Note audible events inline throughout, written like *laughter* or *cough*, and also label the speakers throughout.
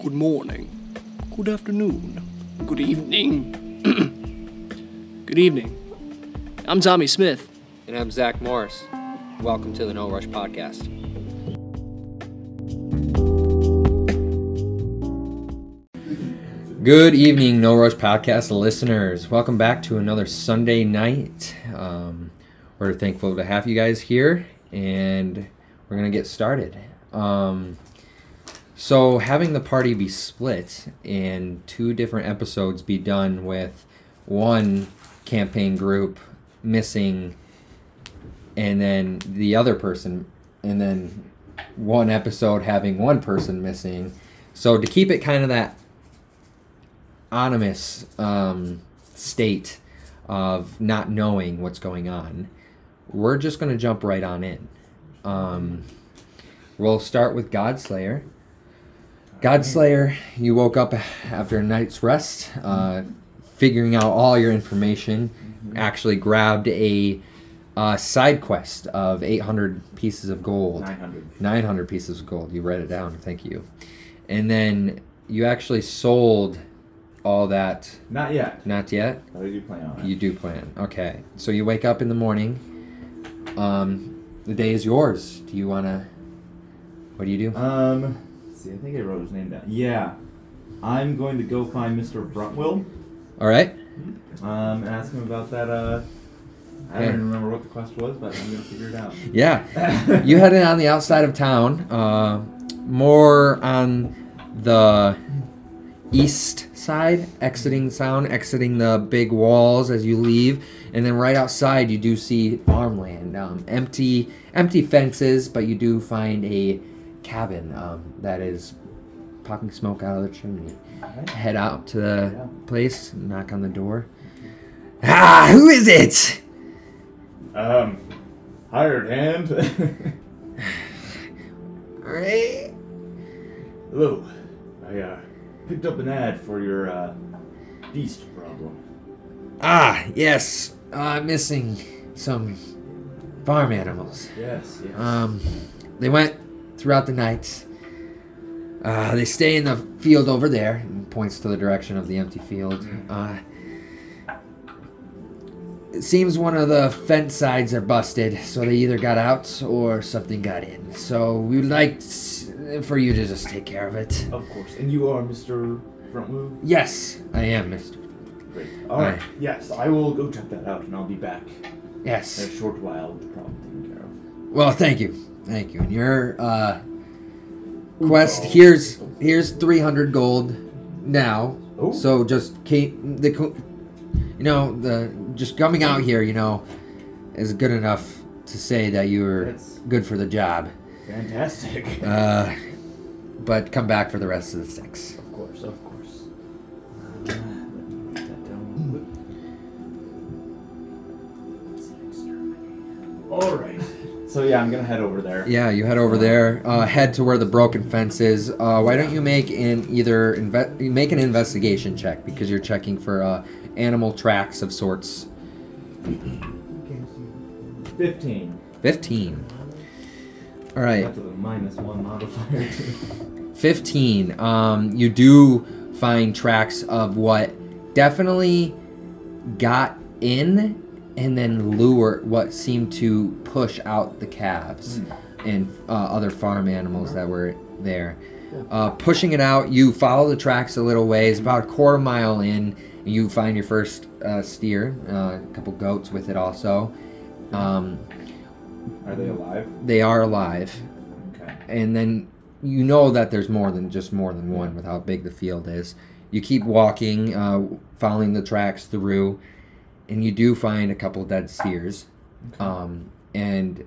Speaker 1: Good morning. Good afternoon. Good evening. *clears throat* Good evening. I'm Tommy Smith.
Speaker 2: And I'm Zach Morris. Welcome to the No Rush Podcast. Good evening, No Rush Podcast listeners. Welcome back to another Sunday night. Um, we're thankful to have you guys here, and we're going to get started. Um, so, having the party be split and two different episodes be done with one campaign group missing and then the other person and then one episode having one person missing so to keep it kind of that anonymous um, state of not knowing what's going on we're just going to jump right on in um, we'll start with godslayer godslayer you woke up after a night's rest uh, figuring out all your information actually grabbed a uh, side quest of 800 pieces of gold.
Speaker 3: 900.
Speaker 2: 900 pieces of gold. You write it down. Thank you. And then you actually sold all that.
Speaker 3: Not yet.
Speaker 2: Not yet?
Speaker 3: But I do plan on it.
Speaker 2: You do plan. Okay. So you wake up in the morning. Um, the day is yours. Do you want to. What do you do?
Speaker 3: Um, let's see, I think I wrote his name down. Yeah. I'm going to go find Mr. Bruntwill
Speaker 2: All right.
Speaker 3: um, and ask him about that. Uh, I
Speaker 2: Yeah.
Speaker 3: don't even remember what the quest was, but I'm going to figure it out.
Speaker 2: Yeah. you headed on the outside of town, uh, more on the east side, exiting town, exiting the big walls as you leave, and then right outside you do see farmland, um, empty, empty fences, but you do find a cabin um, that is popping smoke out of the chimney. Head out to the
Speaker 3: Yeah.
Speaker 2: place, knock on the door. Ah, who is it?
Speaker 3: Um, hired hand.
Speaker 2: Right?
Speaker 3: *laughs* Hello. I uh, picked up an ad for your uh, beast problem.
Speaker 2: Ah, yes. Uh, missing some farm animals.
Speaker 3: Yes, yes.
Speaker 2: Um, they went throughout the night. Uh, they stay in the field over there. And points to the direction of the empty field. Uh, it seems one of the fence sides are busted, so they either got out or something got in. So we'd like s- for you to just take care of it.
Speaker 3: of course. And you are Mr. Bruntwill?
Speaker 2: Yes, I am, Mister.
Speaker 3: Great. All right.
Speaker 2: Aye.
Speaker 3: Yes, I will go check that out, and I'll be back in
Speaker 2: Yes.
Speaker 3: a short while with the problem taken care of.
Speaker 2: Well, thank you, thank you. And your uh, quest here's here's three hundred gold now.
Speaker 3: Ooh.
Speaker 2: So just keep the co- you know the just coming out here, you know, is good enough to say that you were
Speaker 3: That's-
Speaker 2: good for the job.
Speaker 3: Fantastic.
Speaker 2: Uh, but come back for the rest of the six.
Speaker 3: Of course, of course. Uh, let me write that down real quick. All right. So yeah, I'm gonna head over there.
Speaker 2: Yeah, you head over there. Uh, head to where the broken fence is. Uh, why don't you make an either inve- make an investigation check because you're checking for uh, animal tracks of sorts.
Speaker 3: Fifteen.
Speaker 2: 15. All right,
Speaker 3: Up to the minus one modifier.
Speaker 2: 15. Um, you do find tracks of what definitely got in and then lure what seemed to push out the calves and uh, other farm animals that were there. Uh, pushing it out, you follow the tracks a little ways, about a quarter mile in, you find your first uh, steer, uh, a couple goats with it also. Um,
Speaker 3: *laughs* Are they alive?
Speaker 2: they are alive.
Speaker 3: Okay.
Speaker 2: and then you know that there's more than just more than one with how big the field is. You keep walking, uh, following the tracks through, and you do find a couple dead steers. Um, and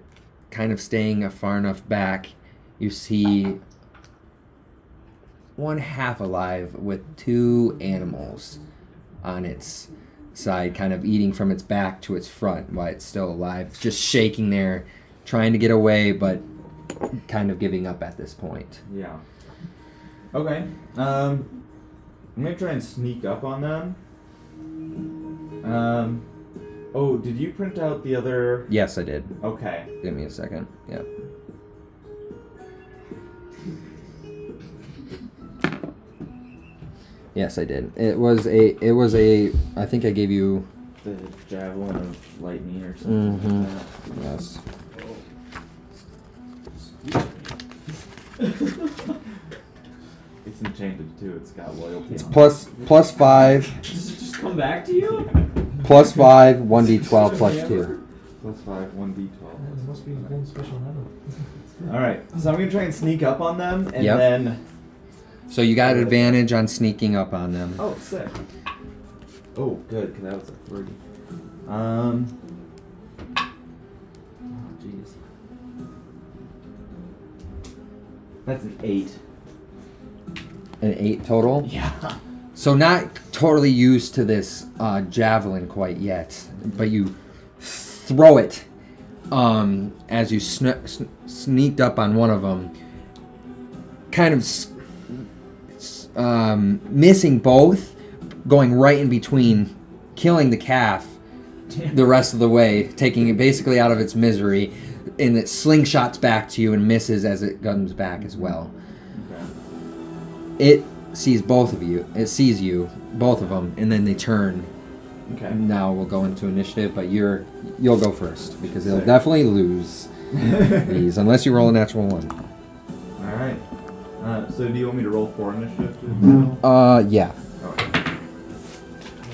Speaker 2: kind of staying far enough back, you see one half alive with two animals on its side, kind of eating from its back to its front while it's still alive, just shaking there, trying to get away, but kind of giving up at this point.
Speaker 3: Yeah. Okay. Um, I'm gonna try and sneak up on them. Um. Oh, did you print out the other?
Speaker 2: Yes, I did.
Speaker 3: Okay.
Speaker 2: Give me a second. Yeah. Yes, I did. It was a. It was a. I think I gave you.
Speaker 3: The javelin of lightning or something
Speaker 2: Mhm.
Speaker 3: like that.
Speaker 2: Yes.
Speaker 3: It's enchanted too. It's got loyalty.
Speaker 2: It's
Speaker 3: on it.
Speaker 2: plus plus five,
Speaker 4: Does it just come back to you?
Speaker 2: plus five, one d twelve plus two.
Speaker 3: Plus five, one d
Speaker 5: It
Speaker 3: twelve.
Speaker 5: must be a gold special medal.
Speaker 3: *laughs* All right, so I'm gonna try and sneak up on them, and
Speaker 2: Yep.
Speaker 3: then
Speaker 2: So you got advantage on sneaking up on them.
Speaker 3: oh, sick. Oh, good, because that was a three. Um. Oh, jeez. That's an eight.
Speaker 2: An eight total.
Speaker 3: Yeah.
Speaker 2: So not totally used to this uh, javelin quite yet, but you throw it um, as you sne- sn- sneaked up on one of them, kind of s- s- um, missing both, going right in between, killing the calf the rest of the way, taking it basically out of its misery, and it slingshots back to you and misses as it comes back as well.
Speaker 3: Okay.
Speaker 2: It sees both of you. It sees you, both of them, and then they turn. Now we'll go into initiative, but you're you'll go first because they'll
Speaker 3: Sick.
Speaker 2: definitely lose
Speaker 3: *laughs* Okay. *laughs*
Speaker 2: these unless you roll a natural one.
Speaker 3: All right. Uh, so do you want me to roll four initiative? too?
Speaker 2: Uh, yeah.
Speaker 3: Okay.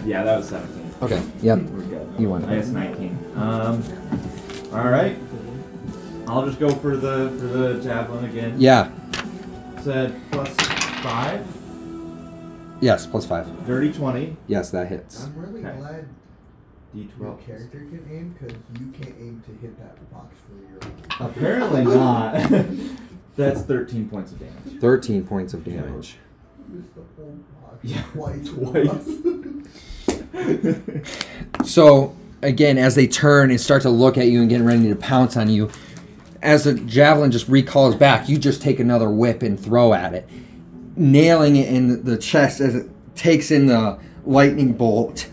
Speaker 3: Yeah, that was seventeen.
Speaker 2: Okay. Yep.
Speaker 3: We're good.
Speaker 2: You won.
Speaker 3: I guess 19. Um, all right. I'll just go for the for the javelin again.
Speaker 2: Yeah.
Speaker 3: Said plus five,
Speaker 2: Yes. Plus five.
Speaker 3: dirty twenty,
Speaker 2: Yes, that hits.
Speaker 5: I'm really
Speaker 3: Okay.
Speaker 5: glad
Speaker 3: d
Speaker 5: your
Speaker 3: twelve.
Speaker 5: character can aim because you can't aim to hit that box for your.
Speaker 3: Apparently not. *laughs* That's thirteen points of damage.
Speaker 2: Thirteen points of damage.
Speaker 5: Use the whole box
Speaker 3: Yeah,
Speaker 5: twice. *laughs*
Speaker 3: twice.
Speaker 2: So again, as they turn and start to look at you and getting ready to pounce on you, as the javelin just recalls back, you just take another whip and throw at it, nailing it in the chest as it takes in the lightning bolt,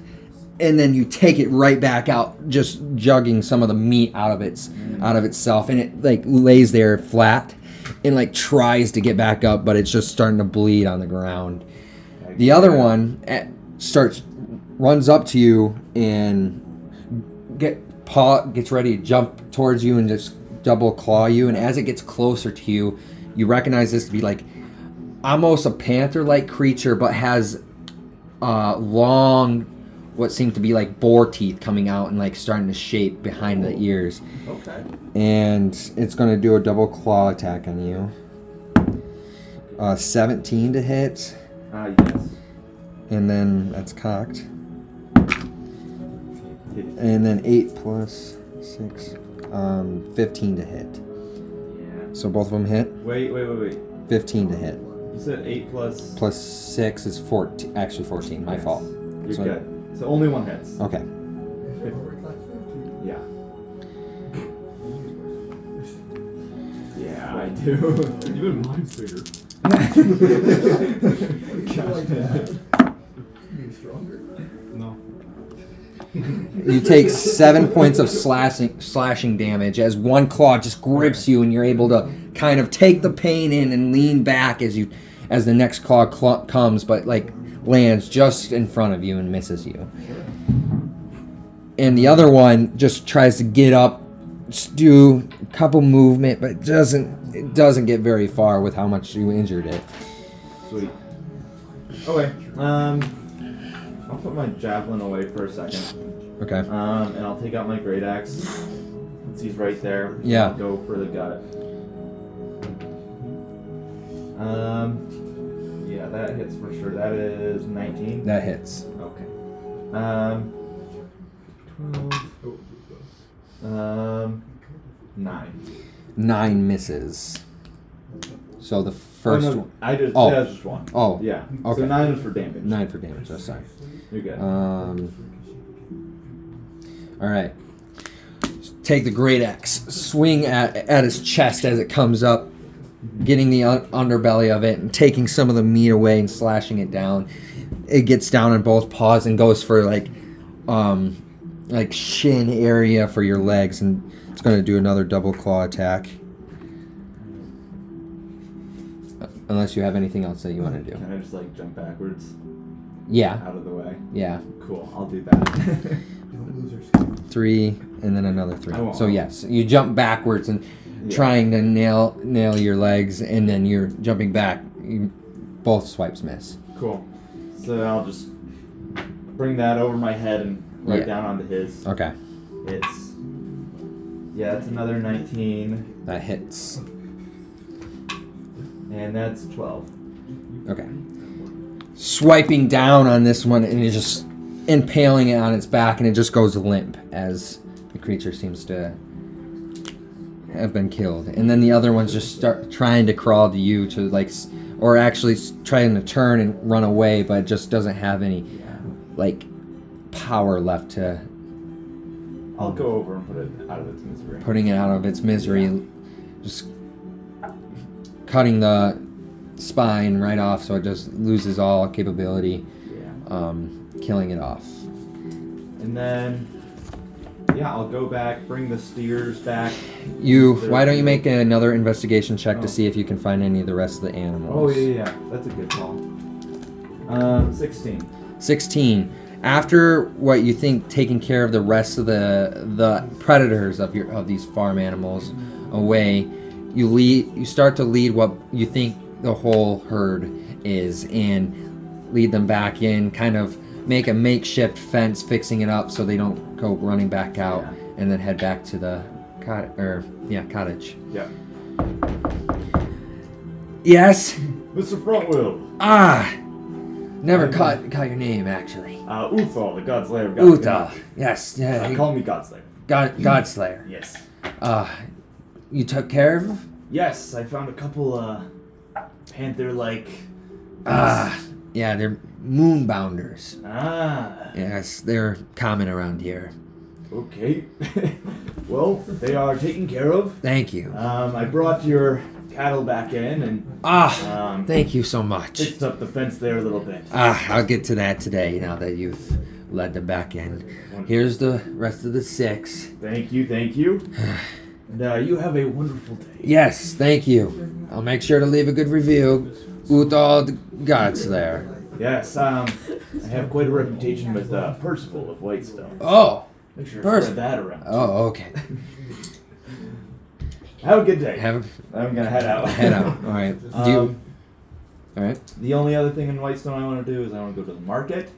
Speaker 2: and then you take it right back out, just jugging some of the meat out of its out of itself, and it like lays there flat, and like tries to get back up, but it's just starting to bleed on the ground. The other one eh, starts, runs up to you and get paw gets ready to jump towards you and just double claw you. And as it gets closer to you, you recognize this to be like almost a panther-like creature, but has uh, long, what seem to be like boar teeth coming out and like starting to shape behind the ears.
Speaker 3: Okay.
Speaker 2: And it's going to do a double claw attack on you. Uh, 17 to hit.
Speaker 3: Ah yes.
Speaker 2: And then that's cocked.
Speaker 3: Yeah.
Speaker 2: And then 8 plus 6, um, 15 to hit. So both of them hit.
Speaker 3: Wait, wait, wait, wait.
Speaker 2: 15 to hit.
Speaker 3: You said eight plus.
Speaker 2: Plus 6 is 14. Actually, 14. My
Speaker 3: Yes.
Speaker 2: fault.
Speaker 3: You're
Speaker 2: So-
Speaker 3: good. So only one hits.
Speaker 2: Okay.
Speaker 3: Yeah. Yeah, I *laughs* do.
Speaker 4: Even
Speaker 3: *laughs*
Speaker 4: mine's bigger.
Speaker 5: Kill like that. You're stronger.
Speaker 4: No.
Speaker 2: You take 7 points of slashing, slashing damage as one claw just grips you and you're able to kind of take the pain in and lean back as you as the next claw cl- comes but like lands just in front of you and misses you. and the other one just tries to get up, just do a couple movement, but doesn't it doesn't get very far with how much you injured it.
Speaker 3: Sweet. Okay. Um, I'll put my javelin away for a second.
Speaker 2: Okay.
Speaker 3: Um, and I'll take out my great axe. Since he's right there.
Speaker 2: Yeah.
Speaker 3: I'll go for the gut. Um, yeah, that hits for sure. That is 19.
Speaker 2: That hits.
Speaker 3: Okay. Um,
Speaker 5: Oh,
Speaker 3: 12. Um, 9.
Speaker 2: Nine misses. So the first
Speaker 3: oh, no,
Speaker 2: one.
Speaker 3: I just,
Speaker 2: Oh.
Speaker 3: yeah, just one.
Speaker 2: Oh,
Speaker 3: Yeah.
Speaker 2: Okay.
Speaker 3: So 9 is for damage.
Speaker 2: nine for damage. I'm sorry.
Speaker 3: You're good.
Speaker 2: Um, all right. Take the great axe, swing at at his chest as it comes up, getting the un- underbelly of it and taking some of the meat away and slashing it down. It gets down on both paws and goes for like, um, like shin area for your legs, and it's going to do another double claw attack. Uh, Unless you have anything else that you want to do.
Speaker 3: Can I just like jump backwards
Speaker 2: Yeah,
Speaker 3: out of the way?
Speaker 2: yeah.
Speaker 3: Cool, I'll do that. *laughs*
Speaker 5: Don't lose your skills.
Speaker 2: Three and then another three.
Speaker 3: I won't.
Speaker 2: So yes, you jump backwards and trying to nail nail your legs, and then you're jumping back. You, both swipes miss.
Speaker 3: Cool. So I'll just bring that over my head and right
Speaker 2: Yeah.
Speaker 3: down onto his.
Speaker 2: Okay,
Speaker 3: It's yeah, it's another 19,
Speaker 2: that hits.
Speaker 3: and that's 12.
Speaker 2: Okay. Swiping down on this one and it just impaling it on its back and it just goes limp as the creature seems to have been killed. And then the other ones just start trying to crawl to you to like s- or actually s- trying to turn and run away but it just doesn't have any like power left to
Speaker 3: I'll go over and put it out of its misery.
Speaker 2: putting it out of its misery, just cutting the spine right off so it just loses all capability,
Speaker 3: Yeah.
Speaker 2: um, killing it off.
Speaker 3: And then yeah, I'll go back, bring the steers
Speaker 2: *sighs*
Speaker 3: back.
Speaker 2: You, why don't you make another investigation check
Speaker 3: Oh.
Speaker 2: to see if you can find any of the rest of the
Speaker 3: Oh
Speaker 2: animals?
Speaker 3: yeah, yeah, yeah. that's a good call. Um, 16.
Speaker 2: 16. After what you think taking care of the rest of the the predators of your of these farm animals away, you lead you start to lead what you think the whole herd is and lead them back in, kind of make a makeshift fence fixing it up so they don't go running back out
Speaker 3: Yeah.
Speaker 2: and then head back to the cot- or yeah, cottage.
Speaker 3: Yep.
Speaker 2: Yes.
Speaker 3: Mr. Front Wheel.
Speaker 2: Ah. Never caught caught your name actually.
Speaker 3: Uh, Uthal, the Godslayer of God.
Speaker 2: Uta. Yes. Yeah.
Speaker 3: Uh,
Speaker 2: he-
Speaker 3: call me Godslayer.
Speaker 2: God, Godslayer.
Speaker 3: Yes.
Speaker 2: Uh, you took care of him?
Speaker 3: Yes, I found a couple uh panther-like.
Speaker 2: Ah, yeah, they're moonbounders.
Speaker 3: Ah.
Speaker 2: Yes, they're common around here.
Speaker 3: Okay. *laughs* well, they are taken care of.
Speaker 2: Thank you.
Speaker 3: Um, I brought your cattle back in and
Speaker 2: Ah,
Speaker 3: um,
Speaker 2: thank you so much.
Speaker 3: fixed up the fence there a little bit.
Speaker 2: Ah, I'll get to that today now that you've led them back in. Here's the rest of the six.
Speaker 3: Thank you, thank you. And uh, you have a wonderful day.
Speaker 2: Yes, thank you. I'll make sure to leave a good review. Uthal the Godslayer.
Speaker 3: Yes, um, I have quite a reputation with uh, Percival of Whitestone.
Speaker 2: Oh,
Speaker 3: Make sure to
Speaker 2: Percival.
Speaker 3: spread that around.
Speaker 2: oh,
Speaker 3: *laughs*
Speaker 2: okay.
Speaker 3: Have a good day.
Speaker 2: Have
Speaker 3: I'm gonna head out.
Speaker 2: a head out. All
Speaker 3: *laughs*
Speaker 2: right. Do you,
Speaker 3: Um,
Speaker 2: all right.
Speaker 3: the only other thing in Whitestone I want to do is I want to go to the market.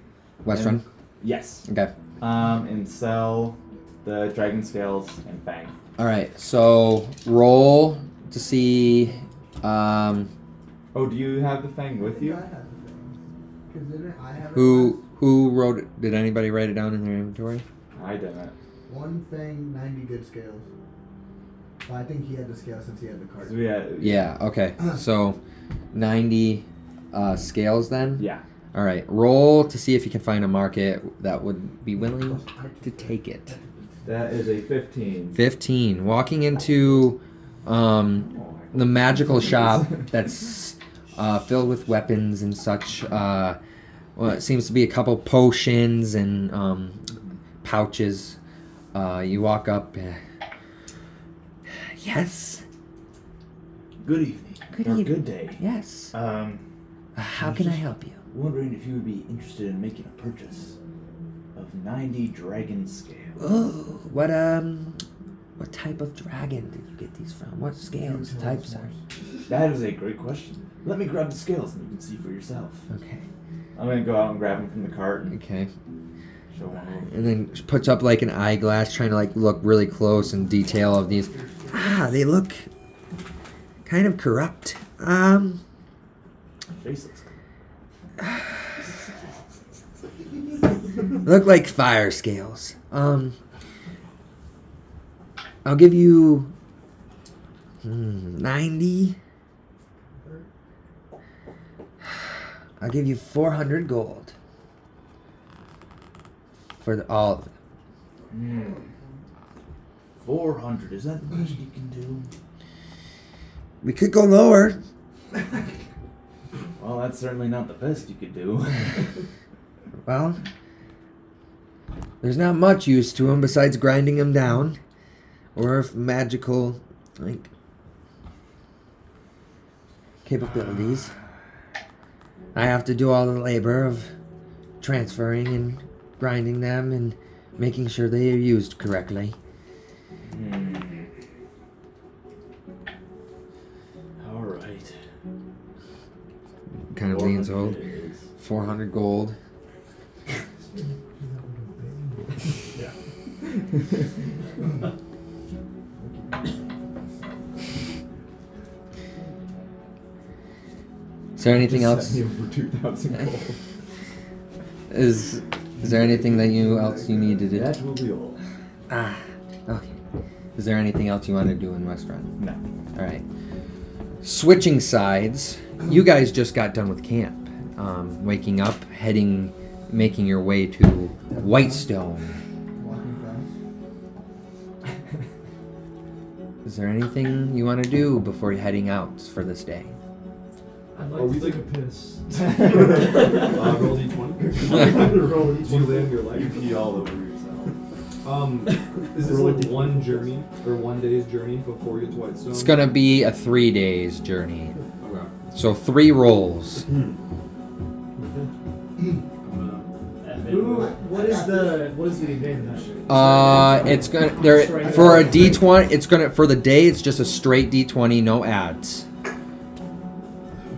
Speaker 2: West
Speaker 3: and-
Speaker 2: run.
Speaker 3: Yes.
Speaker 2: Okay.
Speaker 3: um, and sell the dragon scales and fang.
Speaker 2: All right, so roll to see. Um,
Speaker 3: Oh, do you have the fang with you?
Speaker 5: Because didn't I have it
Speaker 2: who who wrote? It? Did anybody write it down in their inventory?
Speaker 3: I didn't.
Speaker 5: last? One thing, 90 good scales. But I think he had the scale since he had the
Speaker 3: 'Cause
Speaker 5: card.
Speaker 3: we had,
Speaker 2: Yeah. Okay. So, ninety uh, scales then.
Speaker 3: Yeah.
Speaker 2: All right, roll to see if you can find a market that would be willing to take it.
Speaker 3: That is a 15.
Speaker 2: Fifteen. Walking into um, the magical shop that's uh, filled with weapons and such. Uh, well, it seems to be a couple potions and um, pouches. Uh, you walk up. Uh, yes,
Speaker 3: Good evening.
Speaker 2: Good
Speaker 3: or
Speaker 2: evening.
Speaker 3: Good day.
Speaker 2: yes. Uh,
Speaker 3: Um,
Speaker 2: How can I help you?
Speaker 3: wondering if you would be interested in making a purchase of 90 dragon scales.
Speaker 2: Oh, what um, what type of dragon did you get these from? What scales, types are?
Speaker 3: That is a great question. Let me grab the scales and you can see for yourself.
Speaker 2: Okay.
Speaker 3: I'm gonna go out and grab them from the cart and
Speaker 2: Okay.
Speaker 3: show one over.
Speaker 2: and then she puts up like an eyeglass trying to like look really close in detail of these ah they look kind of corrupt um
Speaker 3: Faceless.
Speaker 2: look like fire scales um i'll give you hmm, 90 i'll give you 400 gold for the, all of it
Speaker 3: Hmm. 400. Is that the best you can do?
Speaker 2: we could go lower
Speaker 3: Well, that's certainly not the best you could do.
Speaker 2: Well, there's not much use to them besides grinding them down, or if magical, like.
Speaker 6: capabilities. I have to do all the labor of transferring and grinding them and making sure they are used correctly.
Speaker 3: *laughs* All right.
Speaker 2: Kind of leans old.
Speaker 3: 400 is-
Speaker 2: 400 gold. Is there anything
Speaker 4: Just
Speaker 2: else?
Speaker 4: set me over 2,000
Speaker 2: *laughs*
Speaker 4: gold.
Speaker 2: Is is there anything that you else you need to do?
Speaker 3: That will be all.
Speaker 6: Ah,
Speaker 2: Okay. Is there anything else you want to do in West Run?
Speaker 3: No.
Speaker 2: All right. Switching sides. You guys just got done with camp. Um, waking up, heading, making your way to Whitestone.
Speaker 5: Walking fast.
Speaker 2: Is there anything you want to do before heading out for this day?
Speaker 4: I'd
Speaker 3: Are
Speaker 4: like
Speaker 3: we
Speaker 4: to take a piss.
Speaker 3: *laughs* Uh,
Speaker 4: roll
Speaker 3: *laughs*
Speaker 4: d20. *laughs* roll
Speaker 3: Do you live
Speaker 4: your
Speaker 3: You
Speaker 4: life?
Speaker 3: pee all over yourself.
Speaker 4: Um, is this like one journey or one day's journey before you get to Whitestone?
Speaker 2: It's gonna be a three days journey.
Speaker 4: Okay.
Speaker 2: So three rolls.
Speaker 7: Who, what is the what is the advantage?
Speaker 2: Uh, it's gonna there for a D twenty. It's gonna for the day. It's just a straight D twenty, no ads.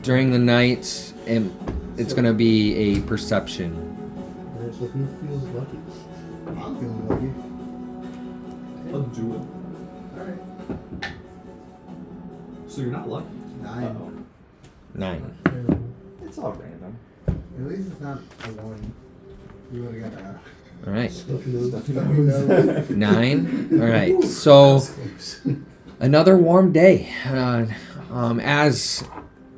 Speaker 2: During the night, and it's gonna be a perception.
Speaker 7: Alright, so who feels lucky?
Speaker 5: I'm feeling lucky.
Speaker 4: I'll do it.
Speaker 5: Alright.
Speaker 4: So you're not lucky.
Speaker 5: 9
Speaker 2: Nine.
Speaker 3: It's all random.
Speaker 5: At least it's not a one. You would have got that.
Speaker 2: All right,
Speaker 5: *laughs* Stuff you *laughs* know.
Speaker 2: nine. All right. So another warm day. Uh, um, as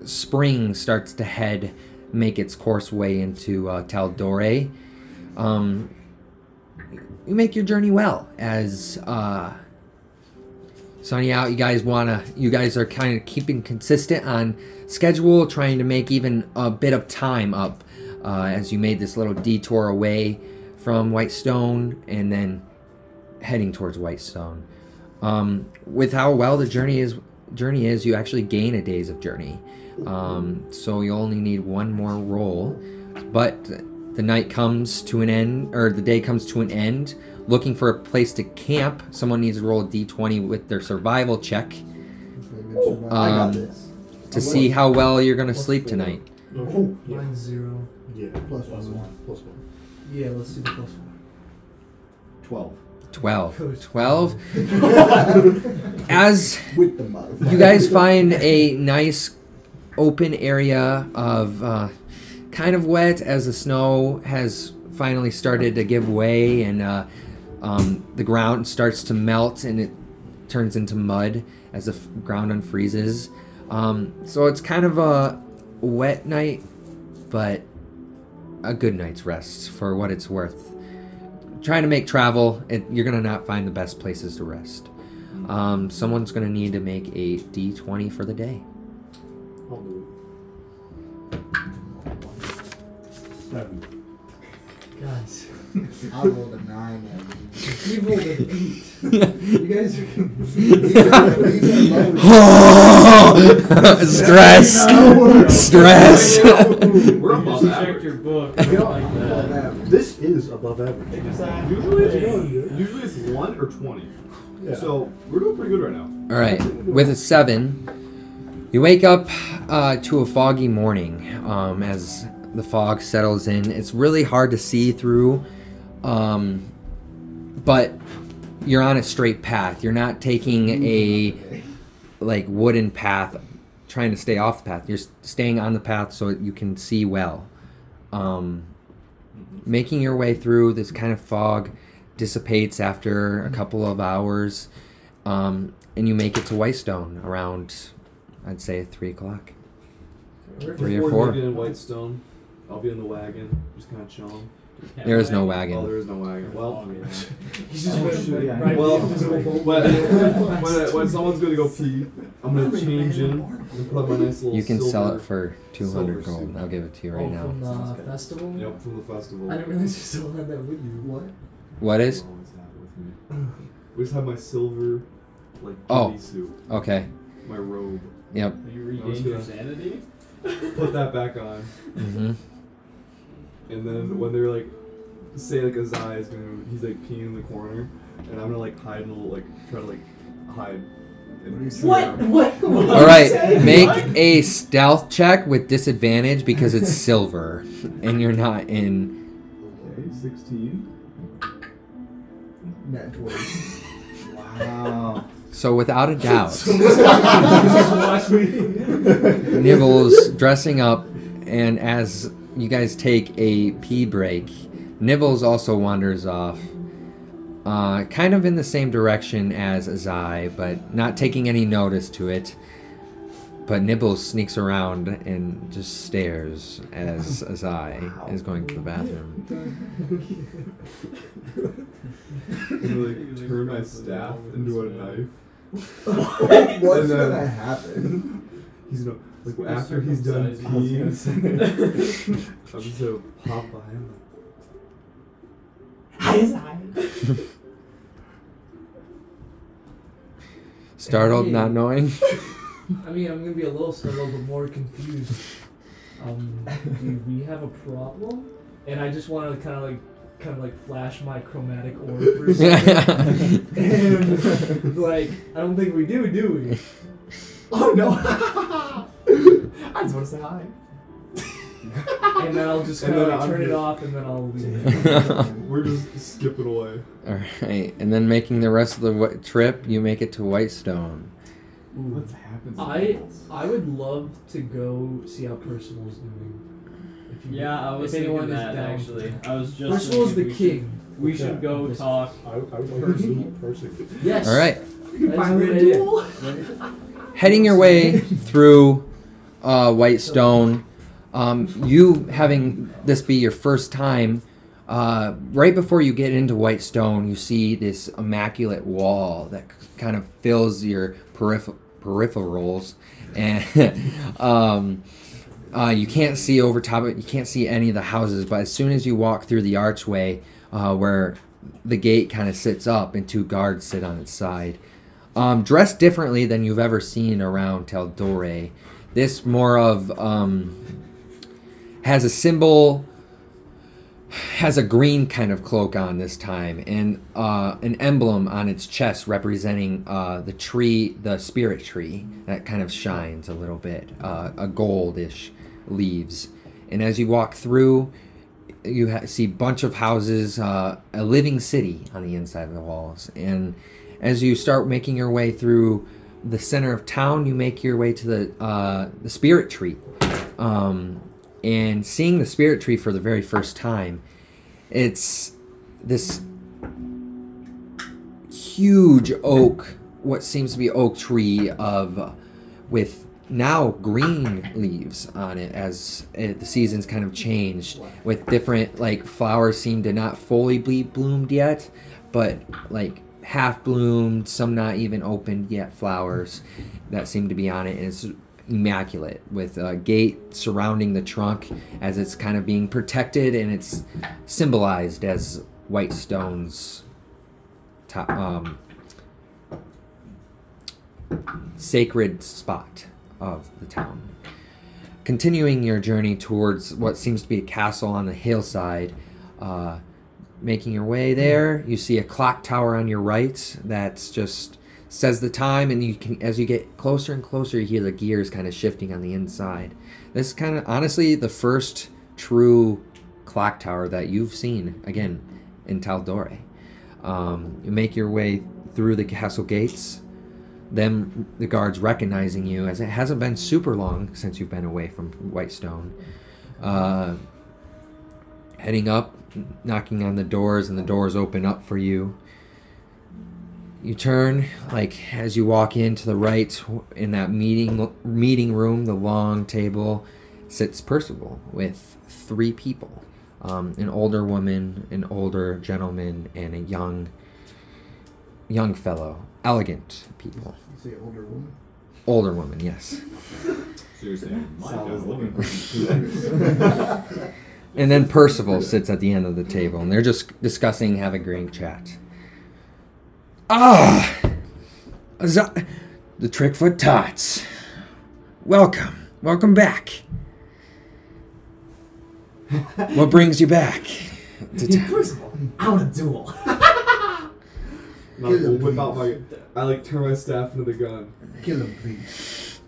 Speaker 2: spring starts to head, make its course way into uh, Taldore. Um, you make your journey well as uh, sunny out. You guys wanna. You guys are kind of keeping consistent on schedule, trying to make even a bit of time up uh, as you made this little detour away from Whitestone and then heading towards Whitestone. Um, with how well the journey is, journey is, you actually gain a days of journey. Um, so you only need one more roll, but the night comes to an end, or the day comes to an end. Looking for a place to camp, someone needs to roll a d20 with their survival check
Speaker 5: I
Speaker 2: Um,
Speaker 5: got this.
Speaker 2: to see how well you're gonna sleep tonight.
Speaker 7: Oh, mine's zero.
Speaker 3: Yeah.
Speaker 5: Plus one.
Speaker 3: Plus one.
Speaker 7: Yeah, let's do the plus one.
Speaker 3: Twelve.
Speaker 2: 12. 12. As
Speaker 5: With the motherfucker.
Speaker 2: You guys find a nice open area of uh, kind of wet as the snow has finally started to give way and uh, um, the ground starts to melt and it turns into mud as the f- ground unfreezes. Um, so it's kind of a wet night, but a good night's rest for what it's worth. Trying to make travel, it, you're gonna not find the best places to rest. Um, someone's gonna need to make a d20 for the day.
Speaker 4: Oh,
Speaker 7: I'll do
Speaker 3: Seven.
Speaker 7: it. Guys,
Speaker 5: I rolled a nine.
Speaker 7: *laughs*
Speaker 5: I mean.
Speaker 7: we rolled an eight.
Speaker 2: *laughs*
Speaker 7: You guys
Speaker 2: *laughs*
Speaker 7: are
Speaker 5: *laughs* *laughs*
Speaker 7: *laughs*
Speaker 2: Stress,
Speaker 7: *laughs*
Speaker 2: stress.
Speaker 4: *laughs*
Speaker 2: *laughs*
Speaker 4: We're above
Speaker 7: checked
Speaker 4: average.
Speaker 7: your book. This is above average.
Speaker 4: Usually it's,
Speaker 7: Hey.
Speaker 4: usually it's 1 or 20.
Speaker 7: Yeah.
Speaker 4: So we're doing pretty good right now.
Speaker 2: All right, with a seven, you wake up uh, to a foggy morning. Um, as the fog settles in, it's really hard to see through, um, but you're on a straight path. You're not taking a like wooden path, trying to stay off the path. You're s- staying on the path so that you can see well. Um, making your way through this kind of fog dissipates after a couple of hours um, and you make it to Whitestone around, I'd say, three o'clock. Three or
Speaker 4: Before
Speaker 2: four.
Speaker 4: you get in Whitestone, I'll be in the wagon, just kind of chilling.
Speaker 2: There is no
Speaker 4: Oh,
Speaker 2: wagon.
Speaker 4: there is no wagon. Well,
Speaker 7: He's
Speaker 3: just waiting for the guy.
Speaker 4: well,
Speaker 7: invisible.
Speaker 4: when, when, when someone's gonna go pee, I'm gonna change in and put my nice little.
Speaker 2: You can
Speaker 4: silver,
Speaker 2: sell it for two hundred
Speaker 4: silver
Speaker 2: gold.
Speaker 4: suit.
Speaker 2: I'll give it to you right
Speaker 7: oh,
Speaker 2: now.
Speaker 7: from
Speaker 3: Sounds
Speaker 7: the
Speaker 3: good.
Speaker 7: festival.
Speaker 4: Yep, from the festival.
Speaker 7: I didn't realize you still had that with you. What?
Speaker 2: What
Speaker 4: Always
Speaker 2: is?
Speaker 4: have it with me. We just have my silver, like
Speaker 2: Oh.
Speaker 4: oh. suit.
Speaker 2: Okay.
Speaker 4: my robe.
Speaker 2: Yep.
Speaker 7: You
Speaker 4: I was
Speaker 7: regained
Speaker 4: gonna-
Speaker 7: your sanity?
Speaker 4: Put that back on.
Speaker 2: hmm
Speaker 4: And
Speaker 3: Mm-hmm.
Speaker 4: then when they're like, say like Azai is gonna, he's like peeing in the corner, and I'm gonna like hide and like try to like hide. And
Speaker 7: What? What? what
Speaker 2: All right, make
Speaker 7: What?
Speaker 2: a stealth check with disadvantage because it's silver and you're not in.
Speaker 4: Okay, 16.
Speaker 5: Net
Speaker 7: *laughs*
Speaker 5: 20.
Speaker 3: Wow.
Speaker 2: So without a doubt,
Speaker 7: Watch me.
Speaker 2: Nibbles dressing up, and as you guys take a pee break, Nibbles also wanders off, uh, kind of in the same direction as Azai, but not taking any notice to it. But Nibbles sneaks around and just stares as Azai is going to the bathroom.
Speaker 4: I'm gonna like turn my staff into a knife.
Speaker 5: What's
Speaker 4: And then-
Speaker 5: gonna happen?
Speaker 4: He's gonna like after he's done *laughs* peeing, I'm just gonna pop by him.
Speaker 7: Hi, Azai.
Speaker 2: Startled, not knowing. *laughs*
Speaker 7: I mean, I'm gonna be a little startled, but more confused. Um, do we have a problem? And I just want to kind of like, kind of like flash my chromatic orb for
Speaker 4: *laughs*
Speaker 7: a second. *laughs* and like, I don't think we do, do we? Oh no! I just want to say hi. and then I'll just
Speaker 4: And
Speaker 7: kind
Speaker 4: then
Speaker 7: of like,
Speaker 4: I'm
Speaker 7: turn it
Speaker 4: good.
Speaker 7: off, and then I'll leave.
Speaker 4: We're just skipping away.
Speaker 2: All right, and then making the rest of the wa- trip, you make it to Whitestone.
Speaker 4: What's happened?
Speaker 7: I I would love to go see how Percival's doing. If you-
Speaker 8: Yeah, I was
Speaker 7: if anyone
Speaker 8: thinking
Speaker 7: is
Speaker 8: that
Speaker 7: down.
Speaker 8: actually. I was just.
Speaker 7: Percival's the
Speaker 8: thinking we should-
Speaker 7: king.
Speaker 8: We should go talk.
Speaker 4: I, I would like
Speaker 7: *laughs*
Speaker 4: to see person.
Speaker 7: Yes.
Speaker 2: All right.
Speaker 5: *laughs*
Speaker 7: That's
Speaker 5: finally
Speaker 7: a great idea.
Speaker 2: heading your way through uh, Whitestone, um, you having this be your first time, uh, right before you get into Whitestone, you see this immaculate wall that c- kind of fills your peripher- peripherals, and *laughs* um, uh, you can't see over top of it. You can't see any of the houses, but as soon as you walk through the archway uh, where the gate kind of sits up and two guards sit on its side, um, dressed differently than you've ever seen around Tel Dore. This more of um, has a symbol, has a green kind of cloak on this time, and uh, an emblem on its chest representing uh, the tree, the spirit tree that kind of shines a little bit, uh, a goldish leaves. And as you walk through, you ha- see bunch of houses, uh, a living city on the inside of the walls. And as you start making your way through the center of town, you make your way to the uh, the spirit tree. Um, and seeing the spirit tree for the very first time, it's this huge oak, what seems to be oak tree of, with now green leaves on it as uh the seasons kind of changed with different like flowers seem to not fully be bloomed yet, but like half bloomed, some not even opened yet flowers that seem to be on it, and it's immaculate with a gate surrounding the trunk as it's kind of being protected and it's symbolized as white stones top, um, sacred spot of the town. Continuing your journey towards what seems to be a castle on the hillside, uh, making your way there, you see a clock tower on your right that's just says the time, and you can as you get closer and closer, you hear the gears kind of shifting on the inside. This is kind of honestly the first true clock tower that you've seen again in Taldore. Um, you make your way through the castle gates, them the guards recognizing you as it hasn't been super long since you've been away from Whitestone. Uh, heading up, knocking on the doors, and the doors open up for you. You turn, like as you walk in to the right in that meeting meeting room, the long table sits Percival with three people: um, an older woman, an older gentleman, and a young young fellow. Elegant people.
Speaker 5: You say older woman?
Speaker 2: Older woman, yes.
Speaker 4: Seriously, my
Speaker 3: Sounds
Speaker 4: guy's
Speaker 3: looking
Speaker 4: looking
Speaker 2: And then Percival sits at the end of the table, and they're just discussing, having a great chat. Ah, Aza- the Trickfoot Tots. Welcome. Welcome back. what brings you back to town?
Speaker 7: First of all, I want to duel.
Speaker 9: And I will whip out my. I like turn my staff into the gun.
Speaker 5: Kill him, please.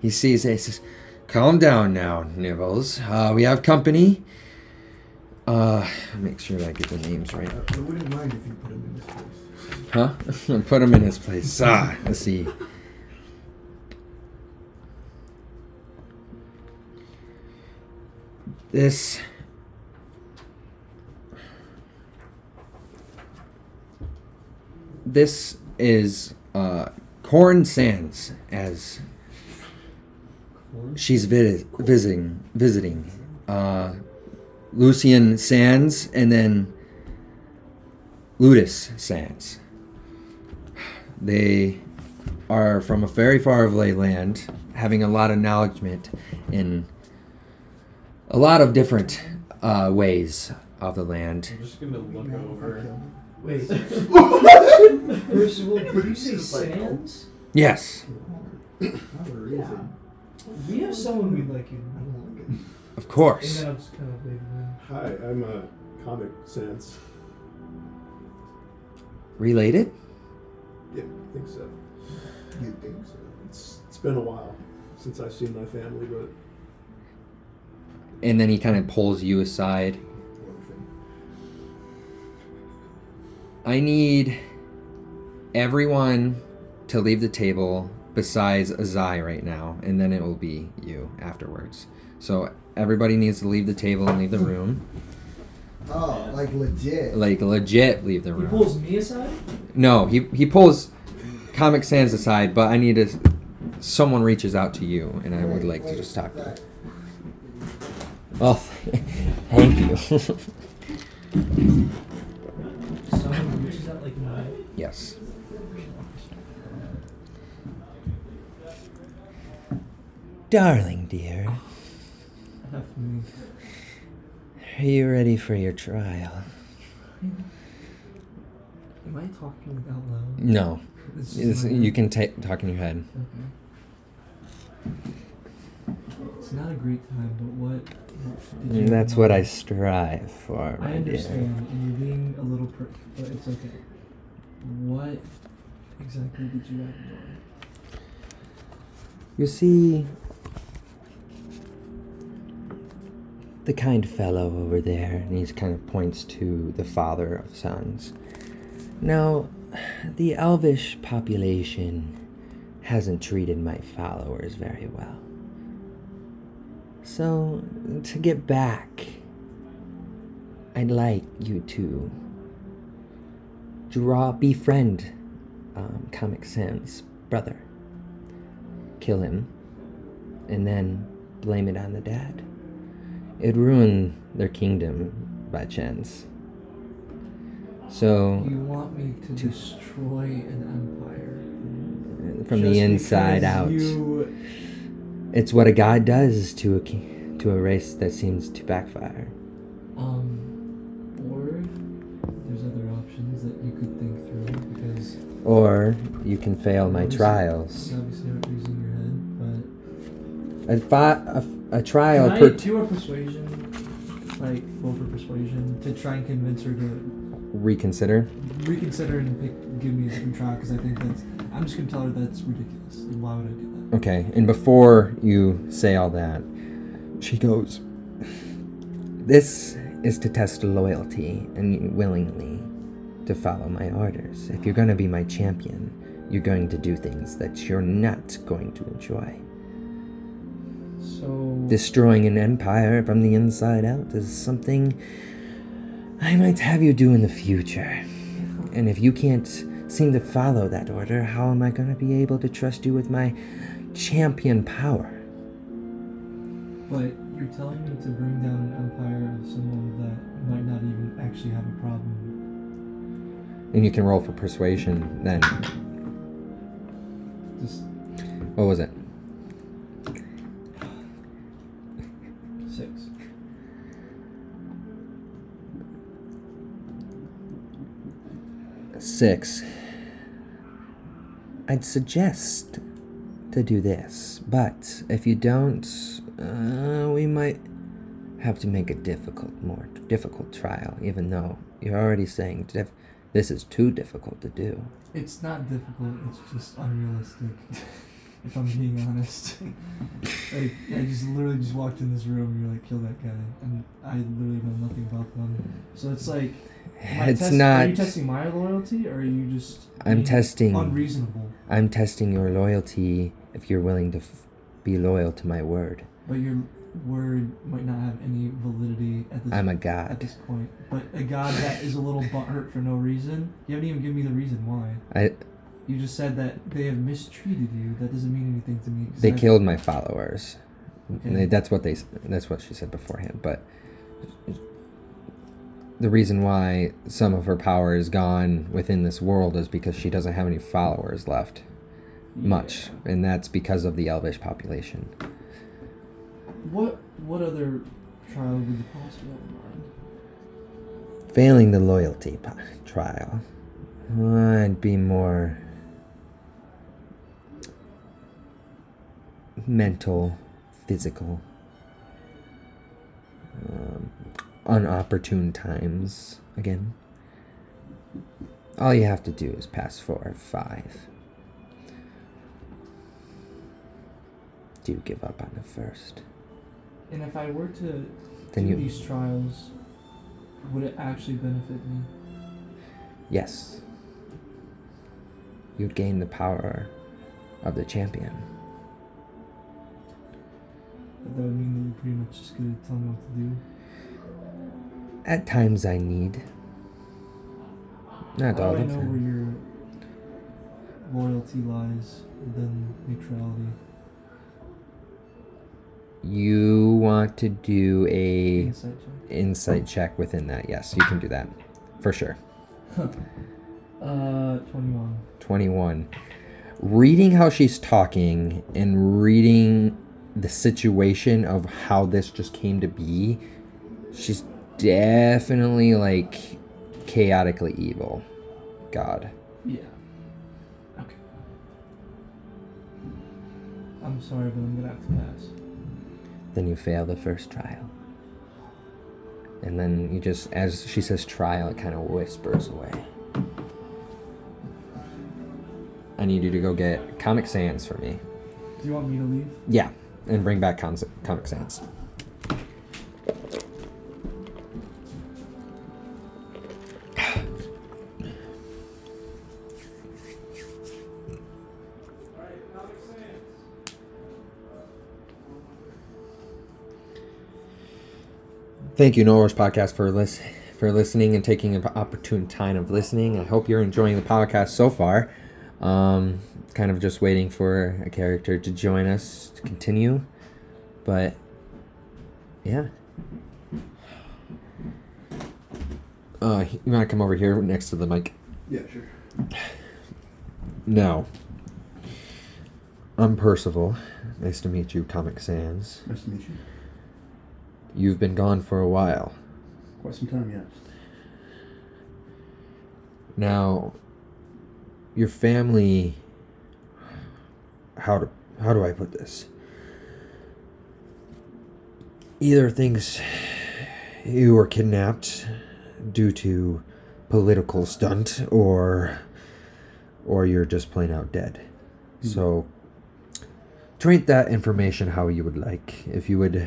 Speaker 2: He sees it. He says, Calm down now, Nibbles. Uh, we have company. Uh, make sure I get the names right.
Speaker 5: I, Uh, I wouldn't mind if you put him in this place.
Speaker 2: Huh? *laughs* Put him in his place. Ah, let's see. This. This is uh, Corn Sands as she's vid- visiting visiting uh, Lucian Sands and then Ludus Sands. They are from a very far away land, having a lot of knowledgement in a lot of different uh, ways of the land.
Speaker 10: I'm just gonna look
Speaker 5: No, fuck
Speaker 10: over.
Speaker 5: him.
Speaker 7: Wait. First of all, did you say Sands?
Speaker 2: Yes,
Speaker 5: *coughs* Not for a reason.
Speaker 7: We have someone we'd like you to
Speaker 5: I
Speaker 7: know.
Speaker 5: don't like it.
Speaker 2: of
Speaker 7: And
Speaker 2: course.
Speaker 7: then I'm just kind of waving around.
Speaker 4: Hi, I'm a comic sans.
Speaker 2: Related?
Speaker 4: Yeah, I think so.
Speaker 5: You think so?
Speaker 4: It's it's been a while since I've seen my family, but
Speaker 2: And then he kind of pulls you aside.
Speaker 5: Orphan.
Speaker 2: I need everyone to leave the table besides Azai right now, and then it will be you afterwards. So everybody needs to leave the table and leave the room.
Speaker 5: Oh, like legit.
Speaker 2: Like legit leave the
Speaker 7: He
Speaker 2: room.
Speaker 7: pulls me aside.
Speaker 2: No, he he pulls Comic Sans aside, but I need to. Someone reaches out to you, and I would like to just talk to you. Well, *laughs* thank you.
Speaker 7: Someone reaches out like my.
Speaker 2: yes. Darling dear, are you ready for your trial?
Speaker 7: Am I talking out loud?
Speaker 2: No,
Speaker 7: This
Speaker 2: It's- you can ta talk in your head.
Speaker 7: Okay. It's not a great time, but what? what did you
Speaker 2: That's what I strive for,
Speaker 7: I
Speaker 2: my dear.
Speaker 7: understand, and you're being a little prick, but it's okay. What exactly did you have in mind?
Speaker 2: You see, the kind fellow over there, and he kind of points to the father of sons. Now, the elvish population hasn't treated my followers very well. So, to get back, I'd like you to draw, befriend um, Comic Sans' brother kill him, and then blame it on the dad. It'd ruin their kingdom by chance. So,
Speaker 7: You want me to destroy an empire
Speaker 2: from
Speaker 7: just
Speaker 2: the inside
Speaker 7: because
Speaker 2: out,
Speaker 7: You,
Speaker 2: it's what a god does to a ki- to a race that seems to backfire.
Speaker 7: um, or there's other options that you could think through because
Speaker 2: Or you can fail my
Speaker 7: Obviously-
Speaker 2: trials.
Speaker 7: it's obviously not using your head, but
Speaker 2: A, fi- a f- a trial
Speaker 7: Can I
Speaker 2: per-
Speaker 7: do a persuasion, like roll for persuasion, to try and convince her to
Speaker 2: reconsider.
Speaker 7: reconsider and pick, give me a different trial? Because I think that's. I'm just gonna tell her that's ridiculous. And why would I do that?
Speaker 2: Okay, and before you say all that, she goes, This is to test loyalty and willingly to follow my orders. If you're going to be my champion, you're going to do things that you're not going to enjoy.
Speaker 7: So
Speaker 2: Destroying an empire from the inside out is something I might have you do in the future. And if you can't seem to follow that order, how am I going to be able to trust you with my champion power?
Speaker 7: But you're telling me to bring down an empire of someone that might not even actually have a problem.
Speaker 2: And you can roll for persuasion then.
Speaker 7: Just
Speaker 2: What was it?
Speaker 7: six.
Speaker 2: Six. I'd suggest to do this, but if you don't, uh, we might have to make a difficult, more difficult trial, even though you're already saying dif- this is too difficult to do.
Speaker 7: It's not difficult. It's just unrealistic. *laughs* if I'm being honest, *laughs* like I just literally just walked in this room and you're like, kill that guy, and I literally know nothing about them. So it's like, am I
Speaker 2: It's
Speaker 7: test- Are you
Speaker 2: not.
Speaker 7: testing my loyalty, or are you just?
Speaker 2: I'm
Speaker 7: being
Speaker 2: testing.
Speaker 7: Unreasonable,
Speaker 2: I'm testing your loyalty if you're willing to f- be loyal to my word.
Speaker 7: but your word might not have any validity at this.
Speaker 2: I'm a
Speaker 7: at
Speaker 2: god.
Speaker 7: this point, but a god that is a little butthurt for no reason. You haven't even given me the reason why.
Speaker 2: I,
Speaker 7: You just said that they have mistreated you. That doesn't mean anything to me. 'cause
Speaker 2: they
Speaker 7: I-
Speaker 2: killed my followers.
Speaker 7: Okay.
Speaker 2: That's what they. s- That's what she said beforehand. But the reason why some of her power is gone within this world is because she doesn't have any followers left, much, and that's because of the elvish population.
Speaker 7: What what other trial would you possibly have in mind?
Speaker 2: Failing the loyalty po- trial, I'd be more mental, physical, um, unopportune times again. All you have to do is pass four or five. Do you give up on the first?
Speaker 7: And if I were to
Speaker 2: Then
Speaker 7: do
Speaker 2: you.
Speaker 7: these trials, would it actually benefit me?
Speaker 2: Yes. You'd gain the power of the champion.
Speaker 7: That would mean that you're pretty much just gonna tell me what to do.
Speaker 2: At times I need. Not
Speaker 7: How
Speaker 2: all
Speaker 7: do
Speaker 2: the
Speaker 7: I know where
Speaker 2: time.
Speaker 7: your loyalty lies within neutrality?
Speaker 2: You want to do a
Speaker 7: Insight check.
Speaker 2: insight check within that. Yes, you can do that. For sure.
Speaker 7: Uh, twenty-one.
Speaker 2: 21. Reading how she's talking and reading the situation of how this just came to be, she's definitely like chaotically evil. God.
Speaker 7: Yeah. Okay. I'm sorry, but I'm gonna have to pass.
Speaker 2: Then you fail the first trial. And then you just, as she says trial, it kind of whispers away. I need you to go get Comic Sans for me.
Speaker 7: Do you want me to leave?
Speaker 2: Yeah, and bring back Comic, comic Sans. Thank you, Norwich Podcast, for lis- for listening and taking an opportune time of listening. I hope you're enjoying the podcast so far. Um, kind of just waiting for a character to join us to continue, but yeah. Uh, you want to come over here next to the mic?
Speaker 5: Yeah, sure.
Speaker 2: No. I'm Percival. Nice to meet you, Comic Sans.
Speaker 5: Nice to meet you.
Speaker 2: You've been gone for a while.
Speaker 5: Quite some time, yes.
Speaker 2: Now, your family. How do how do I put this? Either things you were kidnapped due to political stunt, or or you're just plain out dead. So treat that information how you would like. If you would,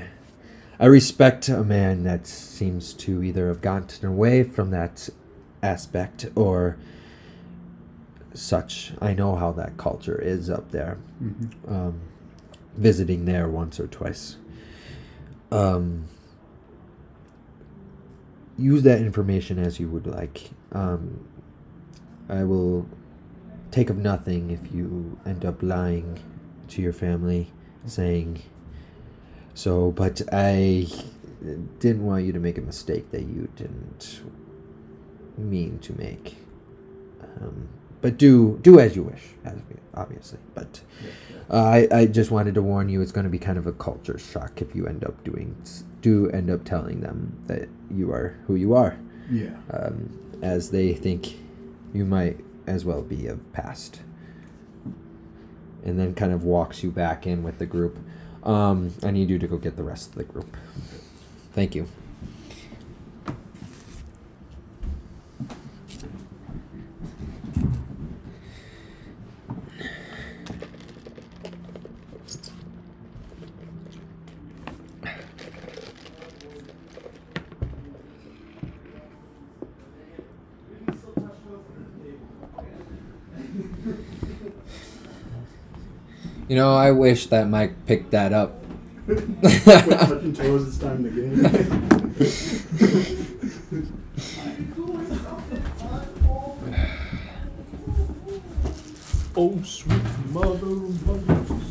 Speaker 2: I respect a man that seems to either have gotten away from that aspect or such. I know how that culture is up there.
Speaker 7: Mm-hmm.
Speaker 2: Um, visiting there once or twice. Um, use that information as you would like. Um, I will take of nothing if you end up lying to your family, saying so. But I didn't want you to make a mistake that you didn't mean to make. Um, but do do as you wish, as- obviously. But uh, I I just wanted to warn you, it's going to be kind of a culture shock if you end up doing do end up telling them that you are who you are,
Speaker 5: Yeah.
Speaker 2: um, as they think you might as well be of past. and then kind of walks you back in with the group. Um, I need you to go get the rest of the group. Thank you. You know, I wish that Mike picked that up.
Speaker 11: Quit touching toes, it's time to game.
Speaker 1: Oh, sweet mother of mothers.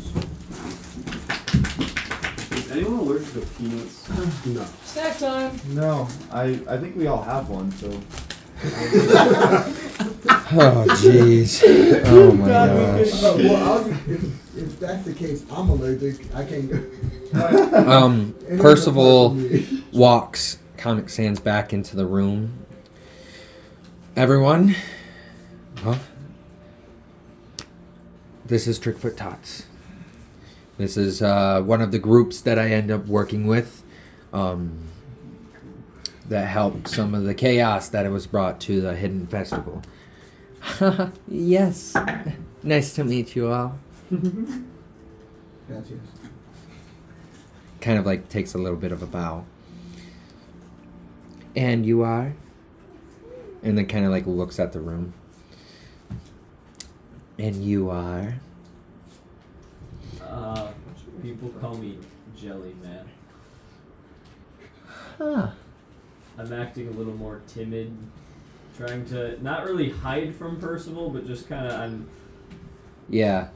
Speaker 4: Is anyone allergic to peanuts?
Speaker 11: No.
Speaker 7: Snack time.
Speaker 4: No, I, I think we all have one, so.
Speaker 2: Oh, *laughs* jeez. Oh, my gosh.
Speaker 5: Oh, well, I'll, if, if that's the case, I'm allergic. I can't go.
Speaker 2: Um, Percival walks Comic Sans back into the room. Everyone, huh? This is Trickfoot Tots. This is uh, one of the groups that I end up working with um, that helped some of the chaos that was brought to the Hidden Festival. *laughs* yes. *laughs* Nice to meet you all.
Speaker 5: Gotcha.
Speaker 2: kind of like takes a little bit of a bow. And you are? And then kind of like looks at the room. And you are?
Speaker 8: Uh, people call me Jelly Man.
Speaker 2: Huh.
Speaker 8: I'm acting a little more timid, trying to not really hide from Percival, but just kind of I'm
Speaker 2: Yeah.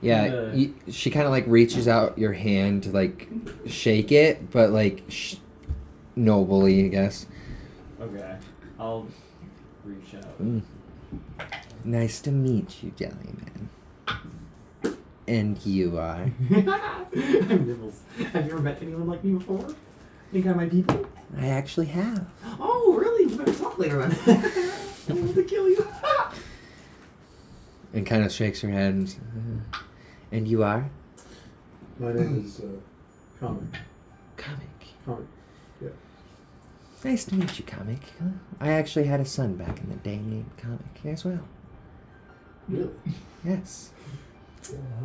Speaker 2: Yeah.
Speaker 8: Yeah.
Speaker 2: You, she kind of like reaches out your hand to like shake it, but like sh- nobly, I guess.
Speaker 8: okay. I'll reach out.
Speaker 4: *laughs*
Speaker 2: Mm. Nice to meet you, Jellyman. And you are?
Speaker 11: I'm Nibbles. Have you ever met anyone like me before? Think I'm my people?
Speaker 2: I actually have.
Speaker 11: Oh, really? We better talk later on.
Speaker 4: *laughs*
Speaker 11: I want to kill you.
Speaker 2: And kind of shakes her head. And, s- uh, and you are?
Speaker 11: my name is uh, Comic.
Speaker 2: Comic.
Speaker 11: Comic.
Speaker 2: Nice to meet you, comic. I actually had a son back in the day named Comic as well.
Speaker 11: Really?
Speaker 2: Yes.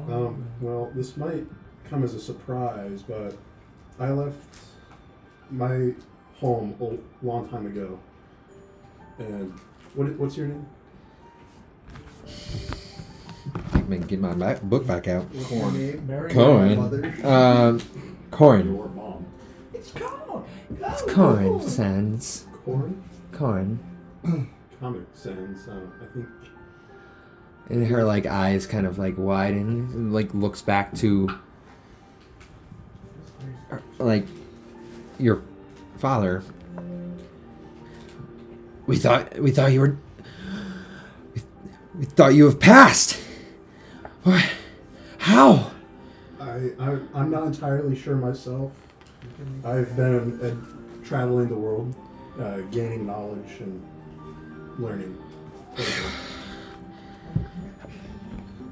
Speaker 11: Um, well, this might come as a surprise, but I left my home a long time ago. And what, what's your name?
Speaker 2: I'm gonna get my back, book back out.
Speaker 5: Corn. Mary
Speaker 2: Corn.
Speaker 5: Mother.
Speaker 2: Um, Corn.
Speaker 11: Your mom.
Speaker 5: It's corn.
Speaker 2: It's Corn, sons.
Speaker 11: Corin?
Speaker 2: Corn.
Speaker 11: Comic Sans. Um, I think
Speaker 2: And her like eyes kind of like widen, and, like looks back to like your father. We thought we thought you were we, we thought you have passed. Why? How?
Speaker 11: I, I I'm not entirely sure myself. I've been uh, traveling the world, uh, gaining knowledge and learning.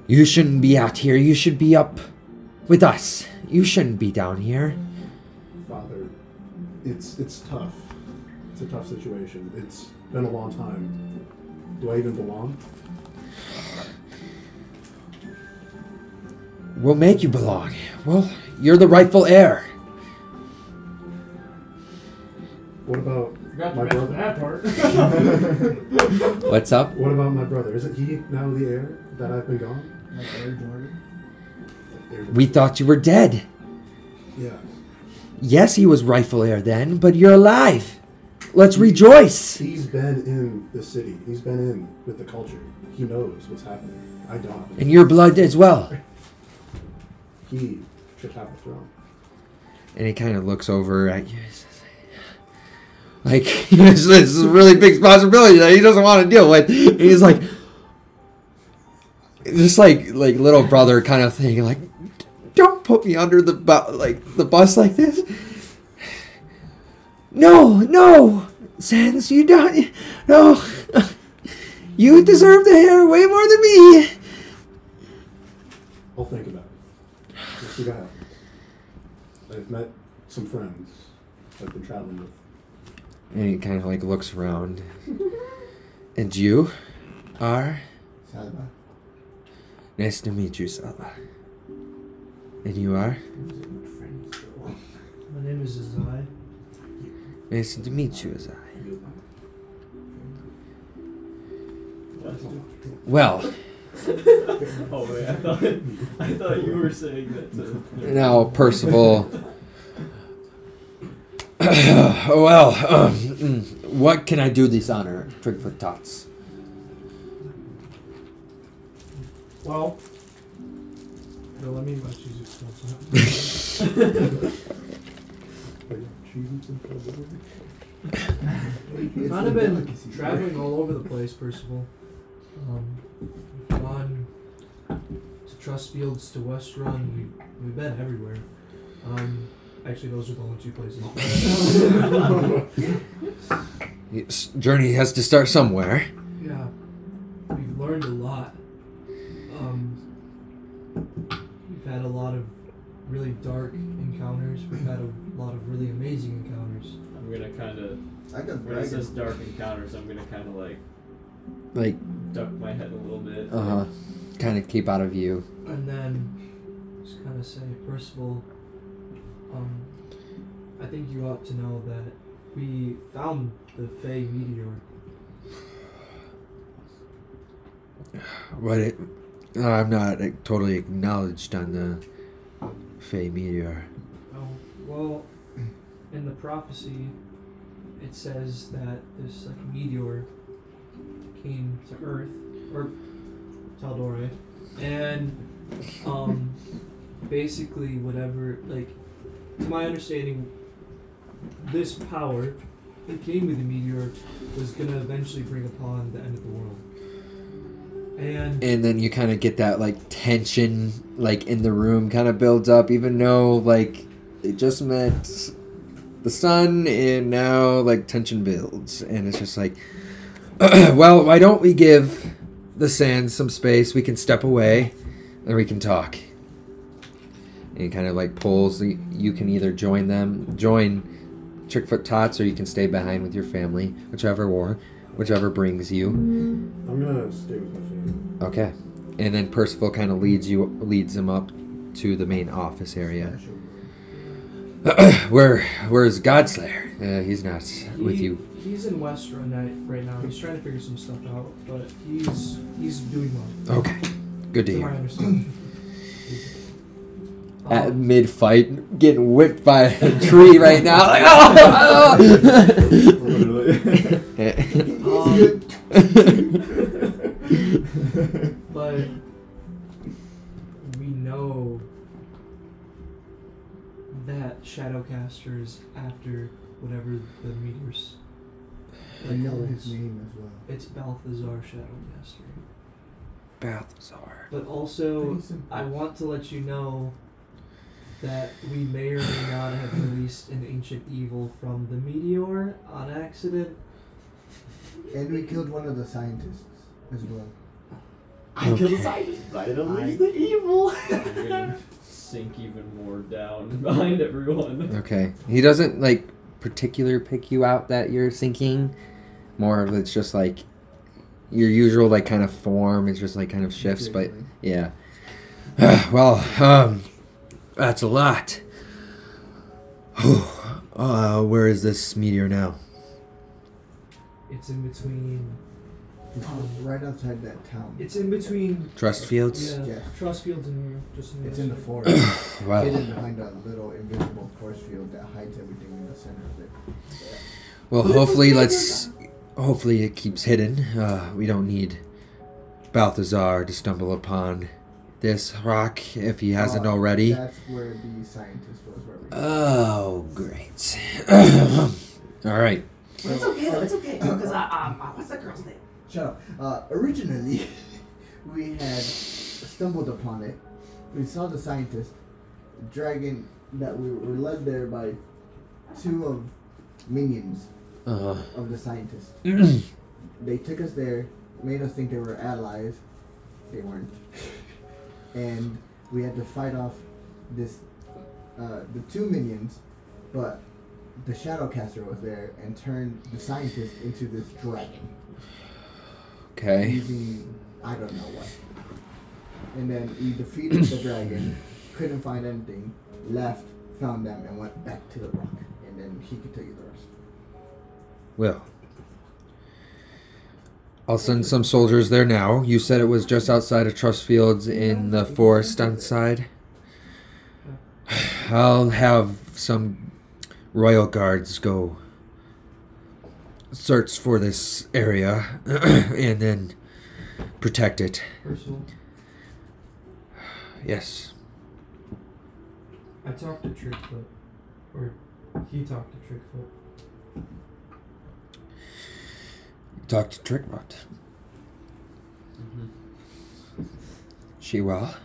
Speaker 2: You shouldn't be out here. You should be up with us. You shouldn't be down here.
Speaker 11: Father, it's it's tough. It's a tough situation. It's been a long time. Do I even belong?
Speaker 2: We'll make you belong. Well, you're the rightful heir.
Speaker 11: What about
Speaker 7: Forgot to
Speaker 11: my
Speaker 7: mention
Speaker 11: brother?
Speaker 7: that part.
Speaker 2: What's up?
Speaker 11: What about my brother? Isn't he now the heir that I've been gone? Heir to-
Speaker 2: We thought you were dead.
Speaker 11: yeah.
Speaker 2: Yes, he was rightful heir then, but you're alive. Let's rejoice.
Speaker 11: He's been in the city. He's been in with the culture. He knows what's happening. I don't.
Speaker 2: And your blood as well.
Speaker 11: he should have the throne.
Speaker 2: And he kind of looks over at you. and says, Like, *laughs* this is a really big responsibility that he doesn't want to deal with. And he's like, just like like little brother kind of thing. Like, don't put me under the bu- like the bus like this. No, no, Sans, you don't. No, you deserve the hair way more than me.
Speaker 11: I'll think about it. We'll see what happens. I've met some friends I've been traveling with.
Speaker 2: And he kind of like looks around. and you are?
Speaker 5: Salva.
Speaker 2: Nice to meet you, Sala. And you are?
Speaker 5: Those are good friends.
Speaker 7: My name is Azai.
Speaker 2: Nice to meet you, Azai. Well,
Speaker 8: *laughs* Oh wait, I thought I thought you were saying that. To,
Speaker 2: now, Percival. *coughs* well, um, mm, what can I do this honor, Twigfoot Tots?
Speaker 11: Well,
Speaker 7: No, I mean my cheesy stuff.
Speaker 11: are you choosing some trouble?
Speaker 5: It's
Speaker 7: Kind
Speaker 5: the
Speaker 7: of been
Speaker 5: delicacy.
Speaker 7: traveling all over the place, Percival. Um, we've gone to Trustfields, to West Run. We've, we've been everywhere. Um, actually, those are the only two places. *laughs*
Speaker 2: Yes, journey has to start somewhere.
Speaker 7: yeah, we've learned a lot. Um, we've had a lot of really dark encounters. We've had a lot of really amazing encounters.
Speaker 8: I'm gonna kind of
Speaker 5: I got
Speaker 8: when it
Speaker 5: bragging.
Speaker 8: says dark encounters, I'm gonna kind of like
Speaker 2: Like,
Speaker 8: duck my head a little bit.
Speaker 2: uh huh. Kind of keep out of view.
Speaker 7: And then just kind of say, Percival, um, I think you ought to know that we found the Fey meteor.
Speaker 2: But it, I'm not like, totally acknowledged on the Fey meteor.
Speaker 7: Oh, well, in the prophecy, it says that this like meteor came to Earth or Taldore, and um, basically whatever like, to my understanding, this power that came with the meteor was gonna eventually bring upon the end of the world. And
Speaker 2: and then you kind of get that like tension like in the room kind of builds up even though like they just met the sun and now like tension builds and it's just like *clears throat* well why don't we give the sand some space we can step away and we can talk and he kind of like pulls the, you can either join them join trickfoot tots or you can stay behind with your family whichever war whichever brings you
Speaker 11: I'm gonna stay with my family.
Speaker 2: Okay. And then Percival kind of leads you leads him up to the main office area. *clears throat* Where where's Godslayer? Uh, he's not with
Speaker 7: He-
Speaker 2: you.
Speaker 7: He's in West right now, right now. He's trying to figure some stuff out, but he's he's doing well.
Speaker 2: Okay. Good to
Speaker 7: To my
Speaker 2: hear. *clears throat*
Speaker 7: understanding.
Speaker 2: At
Speaker 7: Um,
Speaker 2: mid fight, getting whipped by a tree right now. *laughs* Like, oh, *laughs*
Speaker 3: Literally.
Speaker 2: oh.
Speaker 7: um, but we know that Shadowcaster is after whatever the meteors.
Speaker 5: I know his
Speaker 7: it's,
Speaker 5: name as well.
Speaker 7: it's Balthazar Shadowcaster.
Speaker 2: Balthazar.
Speaker 7: But also,
Speaker 5: Pretty simple.
Speaker 7: I want to let you know that we may or may not have released an ancient evil from the meteor on accident.
Speaker 5: And we killed one of the scientists as well.
Speaker 3: I
Speaker 2: Okay.
Speaker 3: killed a scientist, but I didn't lose the evil.
Speaker 8: I'm gonna sink even more down *laughs* behind everyone.
Speaker 2: Okay. He doesn't like particular pick you out that you're sinking. More of it's just like your usual like kind of form. It's just like kind of shifts, but yeah. *sighs* well, um, that's a lot. *sighs* uh, where is this meteor now?
Speaker 7: It's in between.
Speaker 5: It's right outside that town.
Speaker 7: Oh. It's in between.
Speaker 2: Trust fields.
Speaker 7: Yeah,
Speaker 5: Yeah.
Speaker 7: trust fields in here. Just in the
Speaker 5: It's
Speaker 7: other
Speaker 5: in the
Speaker 7: side.
Speaker 5: forest.
Speaker 2: Wow.
Speaker 5: Hidden behind a little invisible force field that hides everything in the center of it.
Speaker 2: Well, hopefully, let's. Hopefully, it keeps hidden. Uh, we don't need Balthazar to stumble upon this rock if he hasn't
Speaker 5: Uh,
Speaker 2: already.
Speaker 5: That's where the scientist was. Where we
Speaker 2: Oh, great. *clears throat* All right.
Speaker 12: Well, it's okay though. It's okay because I, um, I, what's that girl's name?
Speaker 5: *coughs* Shut up. Uh, originally, *laughs* we had stumbled upon it. We saw the scientist, dragon that we were led there by two of minions
Speaker 2: Uh,
Speaker 5: of the scientist. they took us there, made us think they were allies. They weren't. And we had to fight off this uh, the two minions, but the Shadowcaster was there and turned the scientist into this dragon
Speaker 2: Okay.
Speaker 5: using I don't know what. And then he defeated the dragon, couldn't find anything, left, found them, and went back to the rock. And then he could tell you the rest.
Speaker 2: Well, I'll send some soldiers there now. You said it was just outside of Trust Fields in the forest outside. *sighs* I'll have some royal guards go search for this area *clears throat* and then protect it.
Speaker 7: Personal.
Speaker 2: Yes.
Speaker 7: I talked to Trickfoot, or he talked to Trickfoot.
Speaker 2: Talk to Trickbot. Mm-hmm. She well?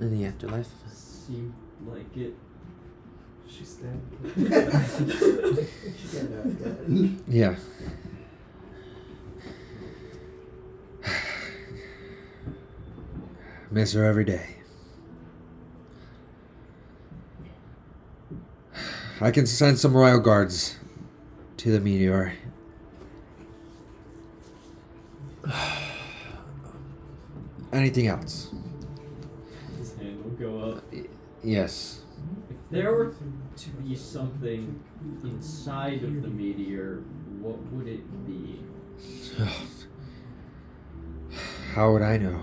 Speaker 2: In the afterlife?
Speaker 8: Seemed like it.
Speaker 7: She's dead.
Speaker 2: Yeah. Miss her every day. I can send some royal guards to the meteor. *sighs* Anything else?
Speaker 8: His hand will go up.
Speaker 2: Yes.
Speaker 8: If there were to be something inside of the meteor, what would it be?
Speaker 2: How would I know?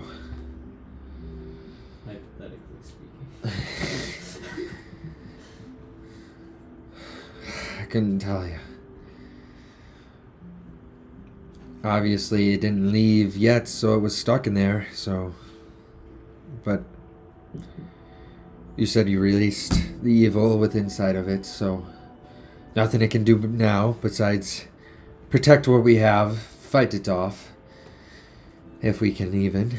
Speaker 8: Hypothetically speaking.
Speaker 2: *laughs* I couldn't tell you. Obviously, it didn't leave yet, so it was stuck in there, so. But. You said you released the evil with inside of it, so. Nothing it can do now besides protect what we have, fight it off. If we can, even.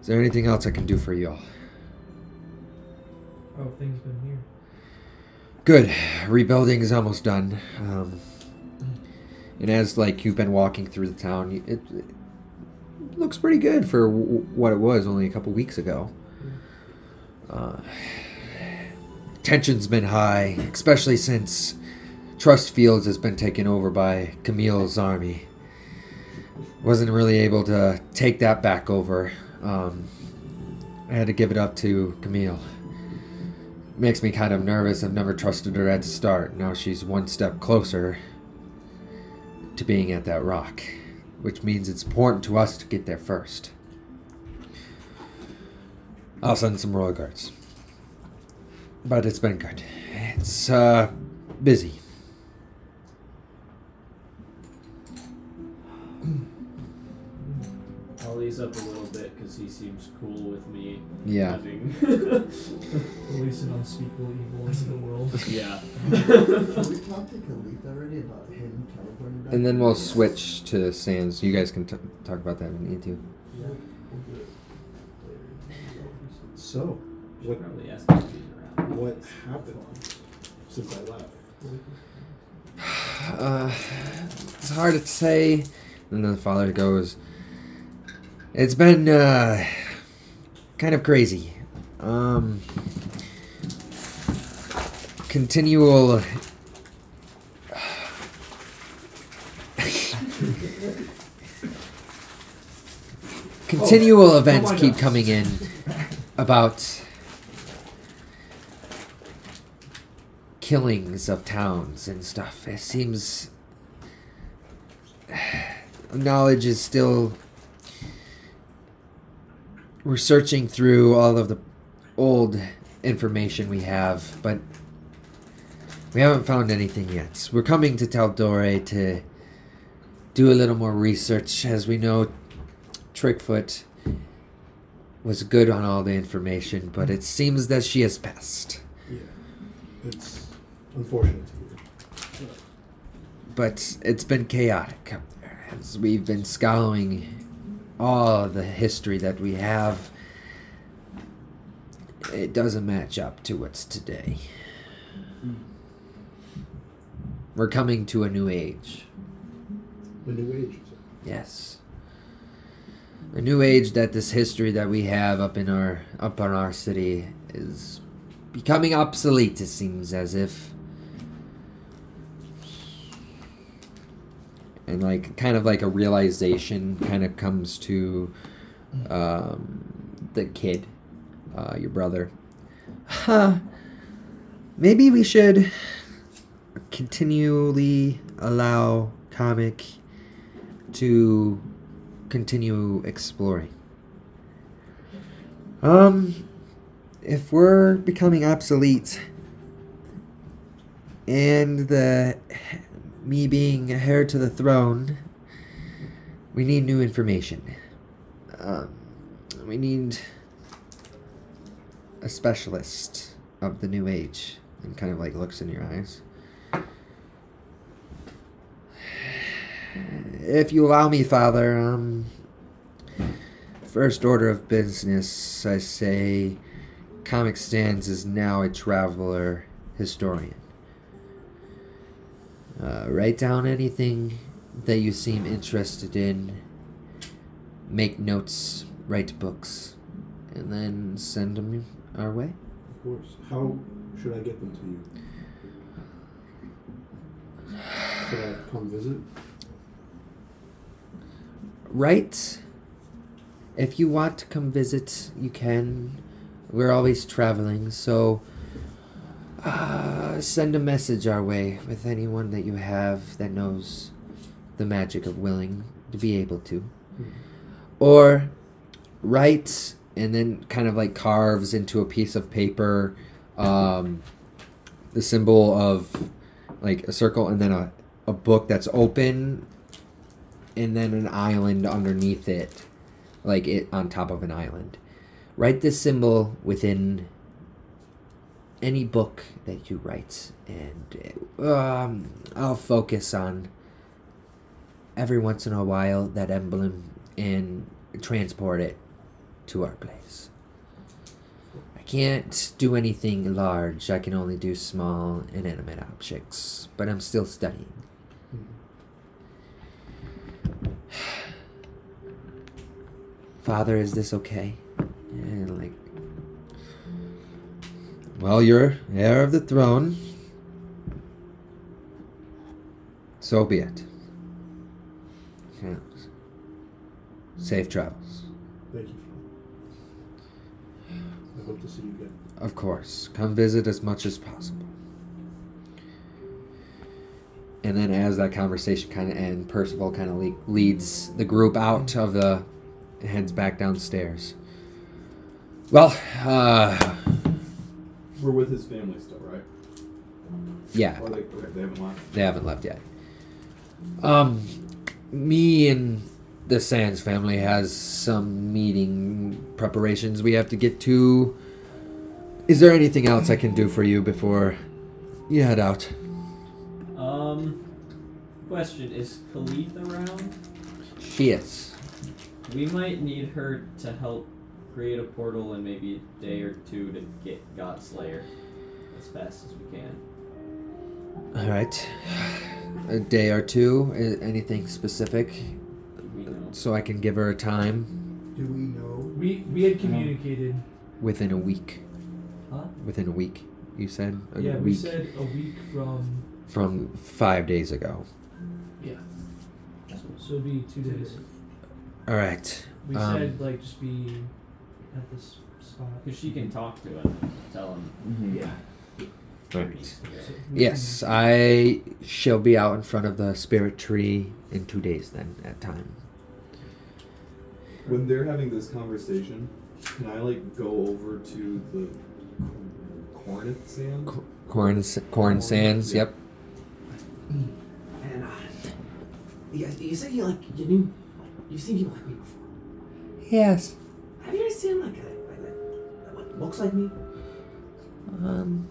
Speaker 2: Is there anything else I can do for y'all?
Speaker 7: Oh, things been here.
Speaker 2: Good. Rebuilding is almost done. Um, and as like you've been walking through the town, you- it, it looks pretty good for w- what it was only a couple weeks ago. Uh, tension's been high, especially since Trust Fields has been taken over by Camille's army. Wasn't really able to take that back over. Um, I had to give it up to Camille makes me kind of nervous. I've never trusted her at the start. Now she's one step closer to being at that rock, which means it's important to us to get there first. I'll send some royal guards. But it's been good. It's uh, busy.
Speaker 8: I'll ease up a little bit because he seems cool with me.
Speaker 2: Yeah.
Speaker 8: having- *laughs*
Speaker 7: Release an unspeakable evil into the world.
Speaker 8: yeah.
Speaker 5: Did we talk to Khalid already about him teleporting back?
Speaker 2: And then we'll switch to Sans. You guys can t- talk about that E if you need to.
Speaker 11: So, what
Speaker 8: Should probably ask him if he's around.
Speaker 11: what happened since I left?
Speaker 2: Uh, it's hard to say. And then the father goes, It's been uh, kind of crazy. Um, continual. *laughs* continual events keep coming in about killings of towns and stuff. It seems *sighs* knowledge is still we're searching through all of the old information we have, but we haven't found anything yet. We're coming to Taldore to do a little more research as we know Trickfoot was good on all the information, but it seems that she has passed.
Speaker 11: Yeah, it's unfortunate to hear.
Speaker 2: but it's been chaotic up there as we've been scouring all the history that we have. It doesn't match up to what's today. We're coming to a new age.
Speaker 11: The new age. is-
Speaker 2: Yes. a new age that this history that we have up in our up on our city is becoming obsolete. It seems as if, and like kind of like a realization kind of comes to um, the kid, uh, your brother. Huh. Maybe we should continually allow comic to continue exploring. Um, if we're becoming obsolete, and the me being a heir to the throne, we need new information. Um, we need a specialist of the new age, and kind of like looks in your eyes. If you allow me, Father, um, first order of business, I say, Comic Sans is now a traveler historian. Uh, write down anything that you seem interested in. Make notes, write books, and then send them our way.
Speaker 11: Of course. How should I get them to you? Should I come visit?
Speaker 2: Right? If you want to come visit, you can. We're always traveling, so uh, send a message our way with anyone that you have that knows the magic of willing to be able to. Or write and then kind of like carves into a piece of paper um, the symbol of like a circle and then a, a book that's open and then an island underneath it, like it on top of an island. Write this symbol within any book that you write, and um, I'll focus on every once in a while that emblem and transport it to our place. I can't do anything large, I can only do small inanimate objects, but I'm still studying. Father, is this okay? And like, well, you're heir of the throne. So be it. Yeah. Safe travels.
Speaker 11: Thank you. Father. I hope to see you again.
Speaker 2: Of course. Come visit as much as possible. And then, as that conversation kind of ends, Percival kind of le- leads the group out of the. heads back downstairs. Well, uh.
Speaker 4: We're with his family still, right?
Speaker 2: Yeah,
Speaker 4: Or they, okay, they haven't left.
Speaker 2: they haven't left yet. Um. Me and the Sands family has some meeting preparations we have to get to. Is there anything else I can do for you before you head out?
Speaker 8: Um, question is Khalid around?
Speaker 2: She is.
Speaker 8: We might need her to help create a portal in maybe a day or two to get God Slayer as fast as we can.
Speaker 2: All right. A day or two. a- Anything specific
Speaker 8: We know.
Speaker 2: so I can give her a time
Speaker 5: Do we know?
Speaker 7: We we
Speaker 2: Uh-huh.
Speaker 7: had communicated.
Speaker 2: within a week.
Speaker 7: Huh?
Speaker 2: Within a week, you said. A
Speaker 7: yeah,
Speaker 2: week
Speaker 7: we said a week from.
Speaker 2: from five days ago.
Speaker 7: Yeah. So it'd be two days.
Speaker 2: All right.
Speaker 7: We
Speaker 2: Um,
Speaker 7: said like just be at this spot.
Speaker 8: Because she can talk to him, tell him.
Speaker 3: Mm-hmm. Yeah.
Speaker 2: All
Speaker 8: he needs
Speaker 2: right.
Speaker 8: to go.
Speaker 7: So we
Speaker 2: Yes, I shall be out in front of the spirit tree in two days. Then at time.
Speaker 4: When they're having this conversation, can I like go over to the Cornet Sam?
Speaker 2: Cor- Corn, s- corn sands. Yep.
Speaker 12: And uh, you, guys- you said you like you knew, you've seen people like me before.
Speaker 2: Yes.
Speaker 12: Have you ever seen like a like, like, that like looks like me?
Speaker 2: Um.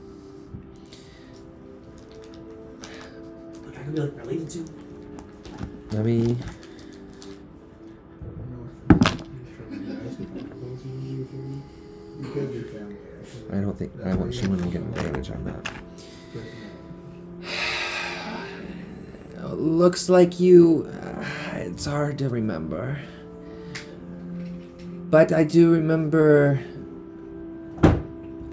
Speaker 12: Like I could be like related to?
Speaker 2: Let me.
Speaker 5: Because your family.
Speaker 2: I don't think I want. She wouldn't get an advantage on that.
Speaker 6: *sighs*
Speaker 2: Looks like you. Uh, it's hard to remember.
Speaker 6: But I do remember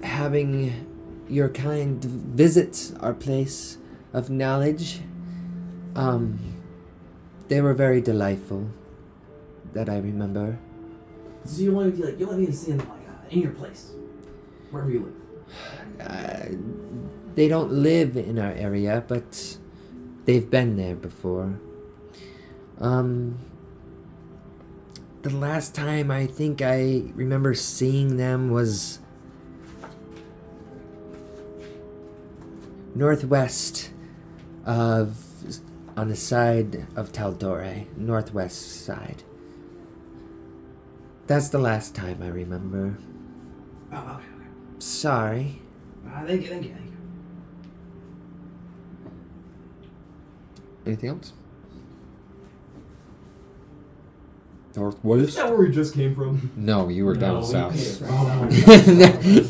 Speaker 6: having your kind visit our place of knowledge. Um, they were very delightful, that I remember.
Speaker 12: So you want to be like, you want me to see him like, uh, in your place, wherever you live.
Speaker 6: Uh, they don't live in our area, but they've been there before. Um, the last time I think I remember seeing them was northwest of on the side of Taldore, northwest side. That's the last time I remember.
Speaker 12: Oh, okay, okay.
Speaker 6: Sorry.
Speaker 8: Ah,
Speaker 12: Uh, thank you, thank you, thank you.
Speaker 2: Anything else? Northwest?
Speaker 4: that where we just came from?
Speaker 2: No, you were down south.
Speaker 11: Oh,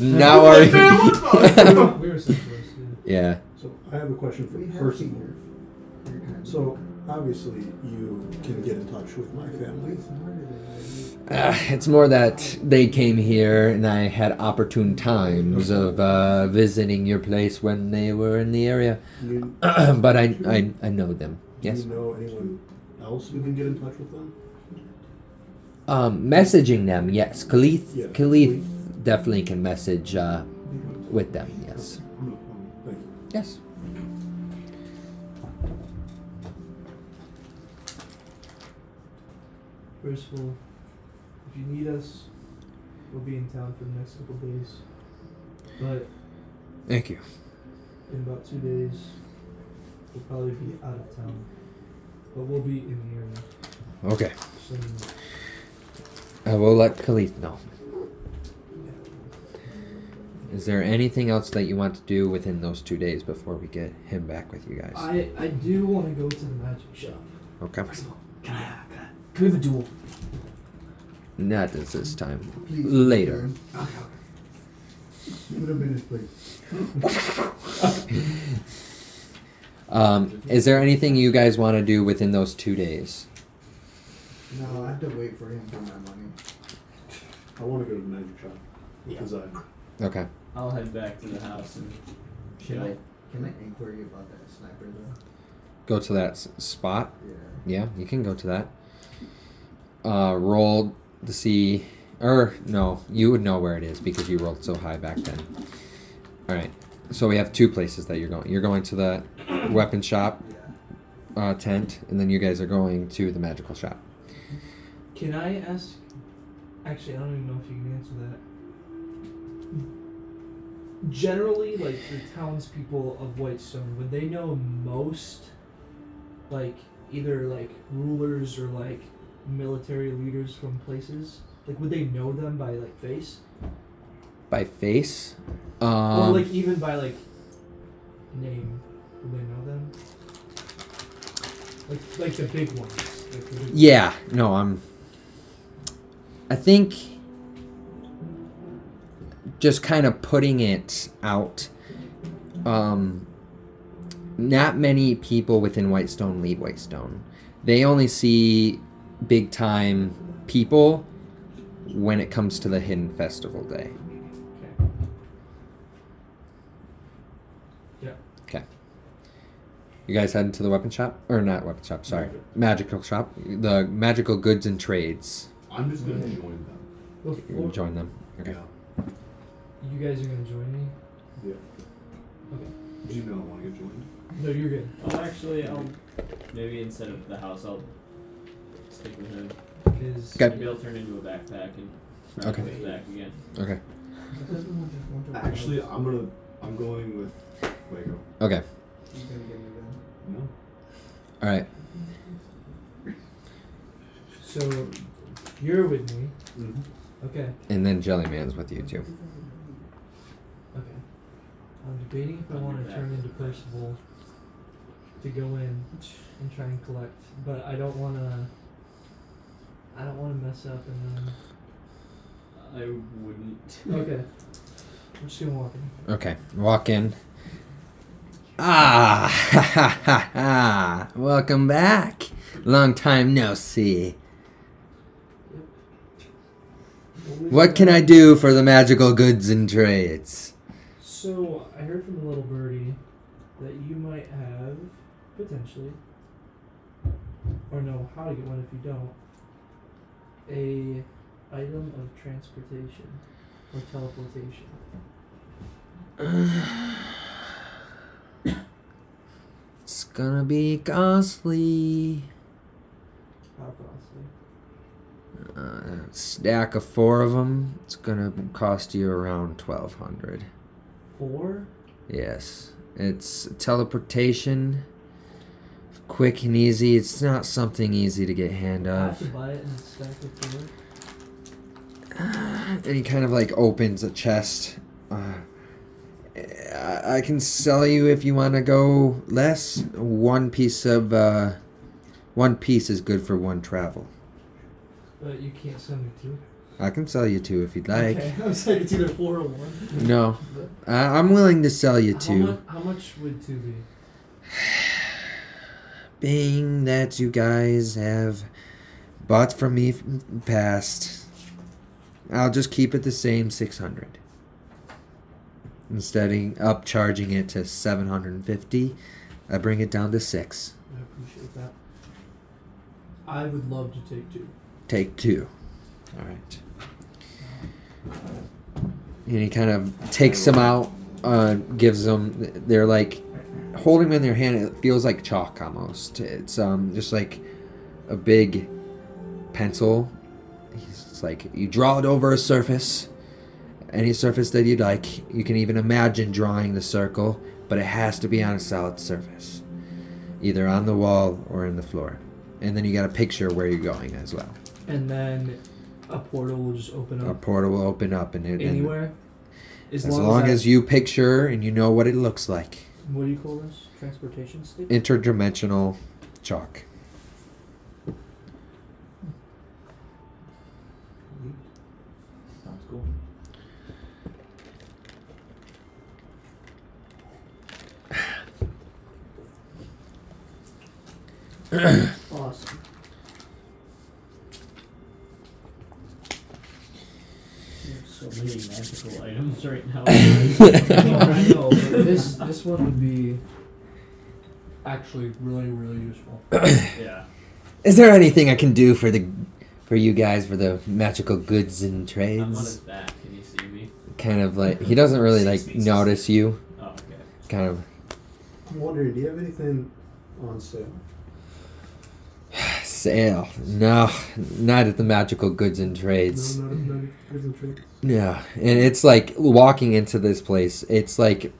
Speaker 2: *laughs* now are you?
Speaker 7: we were southwest. Yeah.
Speaker 2: yeah.
Speaker 11: so I have a question for
Speaker 5: We have
Speaker 11: personal.
Speaker 5: here.
Speaker 11: So obviously you can get in touch with my family.
Speaker 2: Uh, it's more that they came here and I had opportune times of uh, visiting your place when they were in the area. *clears throat*
Speaker 11: You,
Speaker 2: but I, I, I know them. Yes.
Speaker 11: Do you know anyone else who can get in touch with them?
Speaker 2: Um, messaging them, yes. Khalif,
Speaker 11: Yeah.
Speaker 2: Khalif definitely can message uh, with them, yes.
Speaker 11: Thank you.
Speaker 2: Yes.
Speaker 7: First of all, if you need us, we'll be in town for the next couple days. But
Speaker 2: Thank you.
Speaker 7: in about two days, we'll probably be out of town. But we'll be in the area.
Speaker 2: Okay.
Speaker 7: So you know.
Speaker 2: I will Uh, let Khalif know. Is there anything else that you want to do within those two days before we get him back with you guys?
Speaker 7: I, I do want to go to the magic shop.
Speaker 2: okay.
Speaker 12: First of all, can I, uh, can I, can we have a duel?
Speaker 2: Not this, this time.
Speaker 5: Please,
Speaker 2: Later.
Speaker 12: Okay, okay.
Speaker 5: Put him in his place.
Speaker 2: Um, is there anything you guys want to do within those two days?
Speaker 5: No, I have to wait for him for my money.
Speaker 11: I want to go to the magic shop
Speaker 12: Yeah.
Speaker 11: because I
Speaker 2: Okay.
Speaker 8: I'll head back to the house and
Speaker 5: Can I,
Speaker 8: chill.
Speaker 5: can I inquiry about that sniper though?
Speaker 2: Go to that s- spot.
Speaker 5: Yeah.
Speaker 2: Yeah, you can go to that. Uh, roll to see, or er, no, you would know where it is because you rolled so high back then. All right, so we have two places that you're going. You're going to the weapon shop uh, tent, and then you guys are going to the magical shop.
Speaker 7: Can I ask? Actually, I don't even know if you can answer that. Generally, like the townspeople of Whitestone, would they know most, like either like rulers or like military leaders from places? Like, would they know them by like face,
Speaker 2: By face,
Speaker 7: or
Speaker 2: um,
Speaker 7: like even by like name? Would they know them? Like, like the big ones. Like the big
Speaker 2: yeah, no, I'm. I think just kind of putting it out. Um, not many people within Whitestone lead Whitestone. They only see big time people when it comes to the Hidden Festival Day.
Speaker 7: Okay. Yeah.
Speaker 2: Okay. You guys heading to the weapon shop? Or not weapon shop, sorry. Magical shop. The magical goods and trades.
Speaker 11: I'm just gonna join them.
Speaker 2: You're gonna
Speaker 7: Before,
Speaker 2: join them. Okay.
Speaker 7: You guys are gonna join me?
Speaker 4: Do you know I want to get joined?
Speaker 7: No, you're good.
Speaker 8: Oh, actually, I'll maybe instead of the house, I'll stick with him.
Speaker 7: Because
Speaker 2: Okay.
Speaker 8: Maybe I'll turn into a backpack and try
Speaker 2: Okay.
Speaker 8: to push back again.
Speaker 2: Okay.
Speaker 4: Actually, I'm gonna. I'm going with Lego.
Speaker 2: Okay.
Speaker 4: No.
Speaker 2: All right.
Speaker 7: so you're with me.
Speaker 4: Mm-hmm.
Speaker 7: Okay.
Speaker 2: And then Jellyman's with you too.
Speaker 7: Okay. I'm debating if I want to turn into Percival to go in and try and collect, but I don't want to. I don't want to mess up and
Speaker 8: I wouldn't.
Speaker 7: then. Okay. I'm just gonna walk in.
Speaker 2: Okay. Walk in. Ah, ha, ha, ha, ha. welcome back. Long time no see. What can I do for the magical goods and trades?
Speaker 7: So I heard from a little birdie that you might have potentially, or know how to get one if you don't, a item of transportation or teleportation.
Speaker 2: It's gonna be costly.
Speaker 7: How costly?
Speaker 2: Uh, stack of four of them. It's gonna cost you around twelve hundred.
Speaker 7: Four.
Speaker 2: Yes, it's teleportation. Quick and easy. It's not something easy to get hand
Speaker 7: I
Speaker 2: of.
Speaker 7: *laughs* could buy it in a stack of four.
Speaker 2: and he kind of like opens a chest. Uh, I, I can sell you if you want to go less. One piece of uh, one piece is good for one travel.
Speaker 7: But you can't send me two.
Speaker 2: I can sell you two if you'd like.
Speaker 7: okay, *laughs* I was like, it's either four or one.
Speaker 2: No, I, I'm willing to sell you
Speaker 7: How,
Speaker 2: two.
Speaker 7: much, how much would two be?
Speaker 2: Being that you guys have bought from me f- past, I'll just keep it the same six hundred. Instead of upcharging it to seven hundred and fifty, I bring it down to six.
Speaker 7: I appreciate that. I would love to take two.
Speaker 2: Take two. All right. And he kind of takes them out, uh, gives them. They're like holding them in their hand. It feels like chalk almost. It's um just like a big pencil. He's it's like you draw it over a surface, any surface that you'd like. You can even imagine drawing the circle, but it has to be on a solid surface, either on the wall or in the floor. And then you got to picture where you're going as well.
Speaker 7: And then a portal will just open
Speaker 2: A
Speaker 7: up
Speaker 2: portal will open up, and it and
Speaker 7: anywhere.
Speaker 2: as, long as, you picture and you know what it looks like,
Speaker 7: I- what do you call this? Transportation stick.
Speaker 2: interdimensional chalk.
Speaker 8: Sounds cool.
Speaker 7: awesome.
Speaker 8: We have so many magical items right now. *laughs*
Speaker 7: No, I know, but this this one would be actually really really useful.
Speaker 2: *laughs*
Speaker 8: yeah.
Speaker 2: Is there anything I can do for the for you guys for the magical goods and
Speaker 8: I'm on
Speaker 2: trades?
Speaker 8: his back. Can you see me?
Speaker 2: Kind of like he doesn't really like notice you.
Speaker 5: *laughs*
Speaker 8: Oh, okay.
Speaker 2: Kind of
Speaker 11: I'm wondering, do you have anything on sale?
Speaker 2: sale. No, not at the magical goods and trades.
Speaker 11: no, not, not goods and tricks.
Speaker 2: Yeah, and it's like walking into this place. It's like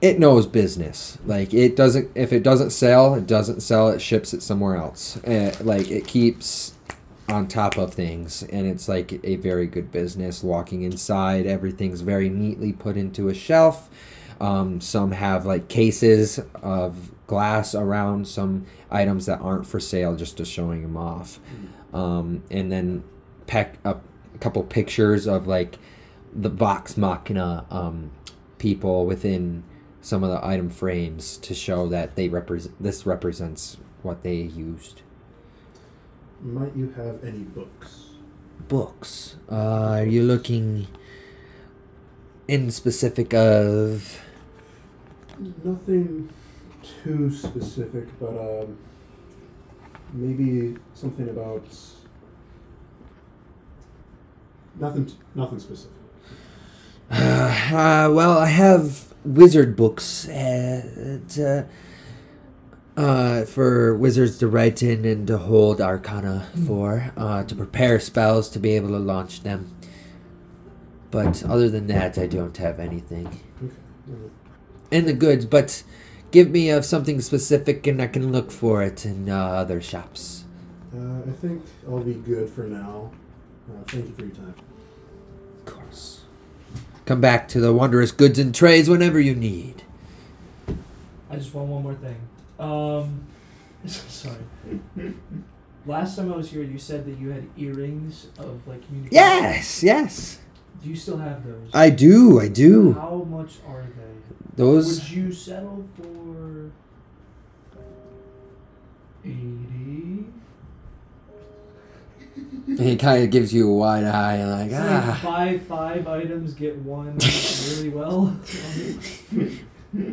Speaker 2: it knows business. Like it doesn't. If it doesn't sell, it doesn't sell. It ships it somewhere else. Uh like it keeps on top of things, and it's like a very good business. Walking inside, everything's very neatly put into a shelf. Um, some have like cases of glass around some items that aren't for sale, just to showing them off. Um, and then pack up a couple pictures of like the Vox Machina um, people within some of the item frames to show that they represent. This represents what they used.
Speaker 11: Might you have any books?
Speaker 2: Books. Uh, are you looking in specific of?
Speaker 11: Nothing too specific, but um, maybe something about nothing. T- nothing specific.
Speaker 2: *sighs* Uh, well, I have wizard books at, uh, uh, for wizards to write in and to hold arcana for, uh, to prepare spells to be able to launch them. But other than that, I don't have anything.
Speaker 11: Okay. well,
Speaker 2: And the goods, but give me of something specific and I can look for it in uh, other shops.
Speaker 11: Uh, I think I'll be good for now. Uh, thank you for your time.
Speaker 2: Of course. Come back to the wondrous goods and trades whenever you need.
Speaker 7: I just want one more thing. Um, *laughs* sorry. Last time I was here, you said that you had earrings of like communication.
Speaker 2: Yes, yes.
Speaker 7: Do you still have those?
Speaker 2: I do, I do.
Speaker 7: How much are they?
Speaker 2: Those.
Speaker 7: Would you settle for eighty?
Speaker 2: And he kind of gives you a wide eye and like,
Speaker 7: It's like
Speaker 2: ah.
Speaker 7: buy five items, get
Speaker 2: *laughs*
Speaker 7: one really well.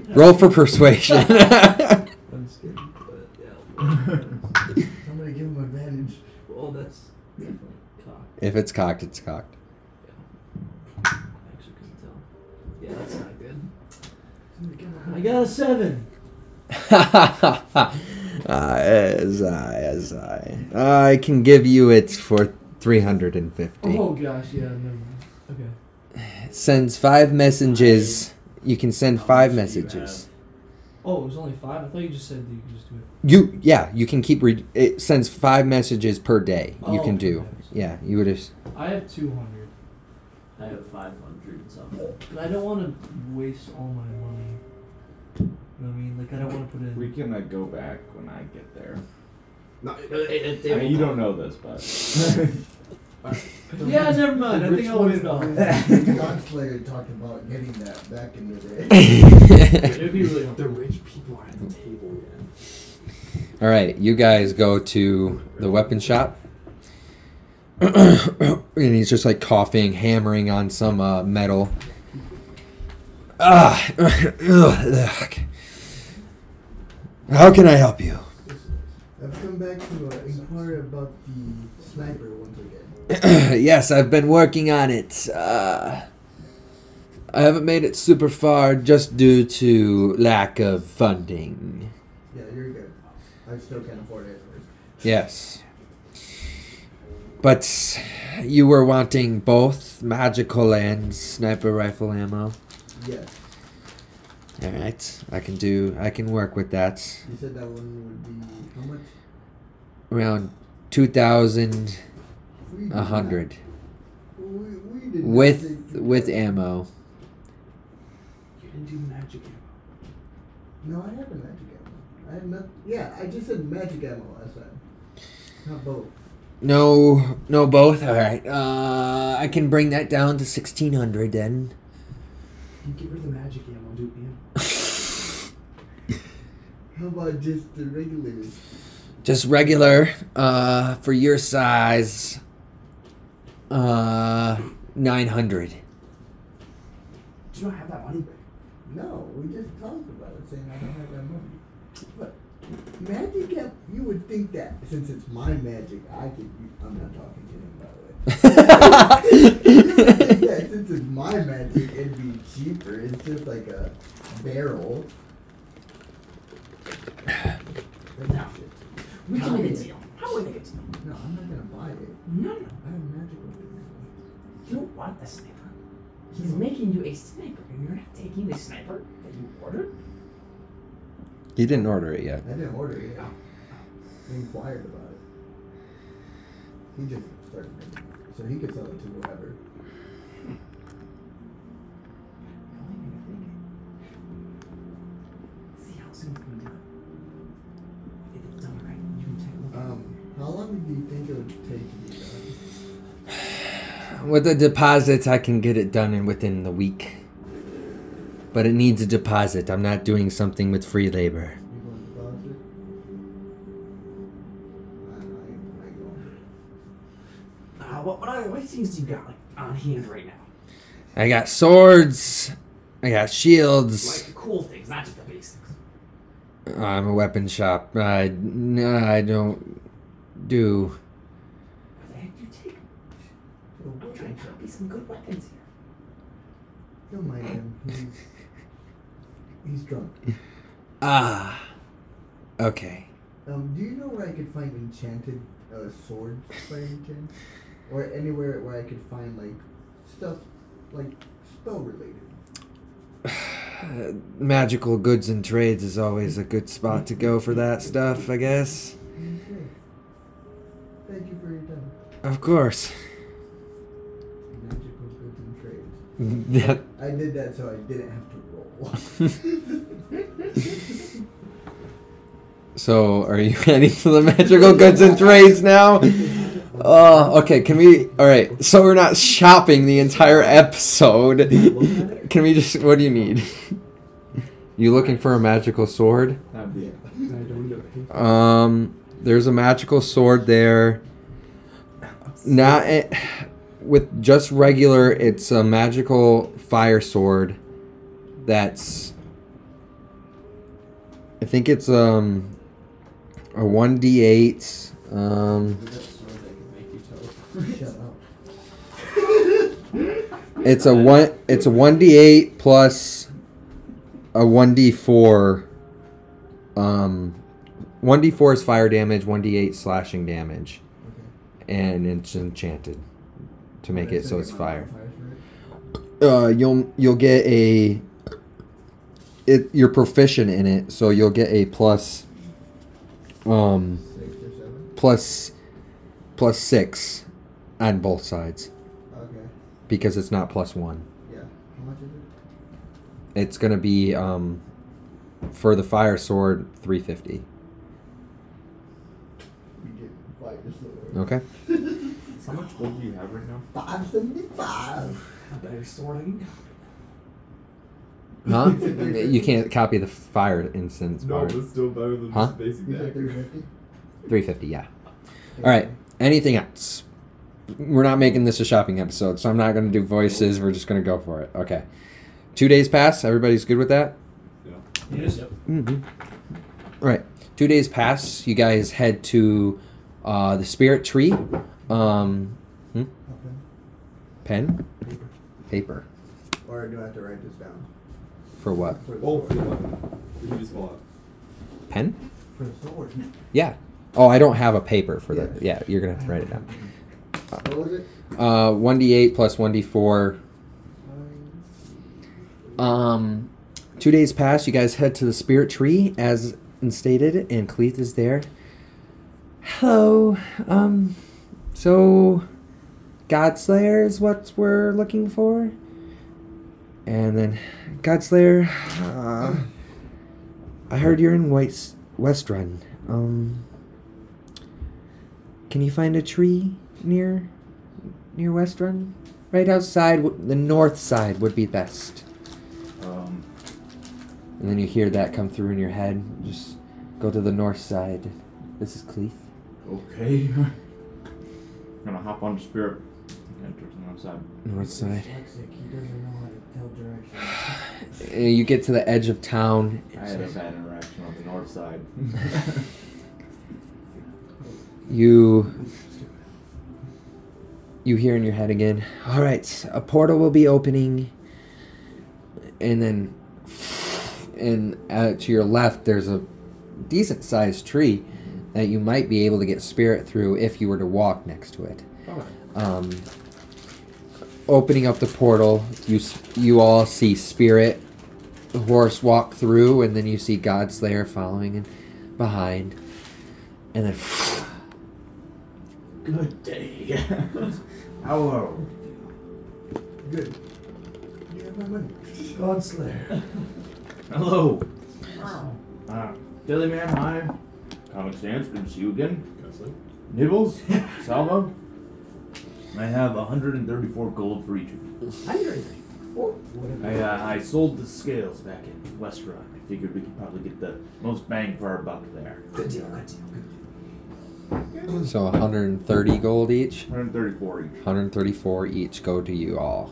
Speaker 2: Roll for *laughs* persuasion.
Speaker 7: I'm scared, but yeah.
Speaker 5: I'm gonna give him advantage.
Speaker 7: Well, that's definitely cock.
Speaker 2: if it's cocked, it's cocked.
Speaker 7: I actually couldn't tell. Yeah, that's not good. I got a seven.
Speaker 2: *laughs* Ah, as I, as I. I can give you it for 350.
Speaker 7: Oh gosh, yeah, never mind. Okay.
Speaker 2: Sends five messages. You can send
Speaker 3: How
Speaker 2: five
Speaker 3: much do you
Speaker 2: messages.
Speaker 7: Oh, it was only five. I thought you just said that you could just do it.
Speaker 2: You, yeah, you can keep, re- it sends five messages per day you
Speaker 7: Oh,
Speaker 2: can do.
Speaker 7: okay.
Speaker 2: Yeah, you would have,
Speaker 7: I have two hundred,
Speaker 8: I have 500 and something.
Speaker 7: but I don't want to waste all my money. You know what I mean? Like I don't want to put it in.
Speaker 3: We can uh, go back when I get there.
Speaker 12: I
Speaker 3: I mean, you don't know this, but *laughs*
Speaker 7: Yeah, never mind. I think I'll wait it off. *laughs*
Speaker 5: God Slayer talked about getting that back in the day.
Speaker 2: *laughs*
Speaker 7: It'd be
Speaker 3: *laughs*
Speaker 7: really helpful.
Speaker 12: The rich people are at the table, man.
Speaker 2: All right, you guys go to the weapon shop. *clears throat* and he's just like coughing, hammering on some uh, metal. Ah, ugh. How can I help you? *clears throat*
Speaker 5: I've come back to uh, inquire about the sniper once again.
Speaker 2: yes, I've been working on it. Uh, I haven't made it super far just due to lack of funding.
Speaker 5: Yeah, you're good. I still can't afford it.
Speaker 2: Yes. But you were wanting both magical and sniper rifle ammo.
Speaker 5: Yes,
Speaker 2: All right, I can do. I can work with that.
Speaker 5: you said that one would be how much?
Speaker 2: Around two thousand
Speaker 5: We did
Speaker 2: a hundred
Speaker 5: not- We, we did not
Speaker 2: with
Speaker 5: take-
Speaker 2: with ammo.
Speaker 12: You didn't do magic ammo.
Speaker 5: No, I have a magic ammo. I have not. Yeah, I just said magic ammo last time. Not both.
Speaker 2: No, no, both. All right. Uh, I can bring that down to sixteen hundred then.
Speaker 12: You get rid of the magic ammo, do ammo.
Speaker 5: How about just the regulars?
Speaker 2: Just regular. Uh, for your size. Uh, nine *laughs* hundred.
Speaker 12: Do you not have that money?
Speaker 5: No, we just talked about it, saying I don't have that money. But magic ammo, you would think that since it's my magic, I could. I'm not talking to him by the way.
Speaker 12: *laughs*
Speaker 5: yeah, since it's my magic, it'd be cheaper. It's just like a barrel. No.
Speaker 12: We can make a deal. How would we make a deal?
Speaker 5: No, I'm not gonna buy it.
Speaker 12: No, no, no.
Speaker 5: I have magic weapons.
Speaker 12: You don't want the sniper. He's making you a sniper, and you're not taking the sniper that you ordered?
Speaker 2: You didn't order it yet.
Speaker 5: I didn't order it.
Speaker 12: Oh.
Speaker 5: I inquired about it. He just started making it. So he could sell it to whoever.
Speaker 12: How am I gonna think? See how soon we can do it. If it's done right, you can take a look at it.
Speaker 5: Um, how long do you think it would take to be done?
Speaker 2: With the deposits, I can get it done in within the week. But it needs a deposit. I'm not doing something with free labor.
Speaker 5: You going to the doctor? I, I, I
Speaker 12: Uh,
Speaker 5: go.
Speaker 12: what, what, other, what things do you got like on hand right now?
Speaker 2: I got swords. I got
Speaker 12: Like
Speaker 2: shields. Uh,
Speaker 12: the cool things, not just the basics.
Speaker 2: I'm a weapon shop. I, n- I don't do.
Speaker 12: What the heck do you take?
Speaker 5: Well,
Speaker 12: I'm
Speaker 5: what-
Speaker 12: trying to copy some good weapons here.
Speaker 5: Don't mind
Speaker 12: *laughs*
Speaker 5: him. He's, he's drunk.
Speaker 2: Ah. Okay.
Speaker 5: Um, do you know where I could find enchanted uh, swords by any chance? Or anywhere where I could find like stuff like spell related?
Speaker 2: Uh, magical goods and trades is always a good spot to go for that stuff, I guess.
Speaker 5: Okay. Thank you for your time.
Speaker 2: Of course. *laughs*
Speaker 5: Magical goods and trades. I did that so I didn't have to roll. *laughs*
Speaker 2: So, are you *laughs* heading to the magical goods and trades now? Uh, okay, can we? All right, so we're not shopping the entire episode. *laughs* Can we just? What do you need? You looking for a magical sword?
Speaker 3: that'd be
Speaker 4: I don't know.
Speaker 2: Um, there's a magical sword there. Not a- with just regular. It's a magical fire sword. That's. I think it's um, a one d eight. Um,
Speaker 8: Is that sword that can make you teleport?
Speaker 5: Shut up.
Speaker 2: *laughs* it's a one. It's a one d eight plus a one d four. Um, one d four is fire damage. One d eight slashing damage, and it's enchanted to *laughs* make it so it's fire. Uh, you'll you'll get a. It you're proficient in it, so you'll get a plus. Um,
Speaker 5: Six or seven?
Speaker 2: plus, plus six, on both sides
Speaker 5: Okay.
Speaker 2: because it's not plus one.
Speaker 5: Yeah. How much is it?
Speaker 2: It's gonna be um, for the fire sword, three fifty.
Speaker 5: We get like just a little.
Speaker 2: Okay.
Speaker 3: How much gold do you have right now?
Speaker 5: Five seventy-five.
Speaker 7: better sword I can get.
Speaker 2: Huh? you can't copy the fire instance
Speaker 4: No,
Speaker 2: part.
Speaker 4: that's still better than
Speaker 2: Huh?
Speaker 4: just basic
Speaker 5: You said
Speaker 4: deck.
Speaker 5: three fifty.
Speaker 2: Three fifty. Yeah. All right. Anything else? We're not making this a shopping episode, so I'm not going to do voices. We're just going to go for it. Okay. Two days pass. Everybody's good with that?
Speaker 7: You just
Speaker 2: Mm-hmm. right. Two days pass. You guys head to uh, the spirit tree. Um, hmm?
Speaker 5: Okay.
Speaker 2: Pen? Paper.
Speaker 5: Or do I have to write this down?
Speaker 2: For what?
Speaker 5: For the
Speaker 4: Oh, for the
Speaker 5: sword.
Speaker 4: weapon. If you just bought.
Speaker 2: Pen?
Speaker 5: For the sword.
Speaker 2: Yeah. Oh, I don't have a paper for that.
Speaker 5: Yeah.
Speaker 2: Yeah, you're going to have to write it down.
Speaker 5: What was it?
Speaker 2: Uh, 1d8 plus 1d4. Um, two days pass. You guys head to the spirit tree, as stated, and Cleith is there. Hello. Um, so, Godslayer is what we're looking for. And then, Godslayer, uh, I heard you're in White West Run. Um, can you find a tree near near West Run? Right outside, w- the north side would be best.
Speaker 3: Um,
Speaker 2: And then you hear that come through in your head. Just go to the north side. This is Cleef.
Speaker 3: okay. *laughs* I'm gonna hop on the spirit. Enter to the outside.
Speaker 2: North side.
Speaker 5: Dyslexic, He doesn't know how to tell directions.
Speaker 2: Uh, You get to the edge of town.
Speaker 3: I had a bad interaction on the north side.
Speaker 7: *laughs*
Speaker 2: You. You hear in your head again. All right, a portal will be opening. And then, and uh, to your left, there's a decent sized tree that you might be able to get spirit through if you were to walk next to it. um, opening up the portal, you s- you all see Spirit, the horse walk through, and then you see Godslayer following and behind, and then
Speaker 3: Good day.
Speaker 5: *laughs*
Speaker 3: Hello.
Speaker 5: Good. You have my money.
Speaker 7: Godslayer.
Speaker 3: *laughs* Hello. Uh, Dilly Man, hi. Comic Sans, good to see you again.
Speaker 5: *laughs*
Speaker 3: Nibbles, Salvo. I have 134 gold for each of you.
Speaker 12: Hundred. Or
Speaker 3: I,
Speaker 12: whatever.
Speaker 3: uh, I sold the scales back in West Rock. I figured we could probably get the most bang for our buck there.
Speaker 12: Good deal, good deal, good
Speaker 2: so 130 gold each,
Speaker 3: 134 each.
Speaker 2: 134 each go to you all.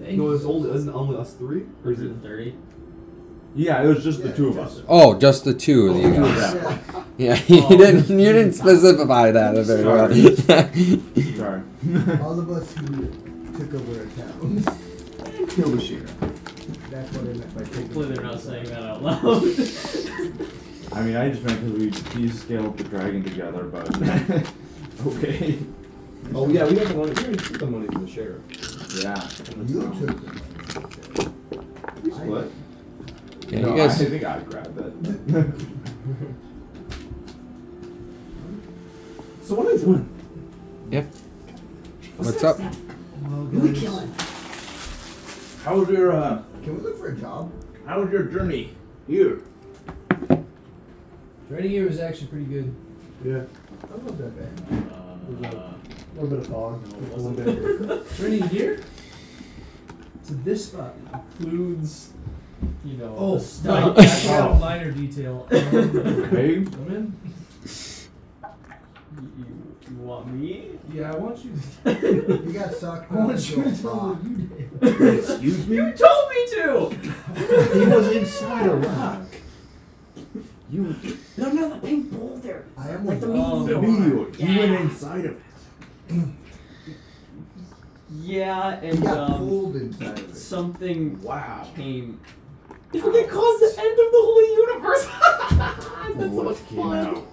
Speaker 4: No, it's only, isn't it only us three? Or is it?
Speaker 8: 130?
Speaker 3: Yeah, it was just
Speaker 5: Yeah,
Speaker 3: the two of
Speaker 5: just
Speaker 3: us.
Speaker 2: Oh, just the two of you.
Speaker 3: Two of
Speaker 2: Guys.
Speaker 3: them.
Speaker 5: Yeah.
Speaker 2: Yeah, *laughs* you didn't you didn't specify that very *laughs* well.
Speaker 3: Sorry.
Speaker 5: All of us who took over a town.
Speaker 3: Kill the sheep.
Speaker 5: That's what I meant by taking.
Speaker 8: Hopefully they're not
Speaker 5: over.
Speaker 8: saying that out loud.
Speaker 3: I mean, I just meant because we used to scale up the dragon together, but. okay.
Speaker 4: Oh yeah, we have the money. We already took the money from the sheriff.
Speaker 3: Yeah.
Speaker 5: You took them.
Speaker 4: What?
Speaker 2: yeah,
Speaker 3: No,
Speaker 2: you guys.
Speaker 3: I think I grabbed that.
Speaker 4: So what are you doing?
Speaker 2: Yeah. What's up?
Speaker 12: We kill him.
Speaker 3: How was your uh,
Speaker 5: Can we look for a job?
Speaker 3: How was your journey here?
Speaker 7: Training here was actually pretty good.
Speaker 11: Yeah.
Speaker 5: I don't know if that bad.
Speaker 8: Uh,
Speaker 5: A little bit of fog.
Speaker 8: it
Speaker 5: Just a little
Speaker 8: wasn't.
Speaker 5: bit.
Speaker 7: Training here? To this spot includes, you know.
Speaker 8: Oh,
Speaker 7: the
Speaker 8: stop.
Speaker 7: I forgot
Speaker 3: Oh.
Speaker 7: a minor detail. Um,
Speaker 3: Okay.
Speaker 7: Come in.
Speaker 8: you, you want me?
Speaker 7: Yeah, I want you.
Speaker 5: You got sucked.
Speaker 7: I want
Speaker 5: into
Speaker 7: you
Speaker 5: a
Speaker 7: to tell
Speaker 5: rock.
Speaker 7: what you did.
Speaker 3: Excuse me?
Speaker 8: You told me to!
Speaker 3: he was inside a rock. You
Speaker 12: No, no, the pink boulder.
Speaker 5: I am
Speaker 12: Like
Speaker 5: with
Speaker 12: the
Speaker 5: you.
Speaker 8: Oh,
Speaker 12: meteor.
Speaker 3: the meteor.
Speaker 12: Yeah.
Speaker 3: You went inside of it.
Speaker 8: Yeah,
Speaker 5: You
Speaker 8: and
Speaker 5: got
Speaker 8: um,
Speaker 5: pulled inside of
Speaker 4: *laughs*
Speaker 5: it.
Speaker 8: something
Speaker 3: Wow.
Speaker 8: came. It fucking caused the end of the whole universe! *laughs* That's so much
Speaker 3: What came
Speaker 8: fun!
Speaker 3: out?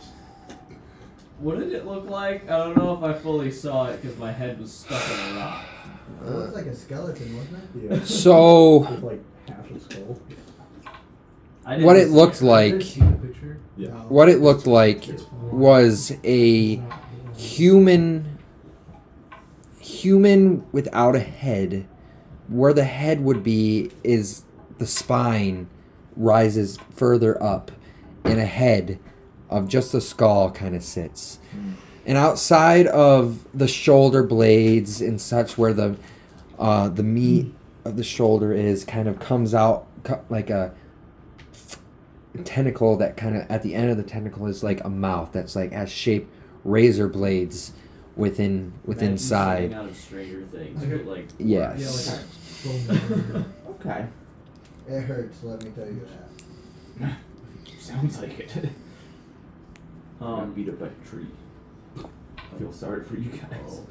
Speaker 8: What did it look like? I don't know if I fully saw it because my head was stuck in a rock.
Speaker 5: It looked like a skeleton, wasn't it?
Speaker 11: Yeah.
Speaker 2: So,
Speaker 11: With like half a skull.
Speaker 8: I didn't
Speaker 2: what it
Speaker 8: see
Speaker 2: looked like,
Speaker 7: See the picture?
Speaker 5: No.
Speaker 2: what it looked like
Speaker 7: It's one.
Speaker 2: was a human, human without a head. Where the head would be is the spine rises further up, and a head of just the skull kind of sits. And outside of the shoulder blades and such, where the uh, the meat of the shoulder is kind of comes out co- like a tentacle that kind of at the end of the tentacle is like a mouth that's like as shaped razor blades within with
Speaker 8: Imagine something
Speaker 2: inside
Speaker 8: Out of Stranger Things,
Speaker 7: Okay.
Speaker 8: but like
Speaker 7: Yeah,
Speaker 2: yes
Speaker 7: like bone.
Speaker 3: Okay.
Speaker 5: It hurts, let me tell you that.
Speaker 3: Sounds like it. Got
Speaker 8: um,
Speaker 3: beat up by a tree. I feel sorry for you guys.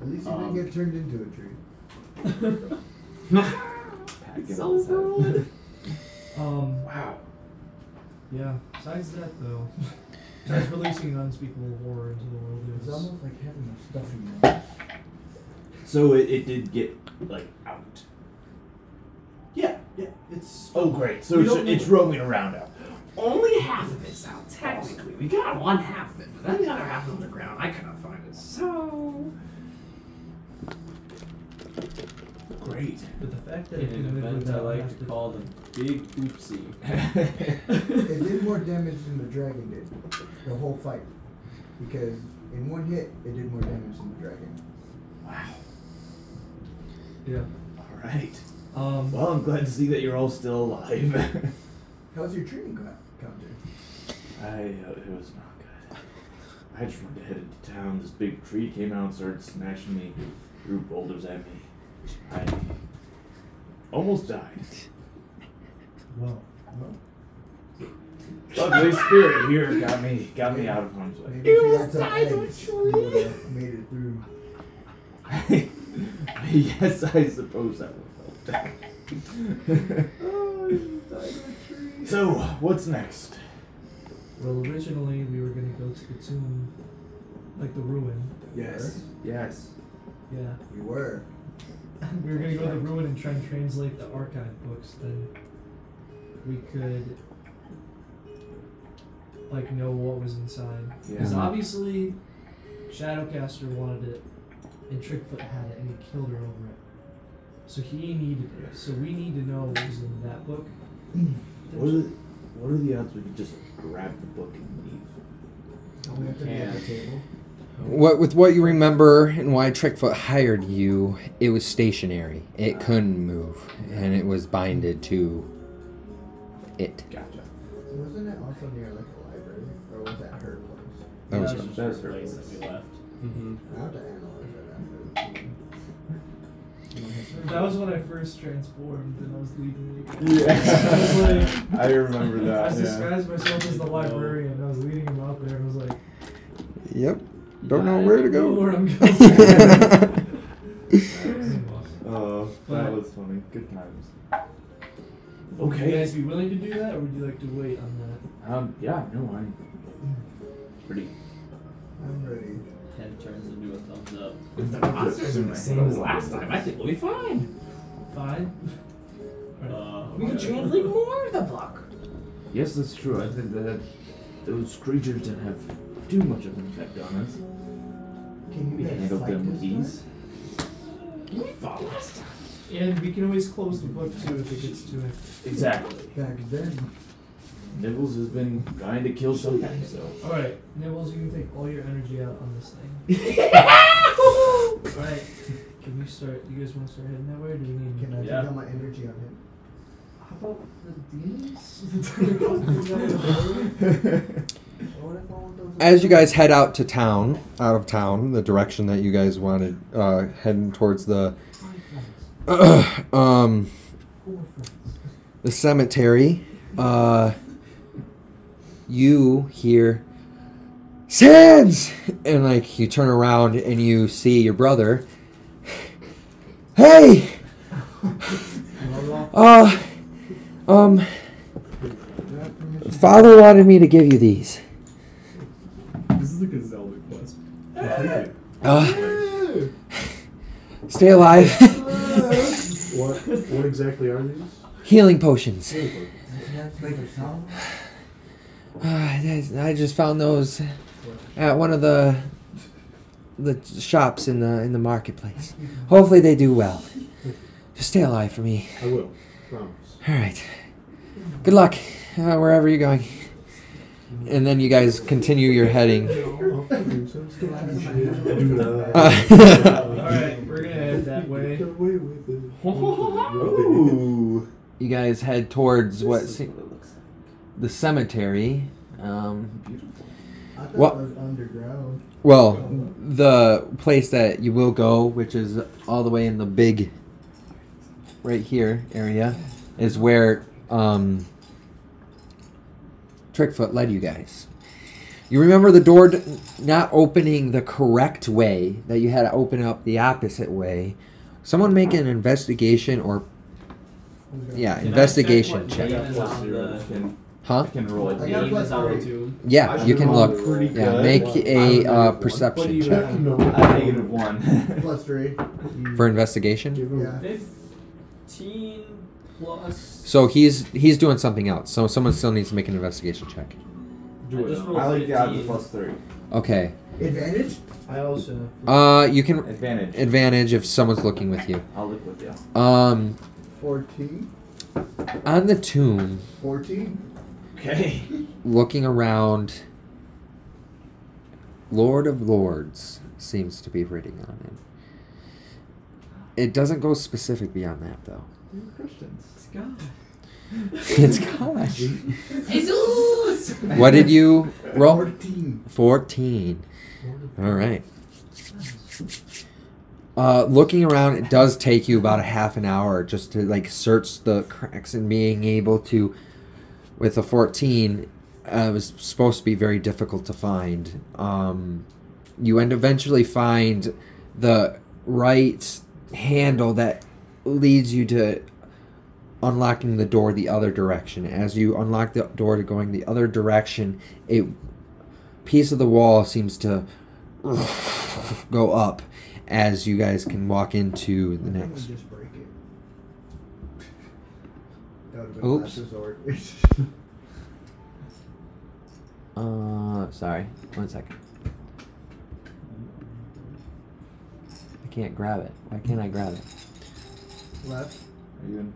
Speaker 5: At least you
Speaker 8: Uh-huh.
Speaker 3: Um,
Speaker 5: didn't get turned into a tree.
Speaker 3: Pack it
Speaker 8: so
Speaker 3: up.
Speaker 8: good.
Speaker 7: um,
Speaker 3: Wow.
Speaker 7: yeah. Besides that, though, *laughs* just releasing an unspeakable horror into the world
Speaker 5: It's
Speaker 7: is.
Speaker 5: almost like having a stuffy nose.
Speaker 3: *laughs* So it, it did get like out. Yeah, yeah. It's oh great. So
Speaker 12: We
Speaker 3: it's,
Speaker 12: don't need
Speaker 3: it's roaming around now.
Speaker 12: Only half of it's out, technically. We got one half of it, but then the other half is on the ground. I cannot find it. So.
Speaker 3: Great.
Speaker 7: But the fact that
Speaker 8: In
Speaker 7: it didn't
Speaker 8: an
Speaker 7: live with
Speaker 8: event I
Speaker 7: that
Speaker 8: like
Speaker 7: last-
Speaker 8: to call the big oopsie.
Speaker 5: It did more damage than the dragon did. The whole fight. Because in one hit, it did more damage than the dragon.
Speaker 3: Wow.
Speaker 7: Yeah.
Speaker 3: *laughs* All right.
Speaker 7: Um.
Speaker 3: Well, I'm glad to see that you're all still alive. *laughs*
Speaker 5: How's your training go- counter?
Speaker 3: I uh, it was not good. I just wanted to head into town. This big tree came out and started smashing me, threw boulders at me. I almost died.
Speaker 7: Well.
Speaker 3: Luckily, spirit here got me got me out of harm's way.
Speaker 5: Maybe if you had some eggs, you would have made it through.
Speaker 3: yes, *laughs* I suppose that would help. *laughs* Oh, so, what's next?
Speaker 7: Well, originally we were gonna go to the tomb, like the ruin.
Speaker 3: Yes. Yes.
Speaker 7: Yeah.
Speaker 5: We were.
Speaker 7: We were gonna go to the ruin and try and translate the archive books. Then we could like know what was inside. Because
Speaker 2: Yeah.
Speaker 7: obviously, Shadowcaster wanted it, and Trickfoot had it, and he killed her over it. So he needed it. So we need to know what was in
Speaker 3: *clears throat*
Speaker 7: that book.
Speaker 3: What are, what are the odds we could just grab the book and leave?
Speaker 5: Don't we have to be at the
Speaker 8: Yeah.
Speaker 5: table?
Speaker 2: what with what you remember and why trickfoot hired you it was stationary it couldn't move and it was binded to it
Speaker 3: Gotcha.
Speaker 5: Wasn't it also near like a library? Or was that her place?
Speaker 2: that was
Speaker 8: just
Speaker 3: That was
Speaker 8: the
Speaker 3: her
Speaker 8: place
Speaker 3: voice.
Speaker 8: that we left.
Speaker 4: Mm-hmm.
Speaker 5: I have to analyze that after.
Speaker 7: That was when I first transformed, and I was leading.
Speaker 3: *laughs* Yeah. I remember
Speaker 8: *laughs*
Speaker 7: I
Speaker 3: that. yeah.
Speaker 7: disguised myself as the librarian. I was leading him out there, and I was like,
Speaker 2: yep don't know where to
Speaker 7: "Know
Speaker 2: go
Speaker 7: where
Speaker 3: *laughs*
Speaker 7: I'm *laughs* going."
Speaker 3: Oh, that
Speaker 7: But-
Speaker 3: was funny. Good times.
Speaker 7: Would you
Speaker 3: Okay.
Speaker 7: guys be willing to do that, or would you like to wait on that?
Speaker 3: Um. Yeah. No. I'm pretty.
Speaker 5: I'm ready.
Speaker 8: Head turns into a thumbs up.
Speaker 12: If the monsters are the same as last time, I think we'll be fine.
Speaker 7: Fine.
Speaker 8: Uh,
Speaker 12: We can
Speaker 8: okay.
Speaker 12: translate more of the book.
Speaker 3: Yes, that's true. I think that those creatures didn't have too much of an effect on us.
Speaker 5: Can
Speaker 3: We
Speaker 5: you guys
Speaker 3: handled
Speaker 5: fight
Speaker 3: them with
Speaker 5: this
Speaker 3: ease.
Speaker 12: We fought last time.
Speaker 7: And we can always close the book too if it gets to it.
Speaker 3: Exactly.
Speaker 5: time? Back then.
Speaker 3: Nibbles has been trying to kill something, so.
Speaker 7: All right, Nibbles, you can take all your energy out on this
Speaker 12: *laughs*
Speaker 7: thing. all right, can we start? You guys want to start heading that way, or do we need?
Speaker 5: Can I
Speaker 8: Yeah.
Speaker 5: take all my energy on him?
Speaker 7: *laughs* How about the demons? *laughs*
Speaker 12: *laughs*
Speaker 5: Or What if I want those?
Speaker 2: *laughs* as you guys head out to town, out of town, the direction that you guys wanted, uh, heading towards the
Speaker 12: Uh,
Speaker 2: um, the cemetery, uh, you hear Sans, and like you turn around and you see your brother. Hey, uh, um, father wanted me to give you these.
Speaker 4: This is like a Zelda quest.
Speaker 2: Uh, stay alive. *laughs*
Speaker 11: What, what exactly are these?
Speaker 2: Healing potions.
Speaker 5: Can I have to make a song?
Speaker 2: Uh, I I just found those at one of the the shops in the in the marketplace. Hopefully they do well. Just stay alive for me.
Speaker 11: I will.
Speaker 7: *laughs*
Speaker 11: Promise.
Speaker 2: All right. Good luck uh, wherever you're going. And then you guys continue your heading. Uh,
Speaker 7: Alright, we're gonna head *laughs* that way. *laughs*
Speaker 11: Ooh.
Speaker 2: you guys head towards what se- the cemetery. Um,
Speaker 5: I thought
Speaker 2: What-
Speaker 5: it was underground.
Speaker 2: Well, the place that you will go, which is all the way in the big, right here area, is where um, Trickfoot led you guys. You remember the door d- not opening the correct way, that you had to open up the opposite way. Someone make an investigation or, yeah,
Speaker 8: Can I
Speaker 2: investigation
Speaker 8: check.
Speaker 2: check.
Speaker 8: what name is on the-
Speaker 3: Can,
Speaker 2: Huh?
Speaker 3: can roll
Speaker 5: I
Speaker 3: it.
Speaker 5: got
Speaker 8: Name
Speaker 5: plus
Speaker 8: is on
Speaker 5: three.
Speaker 8: two.
Speaker 2: Yeah, you can look.
Speaker 3: Pretty
Speaker 2: Yeah,
Speaker 3: good.
Speaker 2: make a uh,
Speaker 7: What do
Speaker 2: perception
Speaker 7: you
Speaker 2: check
Speaker 7: have?
Speaker 11: No.
Speaker 3: I have negative one.
Speaker 5: Plus three.
Speaker 2: for investigation.
Speaker 5: Yeah.
Speaker 8: Fifteen plus.
Speaker 2: So he's he's doing something else. So someone still needs to make an investigation check.
Speaker 8: I just rolled
Speaker 3: I like the odds of
Speaker 8: 15.
Speaker 3: plus three.
Speaker 2: Okay.
Speaker 5: Advantage?
Speaker 7: I also.
Speaker 2: Uh, you can
Speaker 3: Advantage.
Speaker 2: advantage if someone's looking with you.
Speaker 3: I'll look with you.
Speaker 2: Um,
Speaker 5: 14.
Speaker 2: on the tomb,
Speaker 5: 14.
Speaker 3: Okay.
Speaker 2: looking around, Lord of Lords seems to be written on it. It doesn't go specific beyond that though. *laughs*
Speaker 3: Christians.
Speaker 2: It's gosh.
Speaker 12: Jesus!
Speaker 2: What did you
Speaker 5: *laughs*
Speaker 2: roll?
Speaker 5: 14.
Speaker 2: 14. All right. Uh, looking around, it does take you about a half an hour just to like search the cracks and being able to, with a 14, uh, it was supposed to be very difficult to find. Um, you end eventually find the right handle that leads you to unlocking the door the other direction. As you unlock the door to going the other direction, a piece of the wall seems to *laughs* go up as you guys can walk into the
Speaker 5: I'm gonna
Speaker 2: next.
Speaker 5: just break it. *laughs* That would have been
Speaker 2: Oops.
Speaker 5: last resort. *laughs*
Speaker 2: Uh, sorry, one second. I can't grab it. Why can't I grab it?
Speaker 5: Left.
Speaker 3: Are you in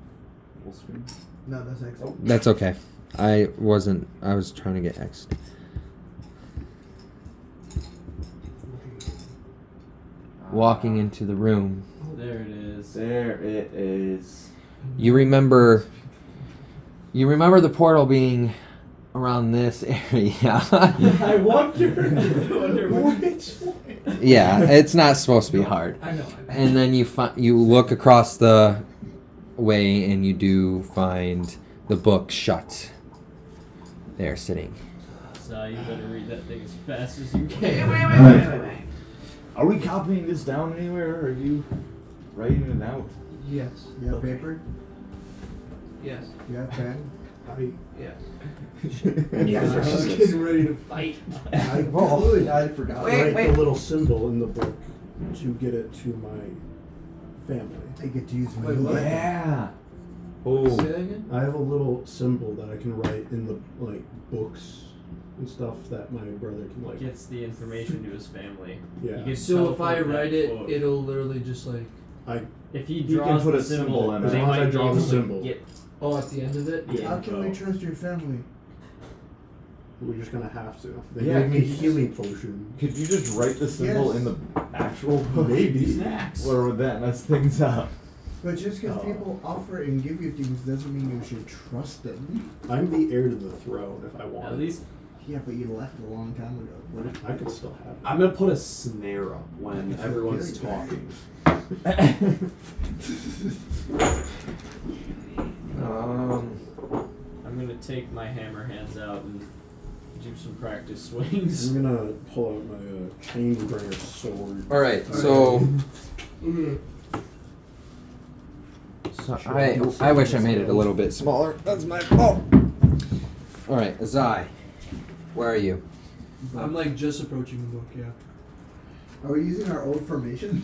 Speaker 3: full screen?
Speaker 5: No, that's X. *laughs*
Speaker 3: Oh.
Speaker 2: That's okay. I wasn't. I was trying to get X. Walking into the room,
Speaker 8: There it is.
Speaker 3: There it is.
Speaker 2: you remember. You remember the portal being around this *laughs* area.
Speaker 8: I wonder. I wonder which.
Speaker 2: yeah, it's not supposed to be hard.
Speaker 7: I know. I know.
Speaker 2: and then you fi- you look across the way and you do find the book shut there sitting
Speaker 8: So you better read that thing as fast as you
Speaker 12: Wait,
Speaker 8: can.
Speaker 12: wait, wait, wait, wait.
Speaker 3: Are we copying this down anywhere, or are you writing it
Speaker 5: *laughs*
Speaker 3: out?
Speaker 7: Yes.
Speaker 5: You have paper?
Speaker 7: Yes.
Speaker 5: You have pen?
Speaker 7: Yes.
Speaker 5: I was getting ready to fight. *laughs* I, totally- I forgot.
Speaker 12: Wait,
Speaker 11: write
Speaker 12: wait.
Speaker 11: the little symbol in the book to get it to my family.
Speaker 5: I get to use my
Speaker 7: Wait, what?
Speaker 3: Yeah.
Speaker 7: Say
Speaker 3: Oh.
Speaker 7: that again?
Speaker 11: I have a little symbol that I can write in the like books and stuff that my brother can like.
Speaker 8: Gets the information to his family.
Speaker 11: Yeah,
Speaker 8: You can
Speaker 7: So if I
Speaker 8: teleport that
Speaker 7: write it,
Speaker 8: quote.
Speaker 7: it'll literally just like.
Speaker 8: if he
Speaker 3: You
Speaker 8: draws
Speaker 3: can put
Speaker 8: the
Speaker 3: a symbol in
Speaker 8: they
Speaker 3: it. As
Speaker 11: long as I
Speaker 8: might
Speaker 11: draw the
Speaker 8: be able to
Speaker 11: symbol.
Speaker 8: Get
Speaker 7: Oh, at the end of it?
Speaker 8: the
Speaker 5: How can we
Speaker 8: info.
Speaker 5: trust your family?
Speaker 11: we're just gonna have to. They
Speaker 3: Yeah,
Speaker 11: gave me a
Speaker 3: could you
Speaker 11: healing potion.
Speaker 3: *laughs* Could you just write the symbol in the
Speaker 5: *laughs*
Speaker 3: actual book?
Speaker 11: Maybe.
Speaker 3: Snacks. Or would that mess things up? *laughs*
Speaker 5: But just because
Speaker 3: Oh.
Speaker 5: people offer and give you things doesn't mean you should trust them.
Speaker 11: I'm the heir to the throne if I want.
Speaker 8: At least
Speaker 5: Yeah, but you left a long time ago. What if
Speaker 11: I could still have it.
Speaker 12: I'm gonna put a snare up when everyone's
Speaker 5: Very good.
Speaker 12: talking.
Speaker 2: Um,
Speaker 8: I'm gonna take my hammer hands out and do some practice *laughs* swings.
Speaker 11: I'm gonna pull out my uh, chainbringer sword.
Speaker 2: all right, so so I I wish I made it a little bit smaller. That's my fault. All right, Azai, where are you?
Speaker 7: I'm like just approaching the book, yeah.
Speaker 5: Are we using our old formation?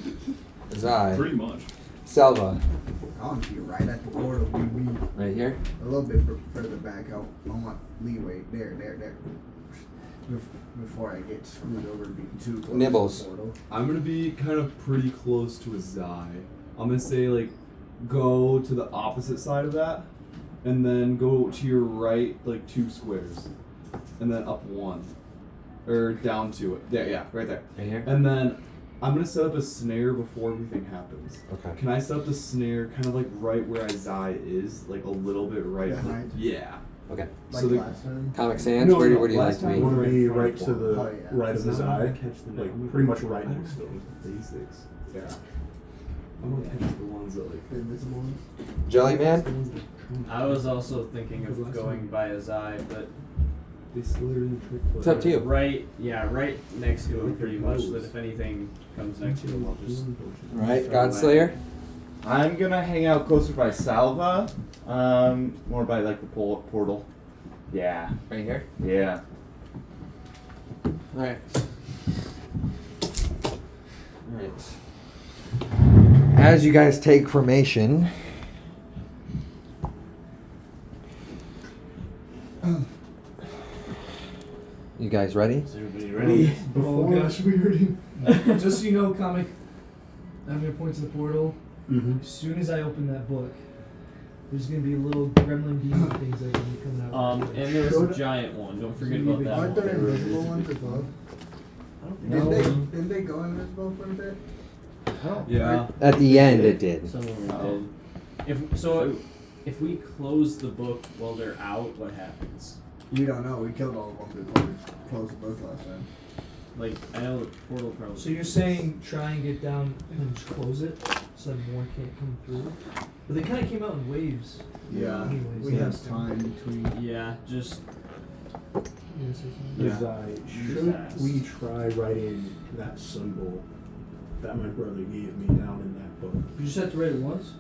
Speaker 2: Azai,
Speaker 1: Pretty much.
Speaker 2: Salva,
Speaker 5: *laughs* I'll be right at the portal. We we-
Speaker 2: right here.
Speaker 5: a little bit fur- further back. I, I want leeway. There, there, there. Bef- Before I get screwed over being too close. to the
Speaker 2: Nibbles.
Speaker 5: portal.
Speaker 4: I'm gonna be kind of pretty close to his eye. I'm gonna say like, go to the opposite side of that, and then go to your right like two squares, and then up one, or down two. There, yeah, right there.
Speaker 2: Right here.
Speaker 4: And then I'm gonna set up a snare before everything happens.
Speaker 2: Okay.
Speaker 4: Can I set up the snare kind of like right where Isaiah is, like a little bit right?
Speaker 5: Behind?
Speaker 4: Yeah.
Speaker 2: Okay.
Speaker 5: Like
Speaker 4: so the-
Speaker 5: last time.
Speaker 2: Comic Sans.
Speaker 4: No,
Speaker 2: where do,
Speaker 4: no,
Speaker 2: where do you like
Speaker 4: last
Speaker 2: to
Speaker 4: time
Speaker 2: be?
Speaker 4: was-
Speaker 11: want to be right to the
Speaker 5: Oh, yeah.
Speaker 11: right of his
Speaker 4: Now I'm
Speaker 11: eye,
Speaker 4: gonna catch the
Speaker 11: like
Speaker 4: number.
Speaker 11: pretty much right next to him.
Speaker 4: Basics.
Speaker 8: *laughs*
Speaker 4: Yeah. I'm gonna catch the ones that like.
Speaker 5: The invisible ones.
Speaker 2: Jelly
Speaker 4: the
Speaker 2: man.
Speaker 4: ones that-
Speaker 8: I was also thinking of going by his eye, but
Speaker 4: They slithered in the trick play.
Speaker 2: It's up to you.
Speaker 8: right, yeah, right next to him, pretty much. So that if anything comes next to him, I'll just.
Speaker 2: All right, Godslayer.
Speaker 3: I'm gonna hang out closer by Salva, um, more by like the pol- portal. Yeah,
Speaker 2: Right here.
Speaker 3: yeah.
Speaker 2: All right. All right. As you guys take formation, you guys ready?
Speaker 3: Is everybody ready?
Speaker 7: Oh gosh, we heard him. *laughs* Just so you know, comic, I'm gonna point to the portal.
Speaker 11: Mm-hmm.
Speaker 7: As soon as I open that book, there's gonna be little gremlin demon things that are gonna be coming out.
Speaker 8: Um, and there was a giant one. Don't forget about
Speaker 5: Aren't there
Speaker 8: that one.
Speaker 5: invisible ones as well?
Speaker 8: No.
Speaker 5: Didn't they, didn't they go invisible for a bit?
Speaker 4: Yeah.
Speaker 2: At the end, it did.
Speaker 8: Some of them did. If so, if we close the book while they're out, what happens?
Speaker 5: We don't know. We killed all of them before we closed the book last time.
Speaker 8: Like I know the portal probably.
Speaker 7: So you're saying try and get down and just close it so that more can't come through? But they kind of came out in waves.
Speaker 5: Yeah.
Speaker 7: Anyways,
Speaker 5: we
Speaker 7: that's-
Speaker 5: have time between.
Speaker 8: Yeah, just
Speaker 7: Yes, yes,
Speaker 11: Is
Speaker 4: Yeah.
Speaker 3: uh,
Speaker 11: I should we try writing that symbol that my brother gave me down in that book?
Speaker 7: yes. You just have to write it once.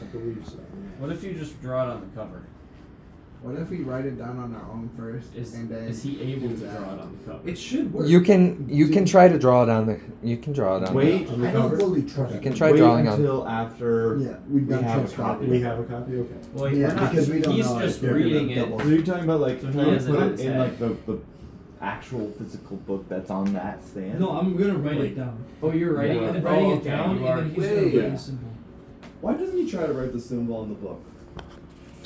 Speaker 11: I believe so. yeah.
Speaker 8: What if you just draw it on the cover?
Speaker 5: What if we write it down on our own first,
Speaker 8: Is
Speaker 5: and then
Speaker 8: is he able
Speaker 5: do
Speaker 8: to
Speaker 5: that.
Speaker 8: draw it on the cover?
Speaker 7: It should work.
Speaker 2: You can you can try to draw it on the you can draw it on.
Speaker 3: Wait,
Speaker 11: On the
Speaker 5: I don't
Speaker 11: cover?
Speaker 5: fully trust.
Speaker 2: You
Speaker 5: it.
Speaker 2: can try
Speaker 3: wait
Speaker 2: drawing on.
Speaker 3: until after.
Speaker 5: Yeah, we
Speaker 3: We
Speaker 5: don't
Speaker 3: have a
Speaker 5: trust
Speaker 3: copy.
Speaker 11: We have a copy. Okay.
Speaker 8: Well,
Speaker 5: yeah,
Speaker 8: we're not,
Speaker 5: because we don't
Speaker 8: he's
Speaker 5: know if
Speaker 8: just
Speaker 5: they're gonna
Speaker 8: reading it.
Speaker 5: double-
Speaker 3: So you're talking about like
Speaker 8: So
Speaker 3: trying
Speaker 8: he
Speaker 3: to
Speaker 8: has it
Speaker 3: put
Speaker 8: on
Speaker 3: it
Speaker 8: his
Speaker 3: in
Speaker 8: head.
Speaker 3: like the, the actual physical book that's on that stand.
Speaker 7: No, I'm gonna write
Speaker 8: Wait.
Speaker 7: it down.
Speaker 8: Oh, you're writing
Speaker 7: And
Speaker 8: it.
Speaker 7: then writing
Speaker 8: oh,
Speaker 7: it
Speaker 8: okay,
Speaker 7: down,
Speaker 8: you
Speaker 7: and
Speaker 8: are.
Speaker 7: then he's
Speaker 3: Wait.
Speaker 7: gonna write
Speaker 3: Yeah.
Speaker 7: a symbol.
Speaker 4: Why doesn't he try to write the symbol on the book?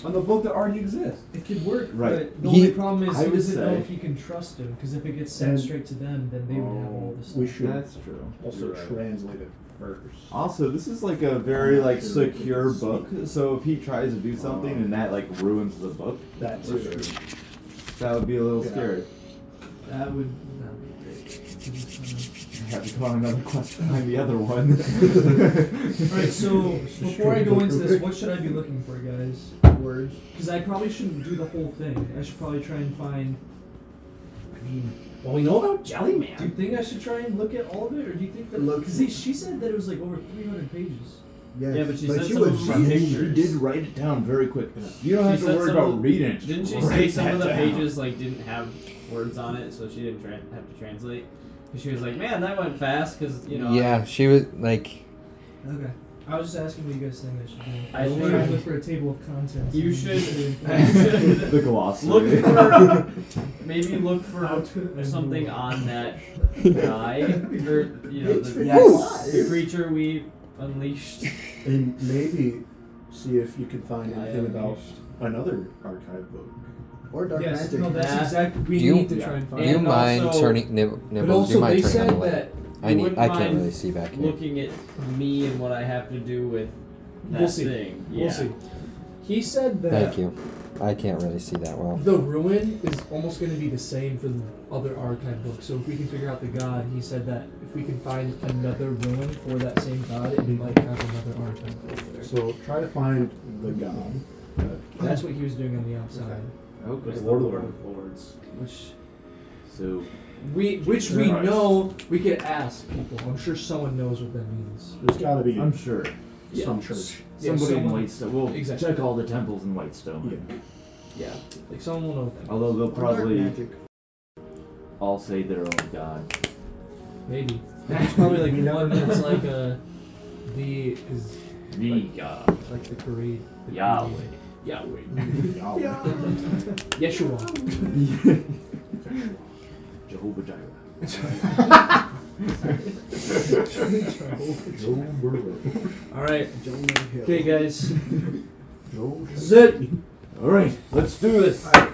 Speaker 4: On the book that already exists.
Speaker 7: It could work,
Speaker 3: Right.
Speaker 7: but the
Speaker 2: He-
Speaker 7: only problem is
Speaker 3: I
Speaker 7: he
Speaker 3: would
Speaker 7: doesn't know
Speaker 3: say-
Speaker 7: if he can trust him. Because if it gets sent
Speaker 11: And- oh,
Speaker 7: straight to them, then they would have all this.
Speaker 11: We
Speaker 7: stuff.
Speaker 11: should
Speaker 3: true.
Speaker 11: also
Speaker 3: You're right.
Speaker 11: translate it first.
Speaker 3: Also, this is like a very like
Speaker 11: Sure, we can
Speaker 3: secure
Speaker 11: see.
Speaker 3: book. So if he tries to do something and that like ruins the book,
Speaker 11: That's
Speaker 3: we're
Speaker 11: true.
Speaker 3: screwed. That would be a little
Speaker 11: Yeah.
Speaker 3: scary. *laughs*
Speaker 7: That would not be great.
Speaker 3: I have to call another question behind the other one. *laughs*
Speaker 7: all right, so before I go into this, what should I be looking for, guys?
Speaker 5: words.
Speaker 7: Because I probably shouldn't do the whole thing. I should probably try and find. I mean,
Speaker 12: Well, we know about Jelly
Speaker 7: do you
Speaker 12: Man.
Speaker 7: think I should try and look at all of it, or do you think that?
Speaker 5: Look.
Speaker 7: Because she said that it was like over 300 pages.
Speaker 5: Yes.
Speaker 8: Yeah, but she said
Speaker 5: she
Speaker 8: some of
Speaker 5: was
Speaker 8: them are
Speaker 5: she-
Speaker 3: You
Speaker 8: pictures.
Speaker 3: did write it down very quick. You don't
Speaker 8: She
Speaker 3: have to
Speaker 8: said
Speaker 3: worry
Speaker 8: some
Speaker 3: about
Speaker 8: of-
Speaker 3: reading it.
Speaker 8: Didn't she
Speaker 3: Just
Speaker 8: say
Speaker 3: write
Speaker 8: some
Speaker 3: that
Speaker 8: of the
Speaker 3: down.
Speaker 8: pages like didn't have words on it, so she didn't tran have to translate? 'Cause she was like, "Man, that went fast." Because you know,
Speaker 2: Yeah, she was like.
Speaker 7: Okay. I was just asking what you guys think I should do.
Speaker 8: I
Speaker 7: I
Speaker 8: think-
Speaker 7: should look for a table of contents.
Speaker 8: You
Speaker 7: and
Speaker 8: should-
Speaker 7: do-
Speaker 3: *laughs* the glossary.
Speaker 8: Look for
Speaker 3: *laughs*
Speaker 8: maybe look
Speaker 7: How
Speaker 8: for
Speaker 7: to-
Speaker 8: something on that
Speaker 7: *laughs*
Speaker 8: guy or you know the,
Speaker 5: Yes.
Speaker 8: the *laughs* creature we unleashed.
Speaker 11: And maybe see if you can find
Speaker 8: I
Speaker 11: anything about
Speaker 8: unleashed.
Speaker 11: another archive book.
Speaker 5: or dark
Speaker 7: Yes,
Speaker 5: magic.
Speaker 7: no, that's
Speaker 8: That-
Speaker 7: exactly. We
Speaker 2: Do you-
Speaker 7: need to
Speaker 3: yeah.
Speaker 7: try and
Speaker 2: Do
Speaker 7: find.
Speaker 2: you
Speaker 8: And
Speaker 2: mind
Speaker 8: also-
Speaker 2: turning nib-
Speaker 8: But
Speaker 2: nibbles? Do
Speaker 8: also
Speaker 2: you mind
Speaker 8: they
Speaker 2: turning on the light?
Speaker 8: said that
Speaker 2: I
Speaker 8: you
Speaker 2: need.
Speaker 8: wouldn't
Speaker 2: I can't
Speaker 8: mind
Speaker 2: really see back here.
Speaker 8: looking at me and what I have to do with that
Speaker 7: We'll see.
Speaker 8: thing.
Speaker 7: We'll
Speaker 8: Yeah.
Speaker 7: see. He said that
Speaker 2: Thank you. I can't really see that well.
Speaker 7: the ruin is almost going to be the same for the other archive books. So if we can figure out the god, he said that if we can find another ruin for that same god, it might have another archive book there.
Speaker 11: So try to find the god.
Speaker 7: That's what he was doing on the outside.
Speaker 3: Okay.
Speaker 11: It's Lord of the
Speaker 3: of Lords. Which, so
Speaker 7: We, which we
Speaker 3: Nice.
Speaker 7: know, we could ask people. I'm sure someone knows what that means.
Speaker 11: There's got to be.
Speaker 3: I'm sure
Speaker 7: Yeah.
Speaker 3: some church,
Speaker 7: Yeah,
Speaker 3: somebody in
Speaker 7: someone-
Speaker 3: Whitestone. We'll
Speaker 7: Exactly.
Speaker 3: check all the temples in Whitestone.
Speaker 7: Yeah, like someone will know that.
Speaker 3: Although they'll
Speaker 5: Or dark
Speaker 3: probably
Speaker 5: magic.
Speaker 3: all say their own god.
Speaker 7: Maybe. That's probably like one that's like a the is
Speaker 3: The god.
Speaker 7: like the Korean. the
Speaker 3: Yahweh.
Speaker 7: Korean-
Speaker 8: *laughs*
Speaker 7: Yahweh.
Speaker 11: Yeah.
Speaker 7: Yeshua.
Speaker 3: *laughs* Jehovah Jireh.
Speaker 8: *laughs*
Speaker 3: *laughs*
Speaker 11: Joe Burrow.
Speaker 7: All right.
Speaker 5: Jonah Hill.
Speaker 7: Okay, guys.
Speaker 11: Joe.
Speaker 7: This is it.
Speaker 3: All right, let's do this.
Speaker 5: I,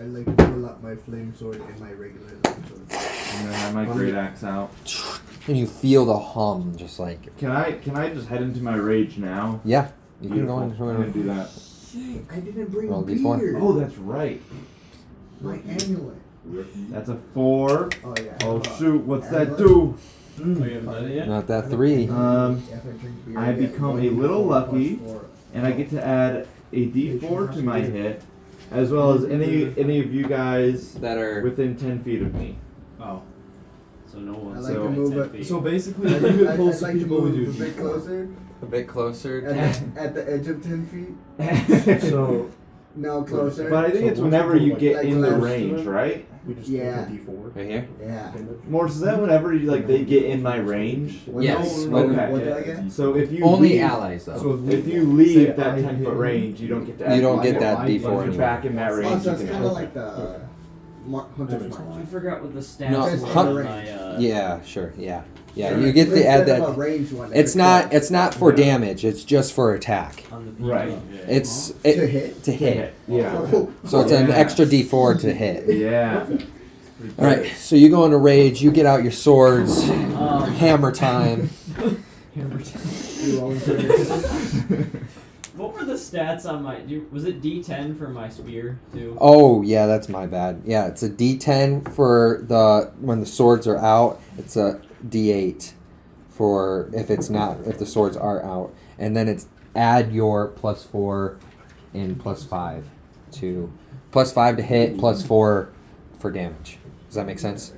Speaker 5: I like to pull out my flame sword and my regular long sword.
Speaker 3: I'm gonna have my great axe out.
Speaker 2: And you feel the hum, just like
Speaker 3: Can I? Can I just head into my rage now?
Speaker 2: yeah. You can
Speaker 3: Beautiful.
Speaker 2: go
Speaker 3: I'm gonna
Speaker 2: into
Speaker 3: do that.
Speaker 5: Dang, I didn't bring
Speaker 2: Roll D4.
Speaker 5: beer.
Speaker 3: Oh, that's right.
Speaker 5: my amulet.
Speaker 3: That's a four.
Speaker 5: Oh yeah.
Speaker 3: Oh
Speaker 5: hold on.
Speaker 3: shoot, what's that
Speaker 5: Amulet.
Speaker 3: do?
Speaker 8: Oh, you haven't done it yet?
Speaker 2: not that three.
Speaker 3: Um,
Speaker 5: If I drink beer,
Speaker 3: I
Speaker 5: get
Speaker 3: become
Speaker 5: one
Speaker 3: a little
Speaker 5: D4 plus
Speaker 3: lucky.
Speaker 5: *laughs* four.
Speaker 3: and I get to add a D4 to my hit, as well as any any of you guys
Speaker 2: That are
Speaker 3: within 10 feet of me.
Speaker 4: Oh.
Speaker 8: So no
Speaker 5: I
Speaker 8: one.
Speaker 5: like
Speaker 3: So-
Speaker 5: to move it.
Speaker 4: So basically,
Speaker 5: I,
Speaker 4: if you
Speaker 5: I,
Speaker 4: get
Speaker 5: I'd
Speaker 4: close
Speaker 5: like
Speaker 4: to
Speaker 5: to
Speaker 4: people, we
Speaker 5: move a
Speaker 4: do
Speaker 5: bit *laughs*
Speaker 4: D4.
Speaker 5: closer
Speaker 2: a bit closer.
Speaker 5: at the, at the edge of ten feet.
Speaker 4: *laughs*
Speaker 11: So
Speaker 5: No
Speaker 11: So
Speaker 5: closer.
Speaker 3: But I think it's whenever you get in the range, right?
Speaker 11: we just
Speaker 5: Yeah.
Speaker 11: take a D4.
Speaker 2: Right here.
Speaker 5: yeah.
Speaker 3: Morse, is that whenever you, like they get in my range?
Speaker 5: When
Speaker 2: Yes,
Speaker 5: I-
Speaker 2: when-
Speaker 5: What do I get?
Speaker 3: So if you
Speaker 2: Only
Speaker 3: leave,
Speaker 2: allies though.
Speaker 4: So
Speaker 3: if you
Speaker 4: say
Speaker 3: leave that
Speaker 4: I
Speaker 3: 10 foot
Speaker 4: hit-
Speaker 3: range, you don't get to.
Speaker 2: You
Speaker 3: add
Speaker 2: don't
Speaker 3: my
Speaker 2: get that
Speaker 3: bonus.
Speaker 2: D4
Speaker 3: Once You're
Speaker 2: anymore.
Speaker 3: back in that
Speaker 5: Oh,
Speaker 3: range. you
Speaker 5: so it's
Speaker 3: can
Speaker 5: kind of
Speaker 3: add
Speaker 5: like the mar-
Speaker 11: That
Speaker 5: hunter's
Speaker 11: makes
Speaker 5: mark.
Speaker 8: I forgot what the stats
Speaker 2: No,
Speaker 8: were
Speaker 5: huh.
Speaker 8: on my. Uh,
Speaker 2: yeah, sure. Yeah, yeah. You get to add
Speaker 5: Instead of a
Speaker 2: that.
Speaker 5: ranged one,
Speaker 2: It's
Speaker 5: a
Speaker 2: not.
Speaker 5: close.
Speaker 2: It's not for damage. It's just for attack.
Speaker 8: On the PG.
Speaker 3: *laughs* Right.
Speaker 8: Yeah.
Speaker 2: It's
Speaker 5: to
Speaker 2: it,
Speaker 5: hit.
Speaker 2: to hit.
Speaker 5: *laughs*
Speaker 3: Yeah.
Speaker 5: Oh,
Speaker 2: So it's an
Speaker 3: Yeah.
Speaker 2: extra D4 to
Speaker 4: *laughs*
Speaker 2: hit.
Speaker 3: Yeah.
Speaker 2: All right. So you go into rage. You get out your swords.
Speaker 8: Um,
Speaker 2: Hammer time.
Speaker 5: you roll into it.
Speaker 8: *laughs* what were the stats on my? do- Was it D10 for my spear too?
Speaker 2: Oh yeah, that's my bad. Yeah, it's a D10 for the when the swords are out. It's a D8 for if it's not if the swords are out, and then it's add your plus four and plus five to plus five to hit, plus four for damage. Does that make sense?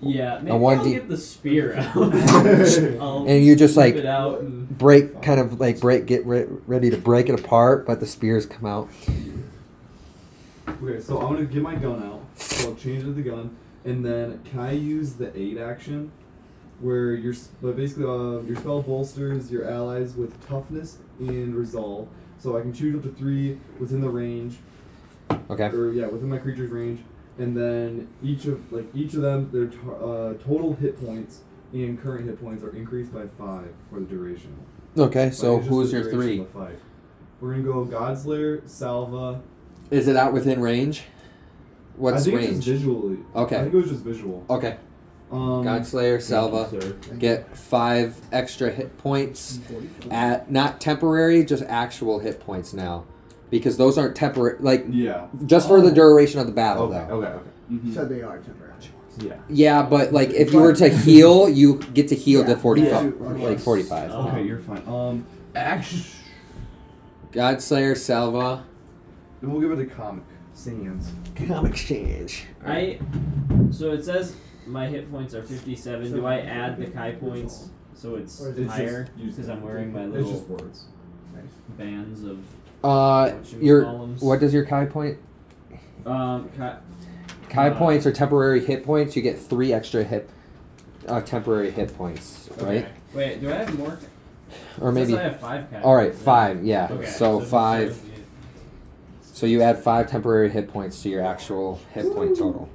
Speaker 8: Yeah, maybe
Speaker 2: one
Speaker 8: I'll
Speaker 2: D-
Speaker 8: get
Speaker 2: *laughs*
Speaker 8: the spear out. *laughs* I'll
Speaker 2: And you just like
Speaker 8: whip it out and
Speaker 2: break, kind of like break, get re- ready to break it apart, but the spears come out.
Speaker 4: Okay, so I'm gonna get my gun out. So I'll change it to the gun, and then can I use the aid action, where your s- but basically uh, your spell bolsters your allies with toughness and resolve. So I can choose up to three within the range,
Speaker 2: Okay.
Speaker 4: or yeah, within my creature's range, and then each of like each of them their to- uh, total hit points and current hit points are increased by five for the duration.
Speaker 2: Okay. So
Speaker 4: Like, just
Speaker 2: who's
Speaker 4: the
Speaker 2: your
Speaker 4: duration
Speaker 2: three?
Speaker 4: of the fight. We're gonna go Godslayer, Salva.
Speaker 2: Is it out within range?
Speaker 4: I
Speaker 2: What's
Speaker 4: think It's
Speaker 2: range?
Speaker 4: just visually. I
Speaker 2: Okay.
Speaker 4: think it was just visual.
Speaker 2: Okay.
Speaker 4: Um,
Speaker 2: Godslayer, Salva, get five extra hit points at not temporary, just actual hit points now, because those aren't temporary. Like
Speaker 4: Yeah.
Speaker 2: just for the duration of the battle,
Speaker 3: Okay,
Speaker 2: though.
Speaker 3: okay, okay.
Speaker 2: Mm-hmm.
Speaker 5: So they are temporary.
Speaker 3: Yeah.
Speaker 2: Yeah, but like if you were to heal, you get to heal to
Speaker 5: Yeah.
Speaker 2: forty-five,
Speaker 5: Yeah.
Speaker 2: like forty-five.
Speaker 8: Um,
Speaker 3: Okay, you're fine.
Speaker 4: Um, action.
Speaker 2: Godslayer, Salva,
Speaker 4: And we'll give it a comic. Sans.
Speaker 2: comic
Speaker 5: Uh,
Speaker 2: change.
Speaker 8: I. So it says my hit points are 57. Do I add the Kai points so it's,
Speaker 5: Or is
Speaker 4: It's
Speaker 8: higher?
Speaker 4: just used-
Speaker 8: Because I'm wearing my
Speaker 4: It's
Speaker 8: little
Speaker 4: just words.
Speaker 8: bands of
Speaker 2: Uh,
Speaker 8: what you
Speaker 2: your
Speaker 8: call 'ems.
Speaker 2: what does your Kai point?
Speaker 8: Um, Kai,
Speaker 2: Kai
Speaker 8: Uh,
Speaker 2: points are temporary hit points. You get three extra hit, uh, temporary hit points, right?
Speaker 8: okay. Wait, do I have more?
Speaker 2: Or maybe.
Speaker 8: I have five Kai.
Speaker 2: All right,
Speaker 8: points,
Speaker 2: five. Yeah.
Speaker 8: Okay.
Speaker 2: So
Speaker 8: just
Speaker 2: five.
Speaker 8: sort of-
Speaker 2: So you add five temporary hit points to your actual hit point total.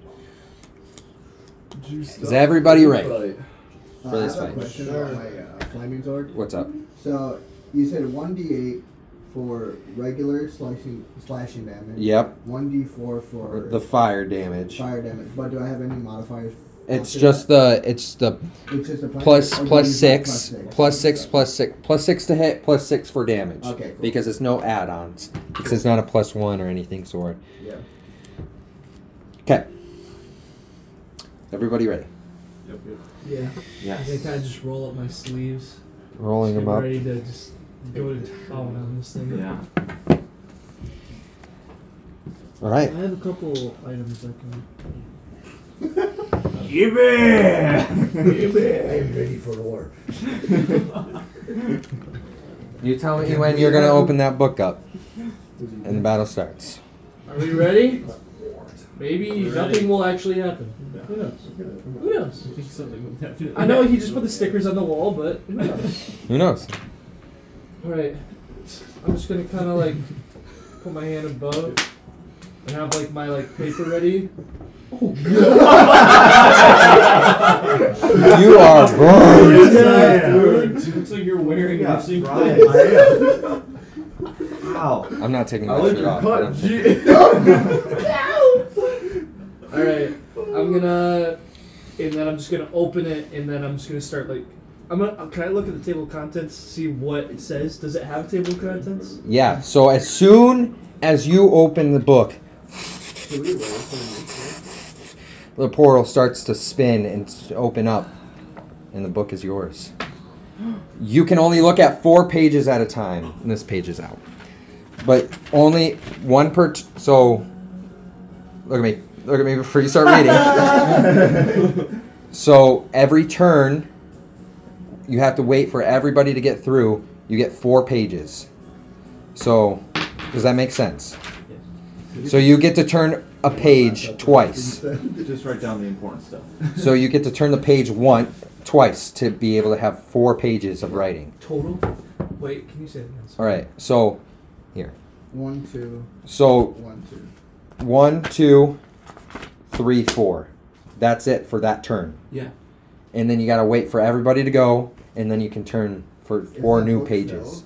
Speaker 4: Is
Speaker 2: everybody right?
Speaker 5: Uh,
Speaker 2: For this
Speaker 5: I have
Speaker 2: fight.
Speaker 5: a question about my uh, flaming sword.
Speaker 2: What's up?
Speaker 5: So you said one d8 for regular slashing slashing damage.
Speaker 2: Yep.
Speaker 5: One d4 for
Speaker 2: The fire damage.
Speaker 5: fire damage. But do I have any modifiers
Speaker 2: It's just the it's the
Speaker 5: It's just a plus-
Speaker 2: plus
Speaker 5: okay,
Speaker 2: plus
Speaker 5: it's
Speaker 2: six
Speaker 5: plus six.
Speaker 2: plus six plus six plus six to hit plus six for damage.
Speaker 5: Okay, cool.
Speaker 2: Because it's no add-ons. Because it's not a plus one or anything sword.
Speaker 5: Yeah.
Speaker 2: Okay. Everybody ready?
Speaker 4: Yep, yep.
Speaker 7: Yeah.
Speaker 3: Yes.
Speaker 7: I kind of just roll up my sleeves.
Speaker 2: Rolling
Speaker 7: Get
Speaker 2: them up.
Speaker 7: Ready to just go to town on this thing.
Speaker 3: Yeah.
Speaker 2: All right.
Speaker 7: I have a couple items I can.
Speaker 5: I'm ready for war.
Speaker 2: You tell me when you're gonna open that book up, and the battle *laughs* starts.
Speaker 7: Are we ready? Maybe nothing will actually happen. Who knows? Who knows?
Speaker 8: I think something would happen.
Speaker 7: I know he just put the stickers on the wall, but who knows?
Speaker 2: Who knows?
Speaker 7: All right. I'm just gonna kind of like put my hand above and have like my like paper ready.
Speaker 2: You are burned.
Speaker 4: *laughs*
Speaker 8: Looks like you're wearing your secret.
Speaker 4: Wow.
Speaker 2: I'm not taking
Speaker 4: I
Speaker 2: my
Speaker 4: like
Speaker 2: shirt
Speaker 4: your
Speaker 2: off. but I'm
Speaker 4: cut.
Speaker 2: taking-
Speaker 4: Gee.
Speaker 7: All right. I'm gonna, and then I'm just gonna open it, and then I'm just gonna start like. I'm gonna. uh, Can I look at the table of contents, see what it says? Does it have table of contents?
Speaker 2: Yeah. So as soon as you open the book, the portal starts to spin and s- open up, and the book is yours. You can only look at four pages at a time. And this page is out, but only one per. T- so look at me. Look at me before you start reading. so every turn, you have to wait for everybody to get through. You get four pages. So, does that make sense? So you get to turn a page twice.
Speaker 3: Just write down the important stuff.
Speaker 2: So you get to turn the page one twice to be able to have four pages of writing.
Speaker 7: Total. Wait. Can you say that? again?
Speaker 2: All right. So here.
Speaker 5: One, two,
Speaker 2: So
Speaker 5: one, two.
Speaker 2: one, two, three, four. That's it for that turn.
Speaker 7: Yeah.
Speaker 2: And then you gotta wait for everybody to go, and then you can turn for four
Speaker 5: that
Speaker 2: new
Speaker 5: book
Speaker 2: pages.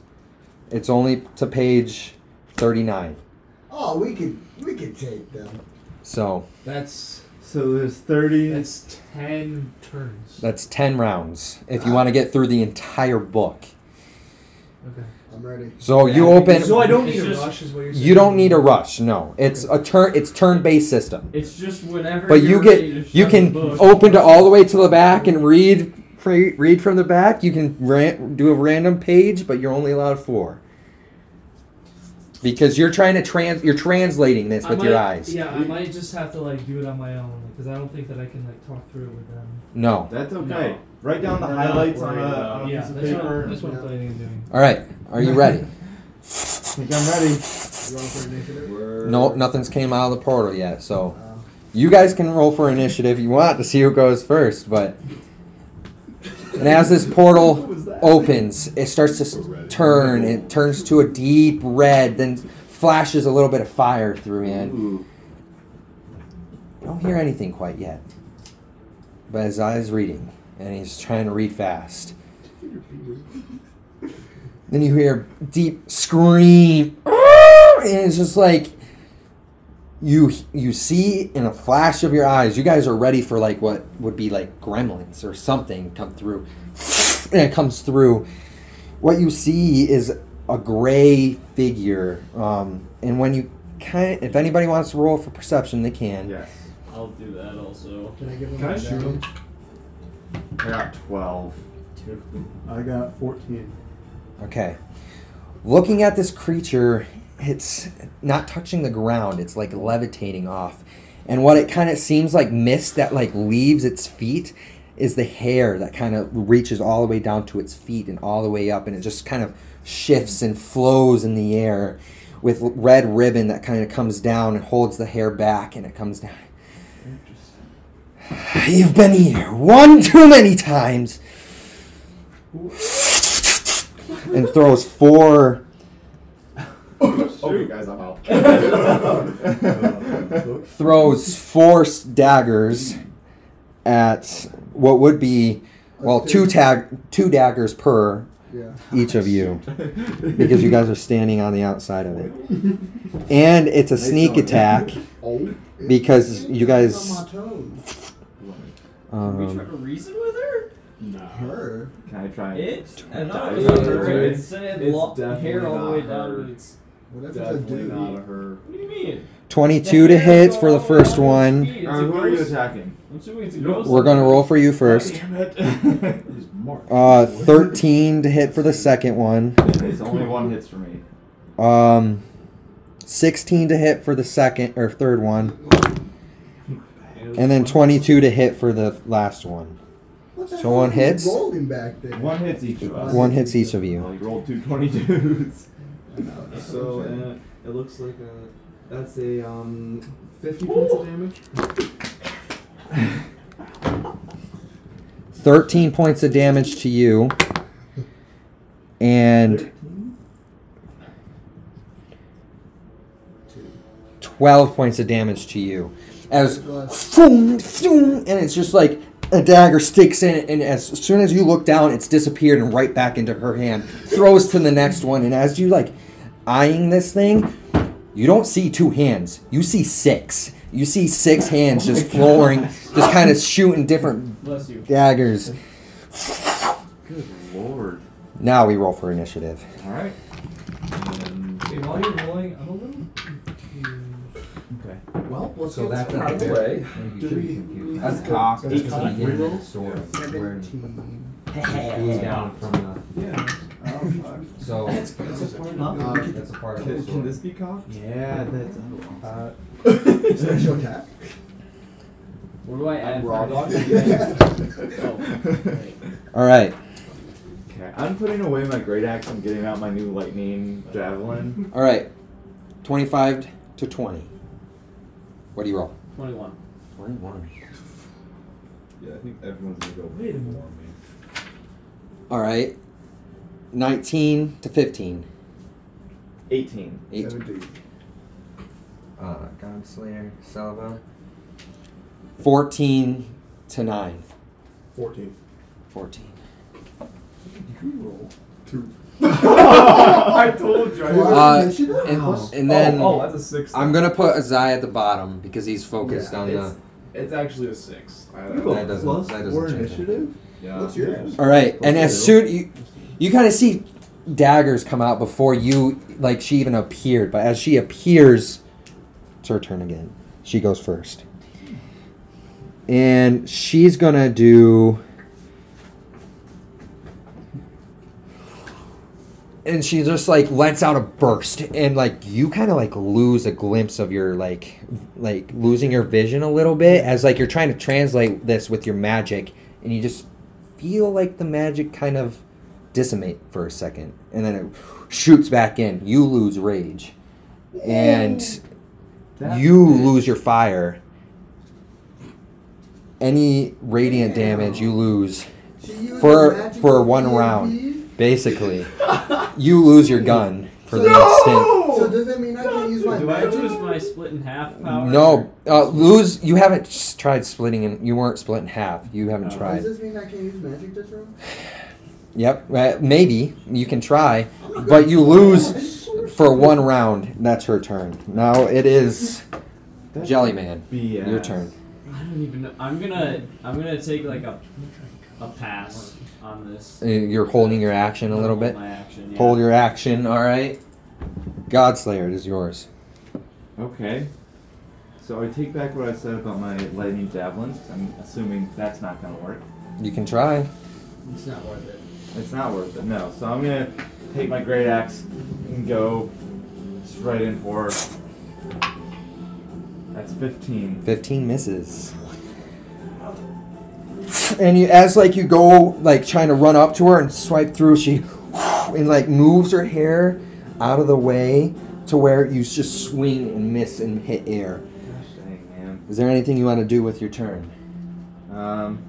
Speaker 2: It's only to page thirty-nine.
Speaker 5: Oh, we could we could take them.
Speaker 2: So
Speaker 7: That's
Speaker 3: So there's 30.
Speaker 7: that's ten turns.
Speaker 2: that's ten rounds if you want to get through the entire book.
Speaker 7: Okay.
Speaker 5: I'm ready.
Speaker 2: So you open.
Speaker 7: So I don't need
Speaker 8: It's
Speaker 7: a
Speaker 8: just-
Speaker 7: rush, is what you're saying.
Speaker 2: You don't need a rush. No, it's a turn. It's turn-based system.
Speaker 8: It's just whenever.
Speaker 2: But you
Speaker 8: you're
Speaker 2: get
Speaker 8: ready to
Speaker 2: you
Speaker 8: shut
Speaker 2: can
Speaker 8: the book.
Speaker 2: open to all the way to the back and read fra- read from the back. You can ran, do a random page, but you're only allowed four because you're trying to trans. You're translating this
Speaker 7: I
Speaker 2: with
Speaker 7: might,
Speaker 2: your eyes.
Speaker 7: Yeah, I might just have to like do it on my own because I don't think that I can like talk through it with them.
Speaker 2: No.
Speaker 3: That's okay.
Speaker 8: No.
Speaker 3: Write down the
Speaker 8: We're not
Speaker 3: highlights on a,
Speaker 4: Oh,
Speaker 8: worried
Speaker 3: on a
Speaker 8: about-
Speaker 7: yeah,
Speaker 3: piece of
Speaker 7: that's
Speaker 3: paper.
Speaker 7: what, that's what I'm
Speaker 5: Yeah.
Speaker 7: planning on doing.
Speaker 2: All right. Are you ready?
Speaker 3: I think I'm ready.
Speaker 5: You want for initiative?
Speaker 2: No, nothing's came out of the portal yet. So you guys can roll for initiative if you want to see who goes first. But and as this portal
Speaker 3: What was that?
Speaker 2: opens. It starts to s- turn. It turns to a deep red, then flashes a little bit of fire through in.
Speaker 3: Ooh.
Speaker 2: You don't hear anything quite yet. But his eyes reading, and he's trying to read
Speaker 3: *laughs*
Speaker 2: fast. Then you hear a deep scream, and it's just like you you see in a flash of your eyes. You guys are ready for like what would be like gremlins or something come through, *sniffs* and it comes through. What you see is a gray figure, um, and when you kind, if anybody wants to roll for perception, they can.
Speaker 3: Yes.
Speaker 8: I'll do that also.
Speaker 5: Can I give him
Speaker 7: Can I
Speaker 5: a
Speaker 7: shoot
Speaker 5: medallion?
Speaker 3: I got *laughs* 12.
Speaker 11: I got 14.
Speaker 2: Okay. Looking at this creature, it's not touching the ground. It's like levitating off. And what it kind of seems like mist that like leaves its feet is the hair that kind of reaches all the way down to its feet and all the way up and it just kind of shifts and flows in the air with red ribbon that kind of comes down and holds the hair back and it comes down. You've been here one too many times and throws four
Speaker 3: Oh, you guys, I'm out.
Speaker 2: throws four s- daggers at what would be well two tag two daggers per
Speaker 5: Yeah.
Speaker 2: each of
Speaker 5: *laughs*
Speaker 2: you because you guys are standing on the outside of it and it's
Speaker 3: *laughs* Oh,
Speaker 2: a sneak attack because you guys
Speaker 5: On my toes.
Speaker 8: Can we try
Speaker 6: Um,
Speaker 8: to reason with her?
Speaker 5: Her?
Speaker 3: Can I try?
Speaker 8: It? I know
Speaker 3: Dive
Speaker 8: it was
Speaker 3: into
Speaker 8: her.
Speaker 3: it.
Speaker 8: It's, it
Speaker 4: It's
Speaker 8: lo-
Speaker 4: definitely
Speaker 8: hair all the
Speaker 4: not
Speaker 8: way
Speaker 4: her.
Speaker 8: downwards.
Speaker 5: What if it's a
Speaker 4: Definitely
Speaker 5: dude?
Speaker 4: not a her.
Speaker 8: What do you mean?
Speaker 2: 22
Speaker 8: The
Speaker 2: to
Speaker 8: hair
Speaker 2: hit
Speaker 8: go
Speaker 2: for the
Speaker 8: all
Speaker 2: first
Speaker 8: down to its
Speaker 2: one.
Speaker 8: feet. It's
Speaker 3: Alright,
Speaker 8: a
Speaker 3: who are you
Speaker 8: ghost.
Speaker 3: attacking?
Speaker 8: I'm assuming it's a ghost.
Speaker 2: We're going to roll for you first.
Speaker 3: Damn it. *laughs* It's Mark.
Speaker 2: Uh, 13 to hit for the second one.
Speaker 3: It's only one hits for me.
Speaker 2: Um, 16 to hit for the second or third one. And then 22 to hit for the last one.
Speaker 5: What
Speaker 2: So
Speaker 5: hell
Speaker 2: one
Speaker 5: were you
Speaker 2: hits?
Speaker 5: Rolling back there.
Speaker 3: One hits each of us.
Speaker 2: One hits each of
Speaker 3: Well,
Speaker 2: you.
Speaker 3: you rolled two 22s.
Speaker 4: So uh, it looks like a that's a um, 50 points of damage.
Speaker 2: 13 points of damage to you. And 12 points of damage to you. As Foom, foom, and it's just like a dagger sticks in it, and as soon as you look down, it's disappeared and right back into her hand. Throws to the next one, and as you like eyeing this thing, you don't see two hands. You see six. You see six hands just flooring, just kind of shooting different
Speaker 8: Bless you.
Speaker 2: daggers.
Speaker 3: Good lord.
Speaker 2: Now we roll for initiative.
Speaker 3: Alright. Um,
Speaker 7: Okay, while you're rolling, I'm a little confused.
Speaker 3: okay.
Speaker 5: Well, let's
Speaker 6: So
Speaker 5: get
Speaker 6: that's
Speaker 5: started.
Speaker 4: Out of the way.
Speaker 11: Do we?
Speaker 6: That's
Speaker 11: cocked.
Speaker 6: That's
Speaker 11: That's
Speaker 6: cocked.
Speaker 11: cocked.
Speaker 6: Yeah. Sword. We're-
Speaker 5: 17.
Speaker 6: He's down from the.
Speaker 4: Yeah.
Speaker 6: So that's,
Speaker 4: Uh,
Speaker 6: that's a part
Speaker 4: Can, can this be cocked?
Speaker 3: Yeah, that's.
Speaker 11: Uh,
Speaker 5: Special attack.
Speaker 8: What do I add?
Speaker 4: raw *laughs*
Speaker 8: for
Speaker 4: dog?
Speaker 8: this?
Speaker 2: All right.
Speaker 3: Okay, I'm putting away my great axe. I'm getting out my new lightning javelin.
Speaker 2: All right. 25 to 20. What do you roll?
Speaker 8: 21.
Speaker 2: 21.
Speaker 4: Yeah, I think everyone's gonna go.
Speaker 7: Wait a minute.
Speaker 2: All right. 19 to 15.
Speaker 3: 18.
Speaker 2: Eight.
Speaker 5: 17.
Speaker 6: Uh, Godslayer, Salvo.
Speaker 2: 14 to 9.
Speaker 11: 14.
Speaker 2: 14.
Speaker 3: *laughs* I told you.
Speaker 5: Plus
Speaker 2: Uh,
Speaker 5: initiative?
Speaker 2: And, and then
Speaker 4: oh, oh, that's a six.
Speaker 2: I'm going to put Azai at the bottom because he's focused
Speaker 5: Yeah,
Speaker 2: on
Speaker 4: it's,
Speaker 2: the.
Speaker 4: it's actually a six. I,
Speaker 5: You
Speaker 2: That
Speaker 5: go
Speaker 2: doesn't-
Speaker 5: plus
Speaker 2: that doesn't
Speaker 5: four
Speaker 2: change it.
Speaker 5: initiative?
Speaker 4: yeah.
Speaker 5: What's yours?
Speaker 2: All right. And
Speaker 5: Okay.
Speaker 2: as soon you, you kind of see daggers come out before you, like she even appeared. But as she appears, it's her turn again. She goes first. And she's going to do. And she just like lets out a burst, and like you kind of like lose a glimpse of your like, like losing your vision a little bit as like you're trying to translate this with your magic, and you just feel like the magic kind of decimate for a second and then it shoots back in you lose rage and you lose your fire any radiant damage you lose
Speaker 5: She used
Speaker 2: For-
Speaker 5: magical
Speaker 2: for one
Speaker 5: PNP?
Speaker 2: round. basically you lose your gun for the
Speaker 5: So does that mean I can use my
Speaker 8: Do I
Speaker 5: magic?
Speaker 8: lose my split in half power?
Speaker 2: extent no uh, lose you haven't s- tried splitting in you weren't split in half you haven't
Speaker 8: Oh.
Speaker 2: tried
Speaker 5: Does this mean I can use magic this round?
Speaker 2: Yep, uh, maybe you can try,
Speaker 5: I'm not
Speaker 2: but
Speaker 5: gonna-
Speaker 2: you lose for one round. That's her turn. Now it is Jellyman.
Speaker 3: BS.
Speaker 2: Your turn.
Speaker 8: I don't even know. I'm gonna I'm gonna take like a a pass on this.
Speaker 2: Uh, You're holding your action a little bit.
Speaker 8: My action, yeah.
Speaker 2: Hold your action. All right. Godslayer, it is yours.
Speaker 3: Okay. So I take back what I said about my lightning javelins. I'm assuming that's not gonna work.
Speaker 2: You can try.
Speaker 5: It's not worth it.
Speaker 3: It's not worth it, no. So I'm gonna take my great axe and go straight in for. That's 15.
Speaker 2: Fifteen misses. And you, as like you go like trying to run up to her and swipe through, she *sighs* and like moves her hair out of the way to where you just swing and miss and hit air.
Speaker 3: Gosh dang, man.
Speaker 2: Is there anything you want to do with your turn?
Speaker 3: Um,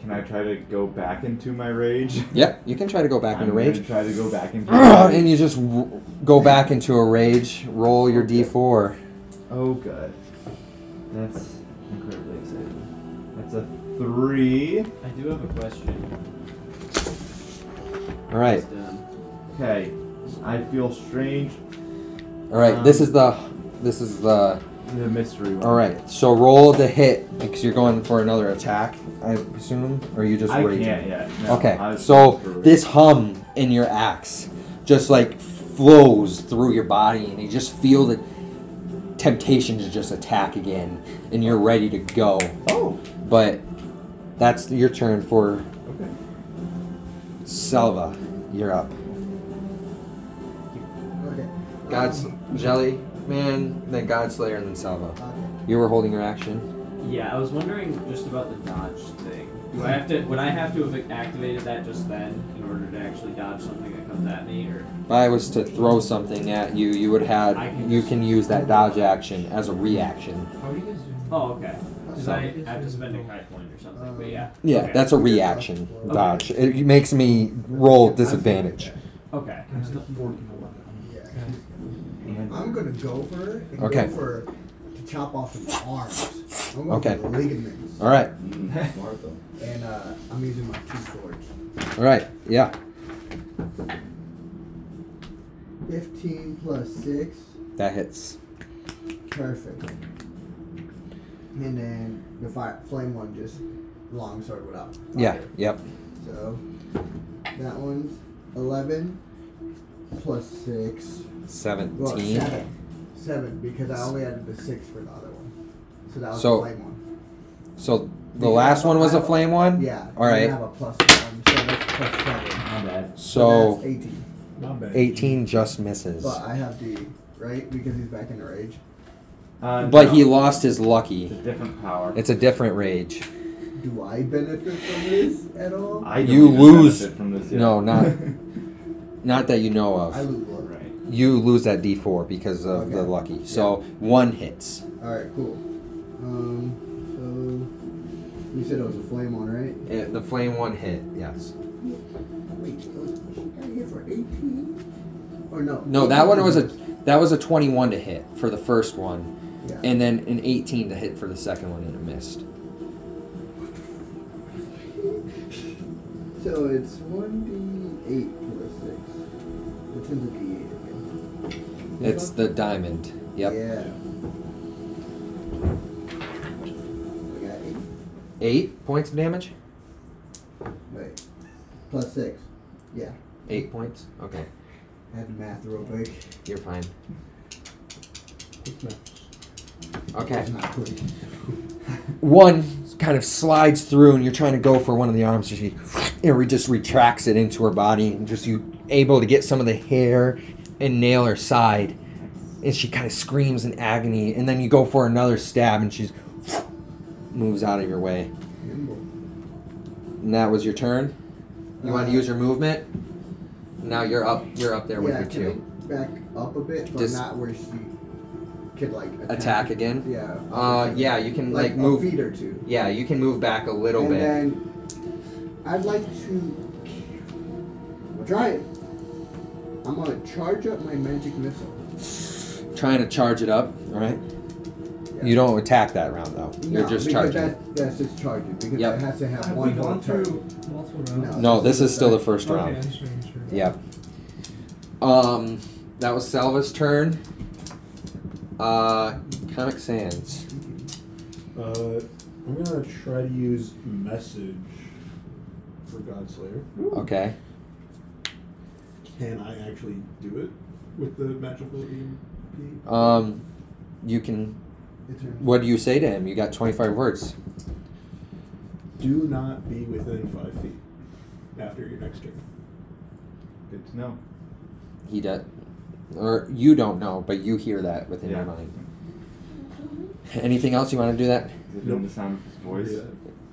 Speaker 3: can I try to go back into my rage?
Speaker 2: Yep, you can try to go back
Speaker 3: I'm
Speaker 2: into
Speaker 3: gonna
Speaker 2: rage.
Speaker 3: Try to go back into. my rage.
Speaker 2: and you just w- go back into a rage. Roll your d4.
Speaker 3: Oh, good. That's incredibly exciting. That's a three.
Speaker 8: I do have a question.
Speaker 2: All right,
Speaker 8: Just, um,
Speaker 3: Okay. I feel strange.
Speaker 2: all right. this is the this is the
Speaker 3: The mystery one.
Speaker 2: All right, so roll the hit because you're going for another attack, I presume, or you just
Speaker 3: I
Speaker 2: raging.
Speaker 3: can't yet. No, I
Speaker 2: okay,
Speaker 3: was
Speaker 2: so
Speaker 3: going for-
Speaker 2: this hum in your axe just like flows through your body, and you just feel the temptation to just attack again, and you're ready to go.
Speaker 3: Oh.
Speaker 2: But that's your turn for
Speaker 3: Okay.
Speaker 2: Selva. You're up.
Speaker 5: Okay.
Speaker 2: God's Jelly Man, then Godslayer, and then Salva.
Speaker 5: Okay.
Speaker 2: You were holding your action.
Speaker 8: Yeah, I was wondering just about the dodge thing. Do I have to? Would I have to have activated that just then in order to actually dodge something that comes at me, or
Speaker 2: If I was to throw something at you, you would have
Speaker 8: I can
Speaker 2: you
Speaker 8: just-
Speaker 2: can use that dodge action as a reaction.
Speaker 7: How are you guys doing?
Speaker 8: Oh, okay. Because
Speaker 2: So-
Speaker 8: I have to spend a high point or something. But yeah.
Speaker 2: Yeah,
Speaker 8: Okay.
Speaker 2: that's a reaction
Speaker 5: Okay.
Speaker 2: dodge. It makes me roll disadvantage.
Speaker 8: Okay.
Speaker 7: I'm still working on
Speaker 5: Yeah.
Speaker 7: Okay.
Speaker 5: I'm gonna go for it and
Speaker 2: Okay.
Speaker 5: go for to chop off his arms. I'm going
Speaker 2: Okay.
Speaker 5: for the ligaments,
Speaker 2: All right,
Speaker 3: Mm, smart though.
Speaker 5: and uh, I'm using my two swords.
Speaker 2: all right, yeah,
Speaker 5: Fifteen plus six,
Speaker 2: that hits.
Speaker 5: perfect. And then the fire, flame one just long sword without.
Speaker 2: Yeah,
Speaker 5: fire.
Speaker 2: yep.
Speaker 5: So that one's eleven plus six. Well,
Speaker 2: Seventeen.
Speaker 5: seven. Seven because I only added the six for the other one. So that was
Speaker 2: So-
Speaker 5: the flame one.
Speaker 2: So the
Speaker 5: Because
Speaker 2: last
Speaker 5: I-
Speaker 2: one was
Speaker 5: I-
Speaker 2: a flame one.
Speaker 5: Yeah.
Speaker 2: All
Speaker 5: and I
Speaker 2: right.
Speaker 5: have a plus one, so that's plus
Speaker 3: My
Speaker 5: seven.
Speaker 3: bad.
Speaker 5: So
Speaker 2: So
Speaker 5: that's 18.
Speaker 11: Not bad.
Speaker 2: eighteen just misses,
Speaker 5: But I have D, right? Because he's back in the rage.
Speaker 3: Uh,
Speaker 2: but
Speaker 3: no,
Speaker 2: he lost his
Speaker 3: It's
Speaker 2: lucky.
Speaker 3: a different power.
Speaker 2: It's a different rage.
Speaker 5: Do I benefit from this at all?
Speaker 3: I don't
Speaker 2: You
Speaker 3: even
Speaker 2: lose-
Speaker 3: benefit From this yet.
Speaker 2: No,
Speaker 5: *laughs*
Speaker 2: not not that you know
Speaker 5: I
Speaker 2: of.
Speaker 5: lose one.
Speaker 3: *laughs* Right.
Speaker 2: You lose that D4 because of the
Speaker 5: Okay.
Speaker 2: lucky. So one hits.
Speaker 5: Alright, cool. Um, so. You said it was a flame one, right?
Speaker 2: It, the flame one hit. Yes.
Speaker 5: Wait, was I hit for 18? Or no?
Speaker 2: No, that one was a that was a 21 to hit for the first one,
Speaker 5: Yeah.
Speaker 2: and then an 18 to hit for the second one, and it missed.
Speaker 5: So it's 1d8 plus 6. Which one's a d8 again? This
Speaker 2: It's
Speaker 5: one?
Speaker 2: the diamond. Yep.
Speaker 5: Yeah. I got 8.
Speaker 2: Eight points of damage.
Speaker 5: Wait. Plus 6. Yeah.
Speaker 2: Eight points. Okay,
Speaker 5: I had the math real quick. *laughs*
Speaker 2: you're fine. Okay.
Speaker 5: It's not quick.
Speaker 2: one kind of slides through and you're trying to go for one of the arms and she it re- just retracts it into her body and just you able to get some of the hair and nail her side and she kind of screams in agony and then you go for another stab and she's moves out of your way
Speaker 5: Nimble.
Speaker 2: and that was your turn you want to use your movement now you're up you're up there with
Speaker 5: yeah,
Speaker 2: your
Speaker 5: can
Speaker 2: two
Speaker 5: I back up a bit, but
Speaker 2: Just-
Speaker 5: not where she could like attack.
Speaker 2: attack again
Speaker 5: Yeah.
Speaker 2: uh yeah you can like,
Speaker 5: a
Speaker 2: move
Speaker 5: feet or two.
Speaker 2: yeah you can move back a little
Speaker 5: and
Speaker 2: bit
Speaker 5: then I'd like to try it. I'm gonna charge up my magic missile.
Speaker 2: trying to charge it up all right
Speaker 5: Yeah.
Speaker 2: You don't attack that round though.
Speaker 5: No,
Speaker 2: You're just
Speaker 5: because
Speaker 2: charging.
Speaker 5: That, that's just charging because
Speaker 2: Yep.
Speaker 5: it has to have
Speaker 7: Have we
Speaker 5: one whole
Speaker 7: gone
Speaker 5: turn.
Speaker 7: through multiple rounds?
Speaker 5: No.
Speaker 2: No, this is still the first
Speaker 7: Okay, I'm
Speaker 2: round.
Speaker 7: just making sure.
Speaker 2: Yep. Um, that was Salva's turn. Uh, Comic Sans.
Speaker 11: Uh, I'm gonna try to use message for Godslayer.
Speaker 2: Okay.
Speaker 11: Can I actually do it with the magical E EMP?
Speaker 2: Um, you can.
Speaker 5: It's her-
Speaker 2: What do you say to him? You got 25 words.
Speaker 11: Do not be within five feet after your next turn.
Speaker 3: Good to know.
Speaker 2: He does. Or you don't know, but you hear that within your
Speaker 3: Yeah.
Speaker 2: mind. Anything else you want to do that?
Speaker 3: Is it in the sound of his voice?
Speaker 11: Yeah.
Speaker 3: *laughs*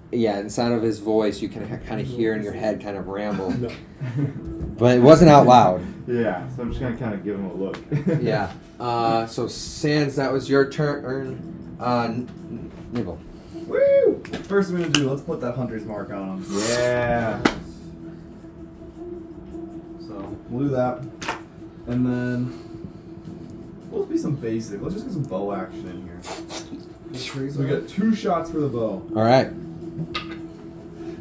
Speaker 2: Yeah, in sound of his voice, you can kind of hear in your head kind of ramble.
Speaker 11: No.
Speaker 2: But it wasn't out loud.
Speaker 3: Yeah, so I'm just gonna kind of give him a look.
Speaker 2: yeah. Uh, so Sans, that was your turn. Uh, N- Nibble.
Speaker 4: Woo! First thing I'm gonna do, let's put that hunter's mark on him.
Speaker 3: Yeah.
Speaker 4: So we'll do that, and then let's be some basic. Let's just get some bow action in here.
Speaker 5: it's her-
Speaker 4: So we got two shots for the bow.
Speaker 2: All right.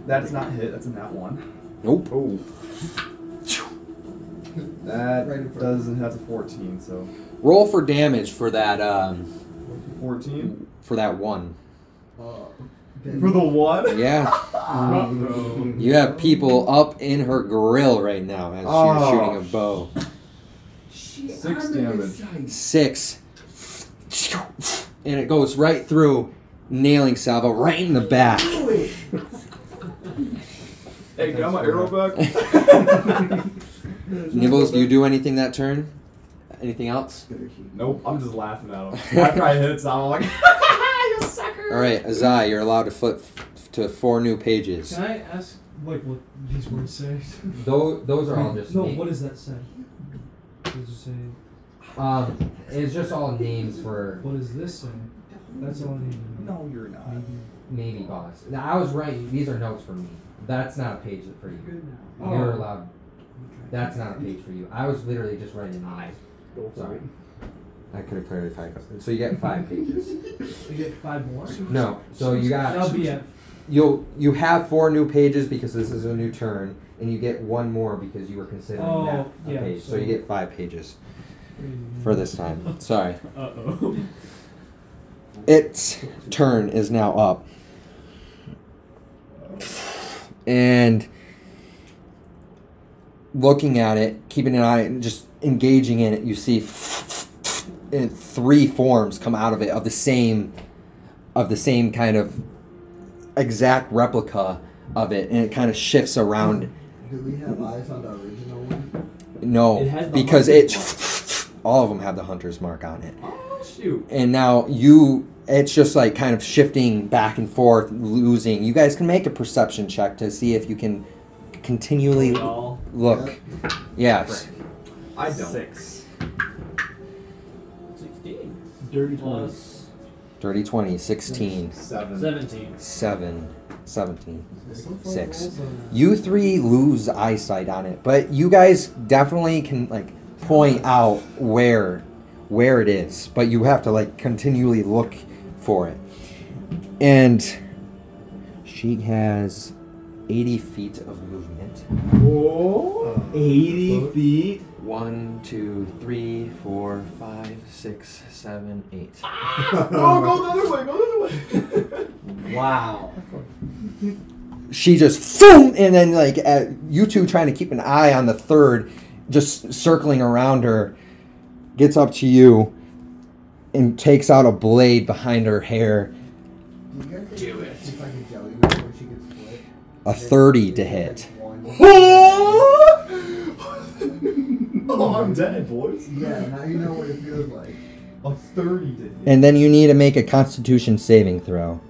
Speaker 4: That does not hit. That's a nat one.
Speaker 2: Nope.
Speaker 3: Oh.
Speaker 4: That
Speaker 5: Right in front.
Speaker 4: doesn't. That's a fourteen. So
Speaker 2: Roll for damage for that um,
Speaker 4: 14?
Speaker 2: for that one.
Speaker 5: Uh,
Speaker 4: For the one?
Speaker 2: Yeah.
Speaker 1: Uh-oh.
Speaker 2: You have people up in her grill right now as
Speaker 4: Oh.
Speaker 2: she's shooting a bow.
Speaker 5: Shit,
Speaker 4: Six
Speaker 5: I'm in
Speaker 4: damage.
Speaker 5: his sight.
Speaker 2: Six. And it goes right through, nailing Salvo right in the back.
Speaker 5: Do it.
Speaker 4: Hey, got my arrow back?
Speaker 2: Nibbles, do you do anything that turn? Anything else?
Speaker 4: *laughs* Nope, I'm just laughing at him. After I hit Sal, I'm like, *laughs*
Speaker 2: All right, Azai, you're allowed to flip f- to four new pages.
Speaker 7: Can I ask, like, what these words say?
Speaker 2: Those, those are all just
Speaker 7: no, what does that say? What does it say?
Speaker 2: Um, it's just all names for
Speaker 7: What does this say? That's all I need to know.
Speaker 4: no, you're not.
Speaker 7: Maybe.
Speaker 6: Maybe boss. Now, I was right. These are notes for me. That's not a page for you.
Speaker 7: Oh.
Speaker 6: You're allowed. That's not a page for you. I was literally just writing names.
Speaker 2: Sorry. I could have clarified. So you get
Speaker 6: *laughs*
Speaker 2: five pages.
Speaker 7: We get five more?
Speaker 2: No. So you
Speaker 7: That'll
Speaker 2: got
Speaker 7: be it.
Speaker 2: you'll you have four new pages because this is a new turn, and you get one more because you were considering
Speaker 7: Oh,
Speaker 2: that a
Speaker 7: yeah,
Speaker 2: page. So,
Speaker 7: so-
Speaker 2: you get five pages for this
Speaker 7: *laughs*
Speaker 2: time. Sorry.
Speaker 1: Uh-oh.
Speaker 2: Its turn is now up. And looking at it, keeping an eye, and just engaging in it, you see and three forms come out of it of the same of the same kind of exact replica of it and it kind of shifts around
Speaker 5: Do we have eyes on the original one?
Speaker 2: no
Speaker 8: It has the
Speaker 2: because it
Speaker 8: hunter's
Speaker 2: all of them have the hunter's mark on it
Speaker 8: Oh shoot!
Speaker 2: and now you it's just like kind of shifting back and forth losing you guys can make a perception check to see if you can continually
Speaker 8: Y'all.
Speaker 2: look yes
Speaker 4: I don't.
Speaker 8: Six. Sixteen.
Speaker 5: Dirty
Speaker 8: Plus
Speaker 2: dirty 20 16
Speaker 4: Seven.
Speaker 8: seventeen.
Speaker 2: 7 17
Speaker 5: So far,
Speaker 2: Six.
Speaker 5: rolls on-
Speaker 2: you three lose eyesight on it but you guys definitely can like point out where where it is but you have to like continually look for it and she has 80 feet of movement
Speaker 4: Whoa. 80
Speaker 11: Foot.
Speaker 4: feet?
Speaker 2: One, two, three, four, five, six, seven, eight. *laughs*
Speaker 4: No, Ah! go the other way, go the other way.
Speaker 2: Wow. She just boom, and then like at, you two trying to keep an eye on the third, just circling around her, gets up to you, and takes out a blade behind her hair,
Speaker 5: Do you guys think
Speaker 12: Do it.
Speaker 5: If I could jelly roll, where she could split.
Speaker 2: a thirty to
Speaker 4: *laughs*
Speaker 2: hit.
Speaker 4: oh, I'm dead, boys.
Speaker 5: Yeah, now you know what it feels like.
Speaker 4: A 30 to hit.
Speaker 2: And then you need to make a Constitution saving throw.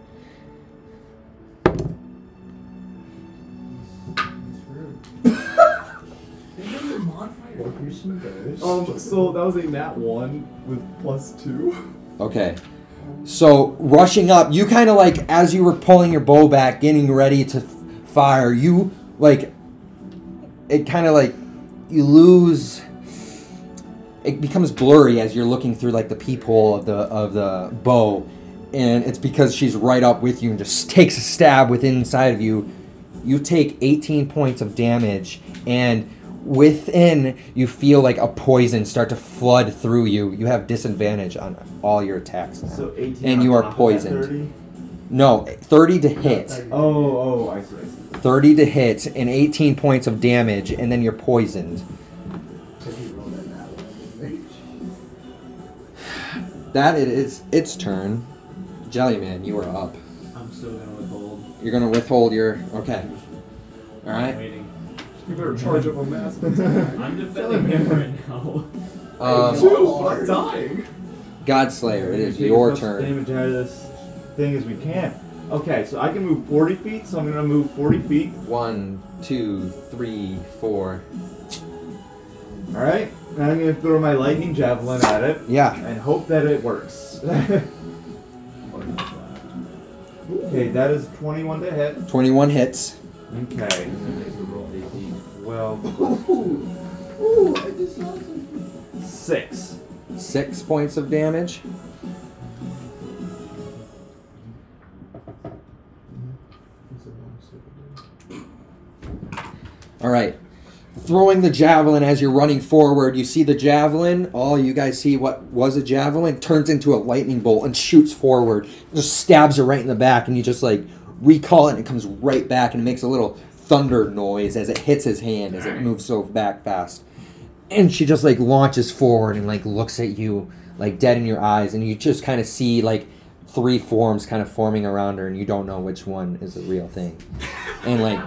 Speaker 4: Um, so that was a nat 1 with plus 2.
Speaker 2: Okay. So rushing up, you kind of like as you were pulling your bow back, getting ready to f- fire, you like it kind of like you lose. It becomes blurry as you're looking through like the peephole of the of the bow, and it's because she's right up with you and just takes a stab with inside of you. You take 18 points of damage, and within you feel like a poison start to flood through you. You have disadvantage on all your attacks. now.
Speaker 3: So 18
Speaker 2: And
Speaker 3: on
Speaker 2: you are
Speaker 3: top of that
Speaker 2: poisoned.
Speaker 3: 30?
Speaker 2: No, 30 to hit.
Speaker 3: Oh, oh, I see. I see.
Speaker 2: 30 to hit and 18 points of damage, and then you're poisoned. That it is its turn. Jellyman, you are up.
Speaker 8: I'm still gonna withhold.
Speaker 2: You're gonna withhold your okay. All
Speaker 8: I'm
Speaker 2: right.
Speaker 8: waiting.
Speaker 4: You better charge up a mass.
Speaker 8: I'm defending him right now.
Speaker 2: Um,
Speaker 4: Two, I'm dying.
Speaker 2: Godslayer, it is
Speaker 3: Take as
Speaker 2: your
Speaker 3: much
Speaker 2: turn.
Speaker 3: Damage out of this thing as we can. Okay, so I can move 40 feet, so I'm gonna move 40 feet.
Speaker 2: One, two, three, four.
Speaker 3: All right, and I'm gonna throw my lightning javelin at it
Speaker 2: Yeah.
Speaker 3: and hope that it works. *laughs* okay, that is 21 to hit.
Speaker 2: 21 hits.
Speaker 3: Okay. Well,
Speaker 5: Ooh, I just saw something.
Speaker 3: six.
Speaker 2: Six points of damage. All right. throwing the javelin as you're running forward. You see the javelin. All you guys see what was a javelin turns into a lightning bolt and shoots forward. Just stabs her right in the back, and you just like recall it, and it comes right back and it makes a little thunder noise as it hits his hand as it moves so back fast. And she just like launches forward and like looks at you like dead in your eyes, and you just kind of see like three forms kind of forming around her, and you don't know which one is the real thing. And like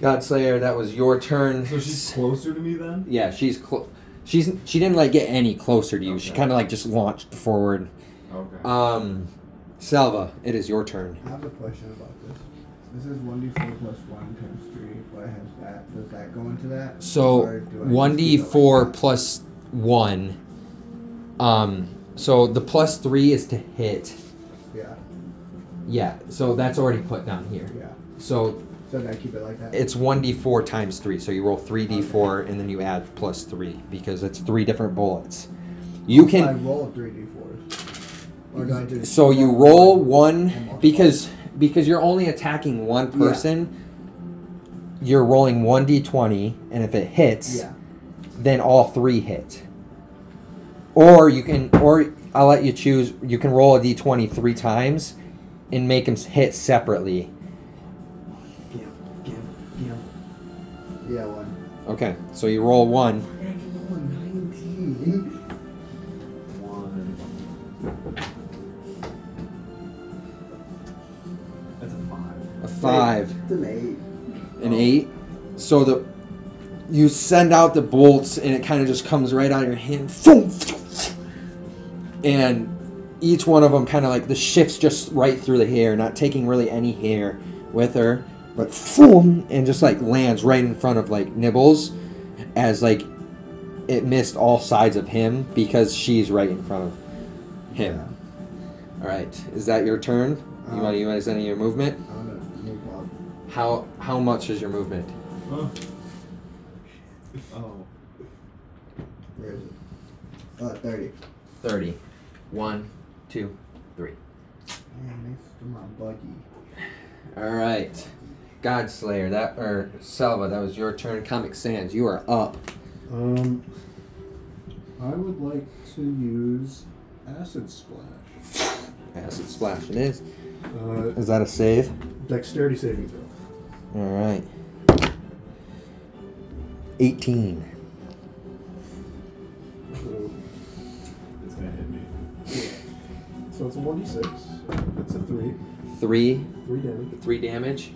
Speaker 2: Godslayer, that was your turn.
Speaker 4: So she's closer to me then?
Speaker 2: Yeah, she's clo- she's she didn't like get any closer to you. She kind of like just launched forward.
Speaker 4: Okay.
Speaker 2: Um, Salva, it is your turn.
Speaker 5: I have a question about this. This is one d four plus one times three. What has that? Does that go into that?
Speaker 2: So
Speaker 5: Or do I
Speaker 2: one
Speaker 5: just
Speaker 2: d
Speaker 5: leave it like
Speaker 2: four
Speaker 5: that?
Speaker 2: plus one. Um, so the plus three is to hit.
Speaker 5: Yeah,
Speaker 2: Yeah, so that's already put down here.
Speaker 5: yeah.
Speaker 2: So
Speaker 5: So did I keep it like that?
Speaker 2: it's 1d4 times 3 so you roll 3d4 and then you add plus 3 because it's three different bullets you
Speaker 5: I
Speaker 2: can
Speaker 5: roll three d fours. Or do I just
Speaker 2: so you roll one because because you're only attacking one
Speaker 5: Yeah.
Speaker 2: person you're rolling 1d20 and if it hits
Speaker 5: Yeah.
Speaker 2: then all three hit or you can or i'll let you choose you can roll a d20 three times and make them hit separately
Speaker 5: Give, give, give. Yeah, one.
Speaker 2: okay so you roll one
Speaker 5: I can roll a nineteen.
Speaker 4: One. That's a five.
Speaker 2: a five
Speaker 5: It's an eight.
Speaker 2: an eight. So the you send out the bolts and it kind of just comes right out of your hand. Foom, foom, foom. And each one of them kind of like the shifts just right through the hair, not taking really any hair with her, but foom, and just like lands right in front of like Nibbles as like it missed all sides of him because she's right in front of him. All right, is that your turn? You
Speaker 5: Um,
Speaker 2: want you want to send in your movement?
Speaker 5: I'm gonna move on.
Speaker 2: How how much is your movement?
Speaker 4: Oh.
Speaker 5: Where is it? Uh, thirty.
Speaker 2: 30. One, two, three.
Speaker 5: Man, next to my buggy.
Speaker 2: All right. Godslayer, that, or Salva, that was your turn. Comic Sans, you are up.
Speaker 11: Um, I would like to use acid splash.
Speaker 2: Acid Splash it is.
Speaker 11: Uh,
Speaker 2: Is that a save?
Speaker 11: dexterity saving throw.
Speaker 2: All right. 18.
Speaker 11: So,
Speaker 4: It's gonna hit me.
Speaker 11: so it's a one d six. It's a three.
Speaker 2: Three.
Speaker 11: Three damage.
Speaker 2: Three damage.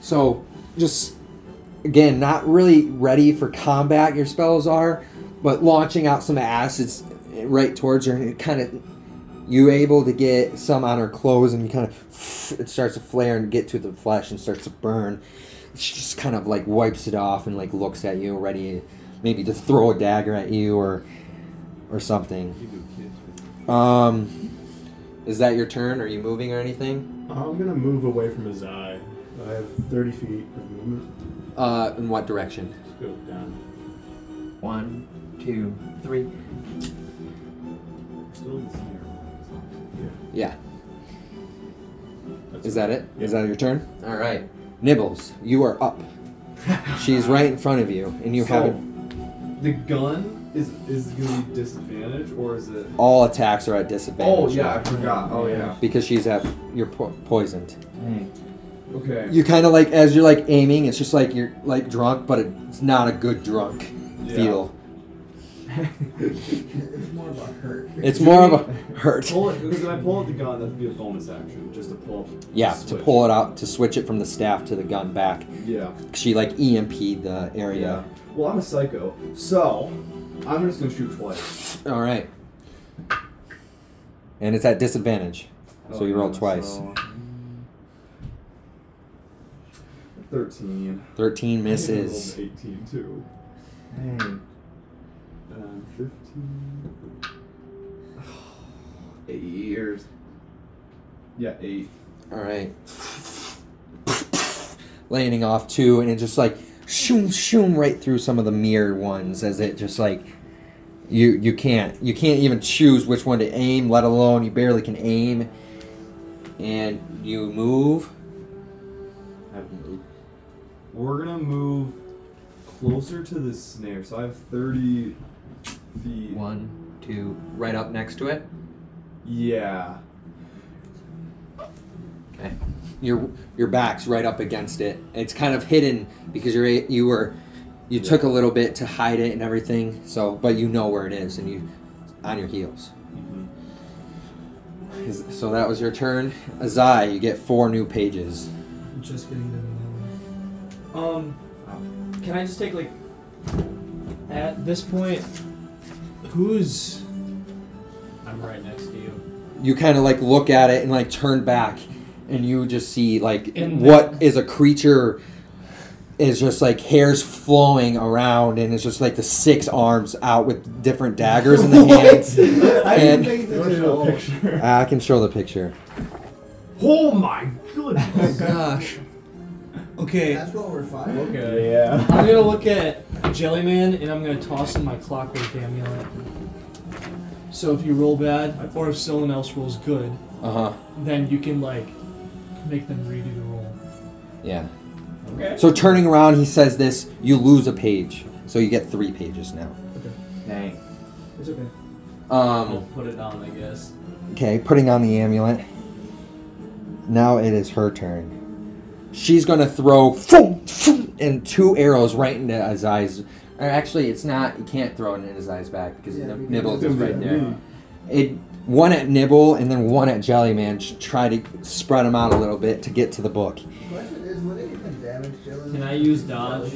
Speaker 2: So, just, again, not really ready for combat, your spells are, but launching out some acids right towards her, and it kind of you able to get some on her clothes and you kind of it starts to flare and get to the flesh and starts to burn she just kind of like wipes it off and like looks at you ready maybe to throw a dagger at you or or something um is that your turn are you moving or anything
Speaker 11: I'm gonna move away from his eye. I have thirty feet of movement.
Speaker 2: uh in what direction
Speaker 11: Let's go down.
Speaker 2: one two three
Speaker 4: Still in the center.
Speaker 2: yeah
Speaker 11: That's
Speaker 2: is that it? Is that your turn all right nibbles you are up she's right in front of you and you
Speaker 4: So,
Speaker 2: haven't
Speaker 4: The gun is is it gonna be disadvantage or is it?
Speaker 2: all attacks are at disadvantage
Speaker 4: Oh yeah, I forgot. Oh yeah.
Speaker 2: because she's at you're po- poisoned.
Speaker 4: Okay.
Speaker 2: You kind of like as you're like aiming, it's just like you're like drunk, but it's not a good drunk
Speaker 4: Yeah.
Speaker 2: feel.
Speaker 4: *laughs*
Speaker 5: It's more of a hurt.
Speaker 2: It's more of a hurt.
Speaker 4: Pull it because if I pull out the gun, that'd be a bonus action just to pull. up the
Speaker 2: Yeah, to
Speaker 4: switch.
Speaker 2: pull it out to switch it from the staff to the gun back.
Speaker 4: Yeah.
Speaker 2: She like EMP'd the area.
Speaker 4: Well, I'm a psycho, so I'm just gonna shoot twice.
Speaker 2: All right, and it's at disadvantage, so
Speaker 4: Oh,
Speaker 2: you roll
Speaker 4: yeah,
Speaker 2: twice.
Speaker 4: so- Thirteen.
Speaker 2: Thirteen misses.
Speaker 4: I rolled Eighteen too. And fifteen. *sighs* Eight years. Yeah, eight.
Speaker 2: All right. Landing off two, and it just like shoom shoom right through some of the mirror ones as it just like you you can't you can't even choose which one to aim, let alone you barely can aim. And you move.
Speaker 3: Have moved.
Speaker 4: We're gonna move closer to the snare. So I have 30 feet.
Speaker 2: One, two, right up next to it.
Speaker 4: Yeah.
Speaker 2: Okay. Your your back's right up against it. It's kind of hidden because you're a- you were you took a little bit to hide it and everything. So, but you know where it is, and you on your heels. Is- So that was your turn, Azai. You get four new pages.
Speaker 7: I'm just getting done.
Speaker 8: Um, can I just take like
Speaker 7: At this point, who's
Speaker 8: I'm right next to you.
Speaker 2: You kind of like look at it and like turn back, and you just see like what is a
Speaker 7: And
Speaker 2: creature is just like hairs flowing around, and it's just like the six arms out with different daggers
Speaker 5: *laughs*
Speaker 2: in the hands.
Speaker 5: I didn't
Speaker 2: And
Speaker 5: think
Speaker 11: You want
Speaker 5: this
Speaker 11: to show a
Speaker 5: was
Speaker 11: picture?
Speaker 2: I can show the picture.
Speaker 12: Oh my goodness.
Speaker 7: gosh? Okay,
Speaker 5: That's what we're fighting.
Speaker 8: Okay.
Speaker 4: Yeah.
Speaker 7: I'm gonna look at Jellyman and I'm gonna toss in my clockwork amulet. So if you roll bad, or if someone else rolls good,
Speaker 2: Uh huh.
Speaker 7: then you can like make them redo the roll.
Speaker 2: Yeah.
Speaker 8: Okay.
Speaker 2: So turning around, he says this. You lose a page, so you get three pages now.
Speaker 3: Dang.
Speaker 7: It's okay.
Speaker 8: I'll
Speaker 2: Um,
Speaker 8: put it on, I guess.
Speaker 2: okay, putting on the amulet. Now it is her turn. She's gonna throw foom, foom, and two arrows right into his eyes. Or actually, it's not. You can't throw it in his eyes back because
Speaker 5: Yeah,
Speaker 2: the
Speaker 5: because
Speaker 2: nibbles
Speaker 5: it's
Speaker 2: is right
Speaker 5: gonna
Speaker 2: there. It one at nibble and then one at Jellyman. Sh- Try to spread them out a little bit to get to the book.
Speaker 5: Question is, would it even damage Dylan?
Speaker 8: Can I use dodge?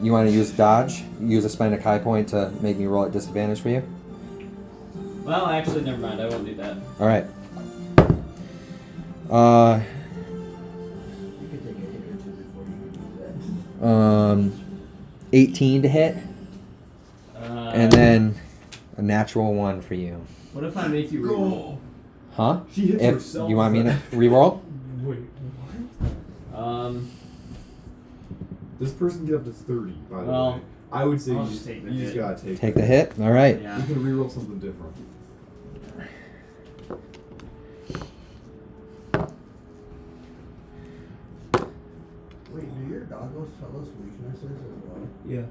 Speaker 2: You want to use dodge? Use a spend a kai point to make me roll at disadvantage for you.
Speaker 8: Well, actually, never mind. I won't do that.
Speaker 2: All right. Uh,
Speaker 5: You could take a hit or two before you can do
Speaker 2: um, 18 to hit,
Speaker 8: Uh,
Speaker 2: and then a natural one for you.
Speaker 8: what if I make you roll?
Speaker 2: Huh?
Speaker 4: She hits
Speaker 2: If
Speaker 4: herself.
Speaker 2: you want me to reroll?
Speaker 7: Wait, what?
Speaker 8: Um,
Speaker 4: This person get up to 30, by the
Speaker 8: Well,
Speaker 4: way. I would say
Speaker 8: I'll
Speaker 4: you
Speaker 8: just
Speaker 4: just,
Speaker 8: take the
Speaker 4: you just
Speaker 8: hit.
Speaker 4: gotta take,
Speaker 2: Take the hit. All right.
Speaker 8: yeah.
Speaker 4: You can reroll something different.
Speaker 5: that. Wait, do your doggos tell us weaknesses as well?
Speaker 7: Yeah.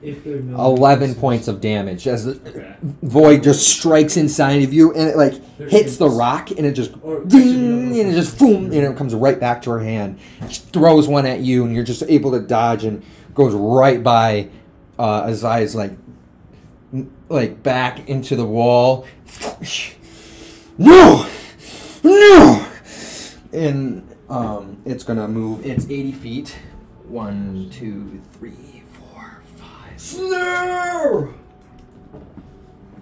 Speaker 7: If they're not
Speaker 2: 11 points of damage as the
Speaker 8: Okay.
Speaker 2: void just strikes inside of you and it like
Speaker 7: They're
Speaker 2: hits the
Speaker 7: imps.
Speaker 2: rock and it just
Speaker 7: Or-
Speaker 2: ding, and it just boom and it comes right back to her hand she throws one at you and you're just able to dodge and goes right by uh Azai's like n- like back into the wall *sniffs* no no and um it's gonna move it's 80 feet one two three four five snare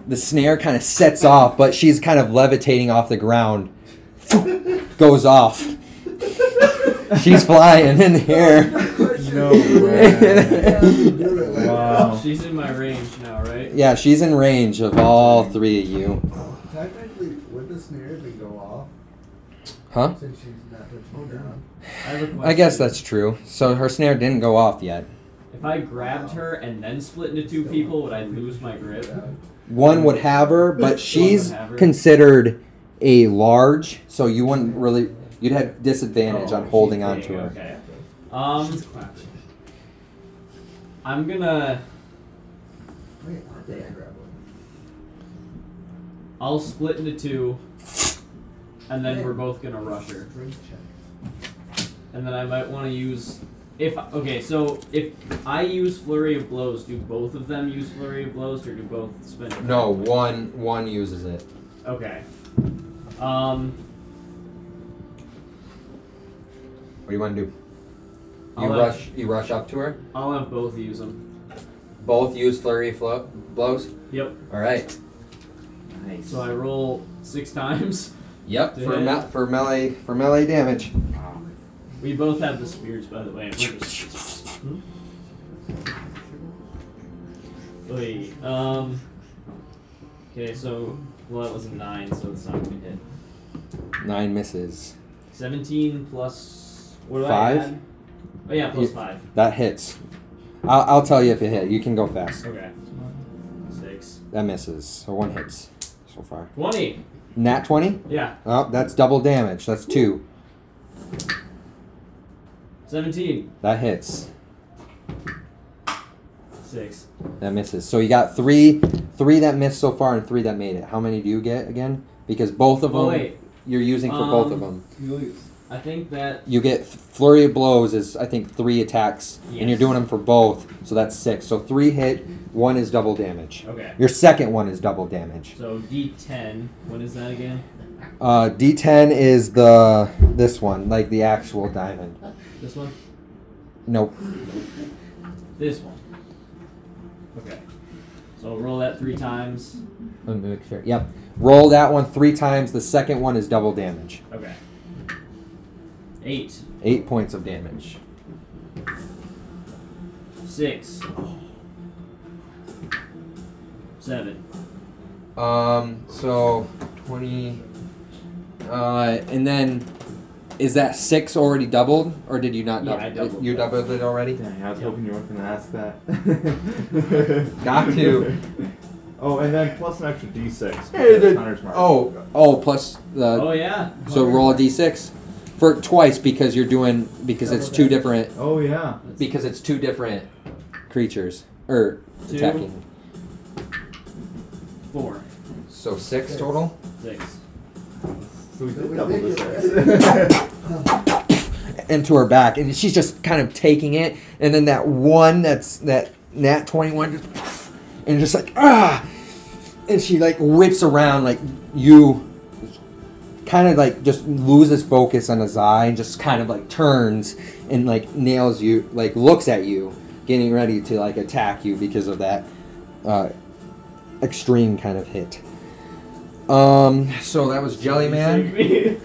Speaker 2: the snare kind of sets off, but she's kind of levitating off the ground. *laughs* Goes off. she's flying in the air.
Speaker 5: *laughs* No do it like
Speaker 3: Wow.
Speaker 8: She's in my range now, right?
Speaker 2: yeah, she's in range of all three of you.
Speaker 5: Technically, would the snare even go off
Speaker 2: Huh?
Speaker 5: since she's not touching the ground?
Speaker 8: I, have a question.
Speaker 2: I guess that's true. So her snare didn't go off yet.
Speaker 8: If I grabbed her and then split into two people, would I lose my grip?
Speaker 2: One would have her,
Speaker 8: *laughs*
Speaker 2: but she's
Speaker 8: would have her.
Speaker 2: considered a large, so you wouldn't really. You'd have disadvantage on holding on to her.
Speaker 8: Oh, Okay. Um, I'm gonna.
Speaker 5: Wait, I think I grabbed one.
Speaker 8: I'll split into two, and then we're both gonna rush her.
Speaker 5: Drink check.
Speaker 8: And then I might want to use. If okay, so if I use flurry of blows, do both of them use flurry of blows, or do both spend? a-
Speaker 2: No, one one uses it.
Speaker 8: Okay. Um,
Speaker 2: What do you want to do? You
Speaker 8: I'll have-
Speaker 2: rush. You rush up to her.
Speaker 8: I'll have both use them.
Speaker 2: Both use flurry flo- blows.
Speaker 8: Yep.
Speaker 2: All right.
Speaker 3: Nice.
Speaker 8: So I roll six *laughs* times.
Speaker 2: Yep.
Speaker 8: Did
Speaker 2: For
Speaker 8: it?
Speaker 2: me- for melee for melee damage.
Speaker 8: We both have the spears, by the way. We're just- Hmm? Wait. Um. Okay, so well, that was a nine, so it's not gonna hit.
Speaker 2: Nine misses.
Speaker 8: Seventeen plus. What do
Speaker 2: Five?
Speaker 8: I add? Oh yeah, plus
Speaker 2: You-
Speaker 8: five.
Speaker 2: That hits. I'll, I'll tell you if it hit. You can go fast.
Speaker 8: Okay. Six.
Speaker 2: That misses. So one hits so far.
Speaker 8: Twenty.
Speaker 2: Nat twenty.
Speaker 8: Yeah.
Speaker 2: Oh, that's double damage. That's two.
Speaker 8: Seventeen.
Speaker 2: That hits.
Speaker 8: Six.
Speaker 2: That misses. So you got three, three that missed so far, and three that made it. How many do you get again? Because both of them
Speaker 8: Oh, wait.
Speaker 2: you're using for both of
Speaker 8: Um,
Speaker 2: them.
Speaker 4: You lose.
Speaker 8: I think that
Speaker 2: You get flurry of blows is I think three attacks, and you're
Speaker 8: Yes.
Speaker 2: doing them for both, so that's six. So three hit, one is double damage.
Speaker 8: Okay.
Speaker 2: Your second one is double damage.
Speaker 8: So D ten. What is that again?
Speaker 2: Uh, D10 is the this one, like the actual diamond.
Speaker 8: This one?
Speaker 2: Nope.
Speaker 8: This one. Okay. So roll that three times.
Speaker 2: Let me make sure. Yep. Roll that one three times. The second one is double damage.
Speaker 8: Okay. Eight.
Speaker 2: Eight points of damage.
Speaker 8: Six. Seven.
Speaker 2: Uh, Um. So twenty. Uh, and then, is that six already doubled, or did you not
Speaker 8: Yeah,
Speaker 2: double?
Speaker 8: I doubled
Speaker 2: You
Speaker 8: it.
Speaker 2: doubled it already.
Speaker 3: Dang, I was hoping you weren't gonna ask that.
Speaker 2: Got to.
Speaker 3: *laughs* Oh, and then plus an extra
Speaker 2: Hey,
Speaker 3: D6. because
Speaker 2: the-
Speaker 3: Hunter's Mark.
Speaker 2: Oh. Oh. Plus the.
Speaker 8: oh yeah.
Speaker 2: So roll a d6 for twice because you're doing because it's two different
Speaker 3: Oh yeah.
Speaker 2: because it's two different creatures or
Speaker 8: Two.
Speaker 2: attacking.
Speaker 8: Four.
Speaker 2: So six total.
Speaker 8: Six.
Speaker 3: So we
Speaker 5: So we
Speaker 3: did double
Speaker 5: did
Speaker 3: this.
Speaker 2: into her back, and she's just kind of taking it. And then that one that's that nat twenty one, just and just like ah, and she like whips around like you, kind of like just loses focus on his eye and just kind of like turns and like nails you, like looks at you, getting ready to like attack you because of that uh, extreme kind of hit. Um, so that was Jellyman.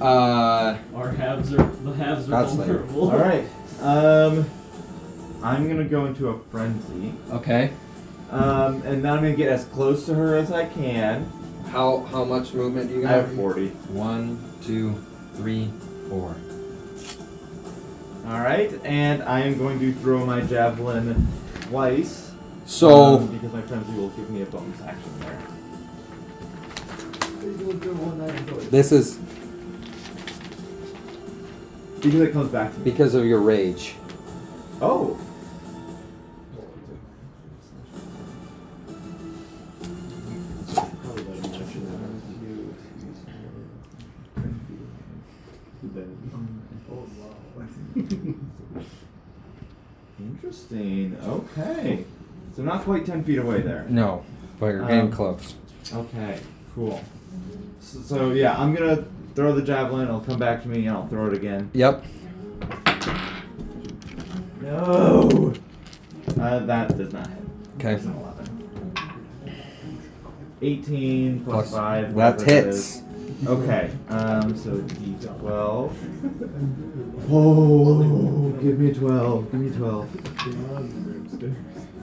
Speaker 2: Uh,
Speaker 8: *laughs* Our halves are the halves are
Speaker 2: That's later.
Speaker 8: vulnerable.
Speaker 3: All right. Um, I'm gonna go into a frenzy.
Speaker 2: okay.
Speaker 3: Um, and then I'm gonna get as close to her as I can.
Speaker 2: How how much movement do you
Speaker 3: I
Speaker 2: have?
Speaker 3: have 40.
Speaker 2: One, two, three, four.
Speaker 3: All right, and I am going to throw my javelin twice.
Speaker 2: So
Speaker 3: um, because my frenzy will give me a bonus action there.
Speaker 2: this is
Speaker 3: Because it comes back to me.
Speaker 2: because of your rage.
Speaker 3: Oh. Interesting. Okay. So not quite ten feet away there.
Speaker 2: No, but you're getting
Speaker 3: Um,
Speaker 2: close.
Speaker 3: Okay. Cool. So, so yeah, I'm gonna throw the javelin. It'll come back to me, and I'll throw it again.
Speaker 2: Yep.
Speaker 3: No. Uh, that does not hit.
Speaker 2: Okay.
Speaker 3: That's an 11. 18 plus,
Speaker 2: Plus- That
Speaker 3: 5. whatever it
Speaker 2: hits.
Speaker 3: is. Okay. Um, so D12. Whoa. Give me a 12. Give me a 12.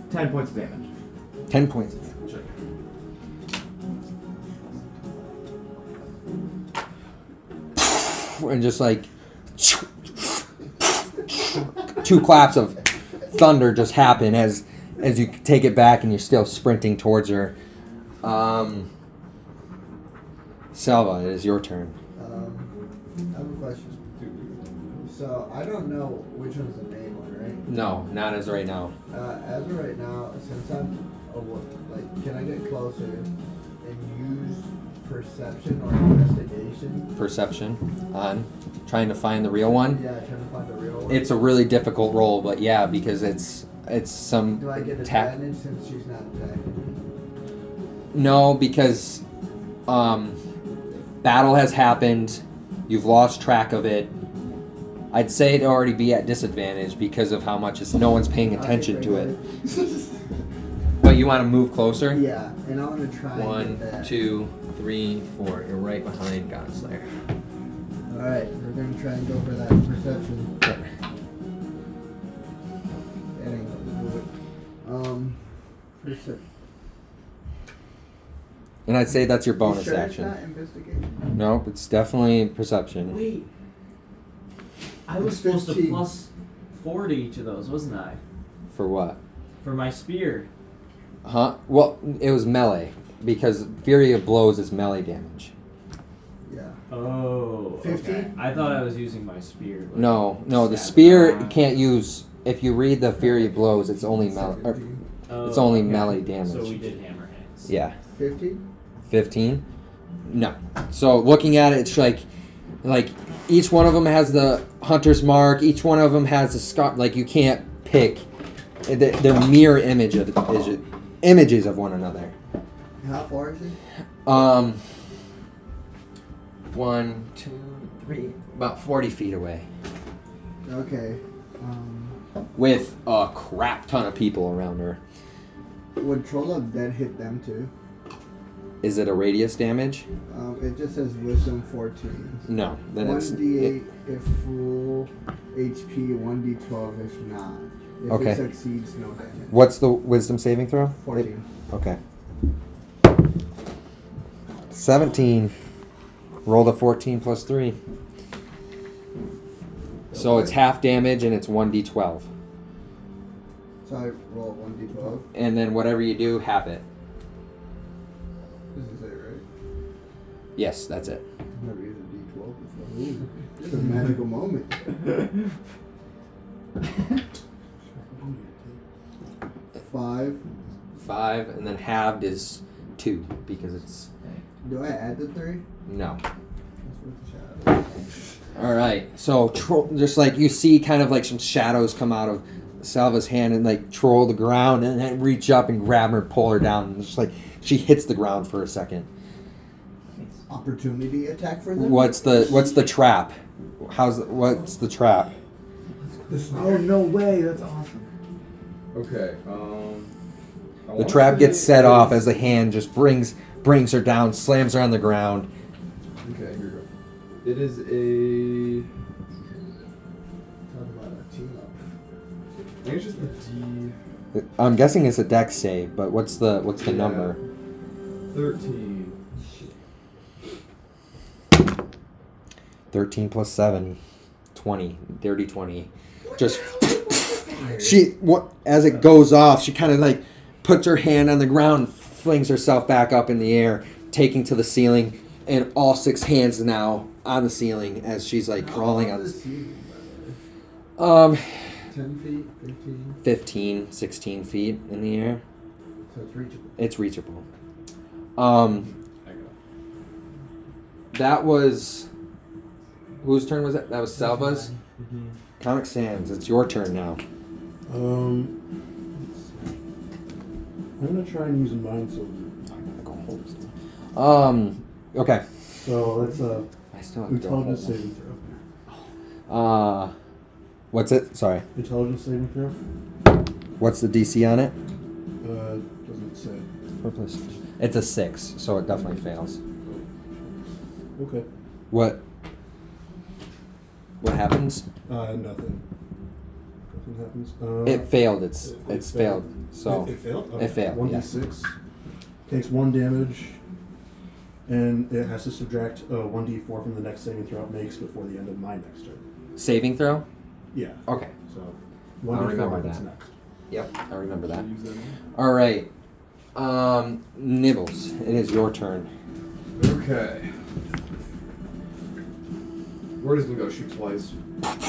Speaker 3: 10 points of damage.
Speaker 2: Ten points. And just like two claps of thunder just happen as as you take it back and you're still sprinting towards her. Um, Salva, it is your turn.
Speaker 5: Um, I have a question. So I don't know which one's the main one, right?
Speaker 2: No, not as right now.
Speaker 5: Uh, as of right now, since I'm a wo- like, can I get closer and use perception or investigation?
Speaker 2: Perception on trying to find the real one.
Speaker 5: Yeah, trying to find the real one.
Speaker 2: It's a really difficult roll, but yeah, because it's it's some
Speaker 5: Do I get
Speaker 2: tac-
Speaker 5: advantage since she's not attacking?
Speaker 2: No, because um, battle has happened. You've lost track of it. I'd say it'd already be at disadvantage because of how much it's, no one's paying attention to it. But you want to move closer.
Speaker 5: yeah, and I want to try. and get
Speaker 2: One,
Speaker 5: that.
Speaker 2: two, three, four. You're right behind Godslayer.
Speaker 5: All right, we're gonna try and go for that perception. That ain't gonna do it. Um, perception.
Speaker 2: And I'd say that's your bonus
Speaker 5: you sure
Speaker 2: action.
Speaker 5: It's not investigation.
Speaker 2: Nope, it's definitely perception.
Speaker 8: Wait. I was
Speaker 5: It's
Speaker 8: supposed to
Speaker 5: 15.
Speaker 8: plus four to each of those, wasn't I?
Speaker 2: For what?
Speaker 8: For my spear.
Speaker 2: Huh? Well, it was melee because fury of blows is melee damage.
Speaker 5: Yeah.
Speaker 8: Oh. okay. I thought I was using my spear. like,
Speaker 2: No, no, the
Speaker 8: stab.
Speaker 2: spear can't use. If you read the Fury Blows, it's only mel- or,
Speaker 8: Oh,
Speaker 2: it's only
Speaker 8: okay.
Speaker 2: melee damage.
Speaker 8: So we did hammer hands.
Speaker 2: yeah,
Speaker 5: 15?
Speaker 2: fifteen. No. So looking at it, it's like, like each one of them has the hunter's mark. Each one of them has a scar. Like you can't pick. They're they're mirror image of is- images of one another.
Speaker 5: How far is it?
Speaker 2: Um. One, two, three. About forty feet away,
Speaker 5: Okay. Um,
Speaker 2: with a crap ton of people around her.
Speaker 5: would Troll of Dead hit them too?
Speaker 2: Is it a radius damage?
Speaker 5: Um, it just says Wisdom 14.
Speaker 2: No. Then it's
Speaker 5: 1d8 if full HP, 1d12 if not. If
Speaker 2: Okay.
Speaker 5: it succeeds, no damage.
Speaker 2: What's the wisdom saving throw?
Speaker 5: 14.
Speaker 2: Okay. 17. Roll the 14 plus 3. So it's half damage and it's 1d12.
Speaker 5: So I roll 1d12.
Speaker 2: And then whatever you do, half it.
Speaker 5: This is it, right?
Speaker 2: Yes, that's it.
Speaker 5: I've never used a d12 before. Ooh, this is a magical moment. Five.
Speaker 2: 5 and then halved is 2 because it's.
Speaker 5: Do I add the three?
Speaker 2: No.
Speaker 5: That's worth a shot.
Speaker 2: All right. So tro- just like you see, kind of like some shadows come out of Salva's hand and like troll the ground, and then reach up and grab her, pull her down, and just like she hits the ground for a second.
Speaker 5: Opportunity attack for them?
Speaker 2: What's the what's the trap? How's the, what's the trap?
Speaker 4: oh no way! That's awesome. Okay. Um. I
Speaker 2: The
Speaker 4: wanna
Speaker 2: trap
Speaker 4: say
Speaker 2: gets set off
Speaker 4: it's-
Speaker 2: as the hand just brings brings her down, slams her on the ground.
Speaker 4: Okay, here we go. It is a.
Speaker 5: Talk about a team up.
Speaker 4: I think it's just the D.
Speaker 2: I'm guessing it's a dex save, but what's the what's the
Speaker 4: Yeah.
Speaker 2: number?
Speaker 4: Thirteen.
Speaker 2: Thirteen plus seven. 20, dirty 20. Just *laughs* she what as it goes off she kind of like puts her hand on the ground and flings herself back up in the air taking to the ceiling and all six hands now on the ceiling as she's like crawling on this um
Speaker 5: 10 feet, 15.
Speaker 2: 15 16 feet in the air
Speaker 5: So it's reachable.
Speaker 2: it's reachable um that was whose turn was that that was salva's comic sans it's your turn now
Speaker 11: Um, I'm gonna try and use a mind soldier.
Speaker 2: um okay
Speaker 11: So that's a
Speaker 2: i still have to go hold
Speaker 11: intelligence
Speaker 2: on.
Speaker 11: saving throw.
Speaker 2: Uh, what's it? Sorry.
Speaker 11: Intelligence saving throw.
Speaker 2: What's the DC on it?
Speaker 11: Uh, doesn't say.
Speaker 2: Four plus. It's a six, so it definitely fails.
Speaker 11: Okay.
Speaker 2: What? What happens?
Speaker 11: Uh, nothing. Nothing happens. Uh,
Speaker 2: It failed. It's
Speaker 11: it- it
Speaker 2: it's failed. So
Speaker 11: It, it failed.
Speaker 2: it failed,
Speaker 11: One
Speaker 2: yeah.
Speaker 11: d six takes one damage, and it has to subtract uh, one d four from the next saving throw it makes before the end of my next turn.
Speaker 2: saving throw.
Speaker 11: Yeah.
Speaker 2: Okay.
Speaker 11: So one
Speaker 2: I'll
Speaker 11: d four.
Speaker 2: remember
Speaker 11: That's
Speaker 2: that.
Speaker 11: next.
Speaker 2: Yep, I remember that. All right. Um, Nibbles, it is your turn.
Speaker 4: Okay. We're just gonna go shoot twice.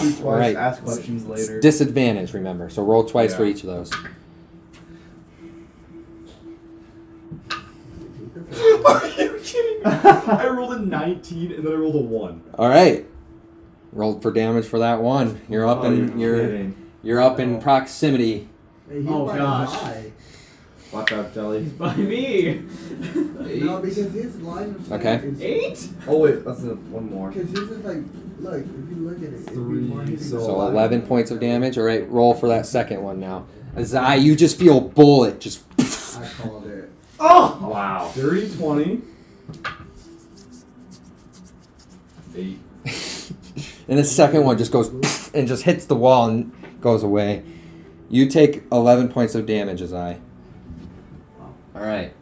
Speaker 4: Shoot twice.
Speaker 2: Right.
Speaker 4: Ask questions later.
Speaker 2: It's disadvantage, remember. So roll twice for
Speaker 4: Yeah.
Speaker 2: each of those.
Speaker 4: *laughs* Are you kidding me? I rolled a 19 and then I rolled a 1.
Speaker 2: All right. Rolled for damage for that one. You're
Speaker 4: Oh,
Speaker 2: up in Oh, you're you're up in proximity.
Speaker 5: Hey, he's
Speaker 8: Oh,
Speaker 5: by
Speaker 8: gosh.
Speaker 5: high.
Speaker 3: Watch out, Telly.
Speaker 8: By me.
Speaker 5: No, because his line of sight
Speaker 2: Okay.
Speaker 5: is-
Speaker 8: Eight.
Speaker 3: Oh wait, that's a, one more.
Speaker 5: Because this is like, look, if you look at it, it'd be more
Speaker 4: Three,
Speaker 5: hitting
Speaker 4: so
Speaker 5: the
Speaker 2: So
Speaker 5: line.
Speaker 2: 11 points of damage. All right, roll for that second one now. Azai, you just feel a bullet just. *laughs*
Speaker 5: I called it.
Speaker 4: Oh!
Speaker 3: Wow.
Speaker 4: Dirty 20. 8.
Speaker 2: and the second one just goes *laughs* and just hits the wall and goes away. You take 11 points of damage, Azai. All right.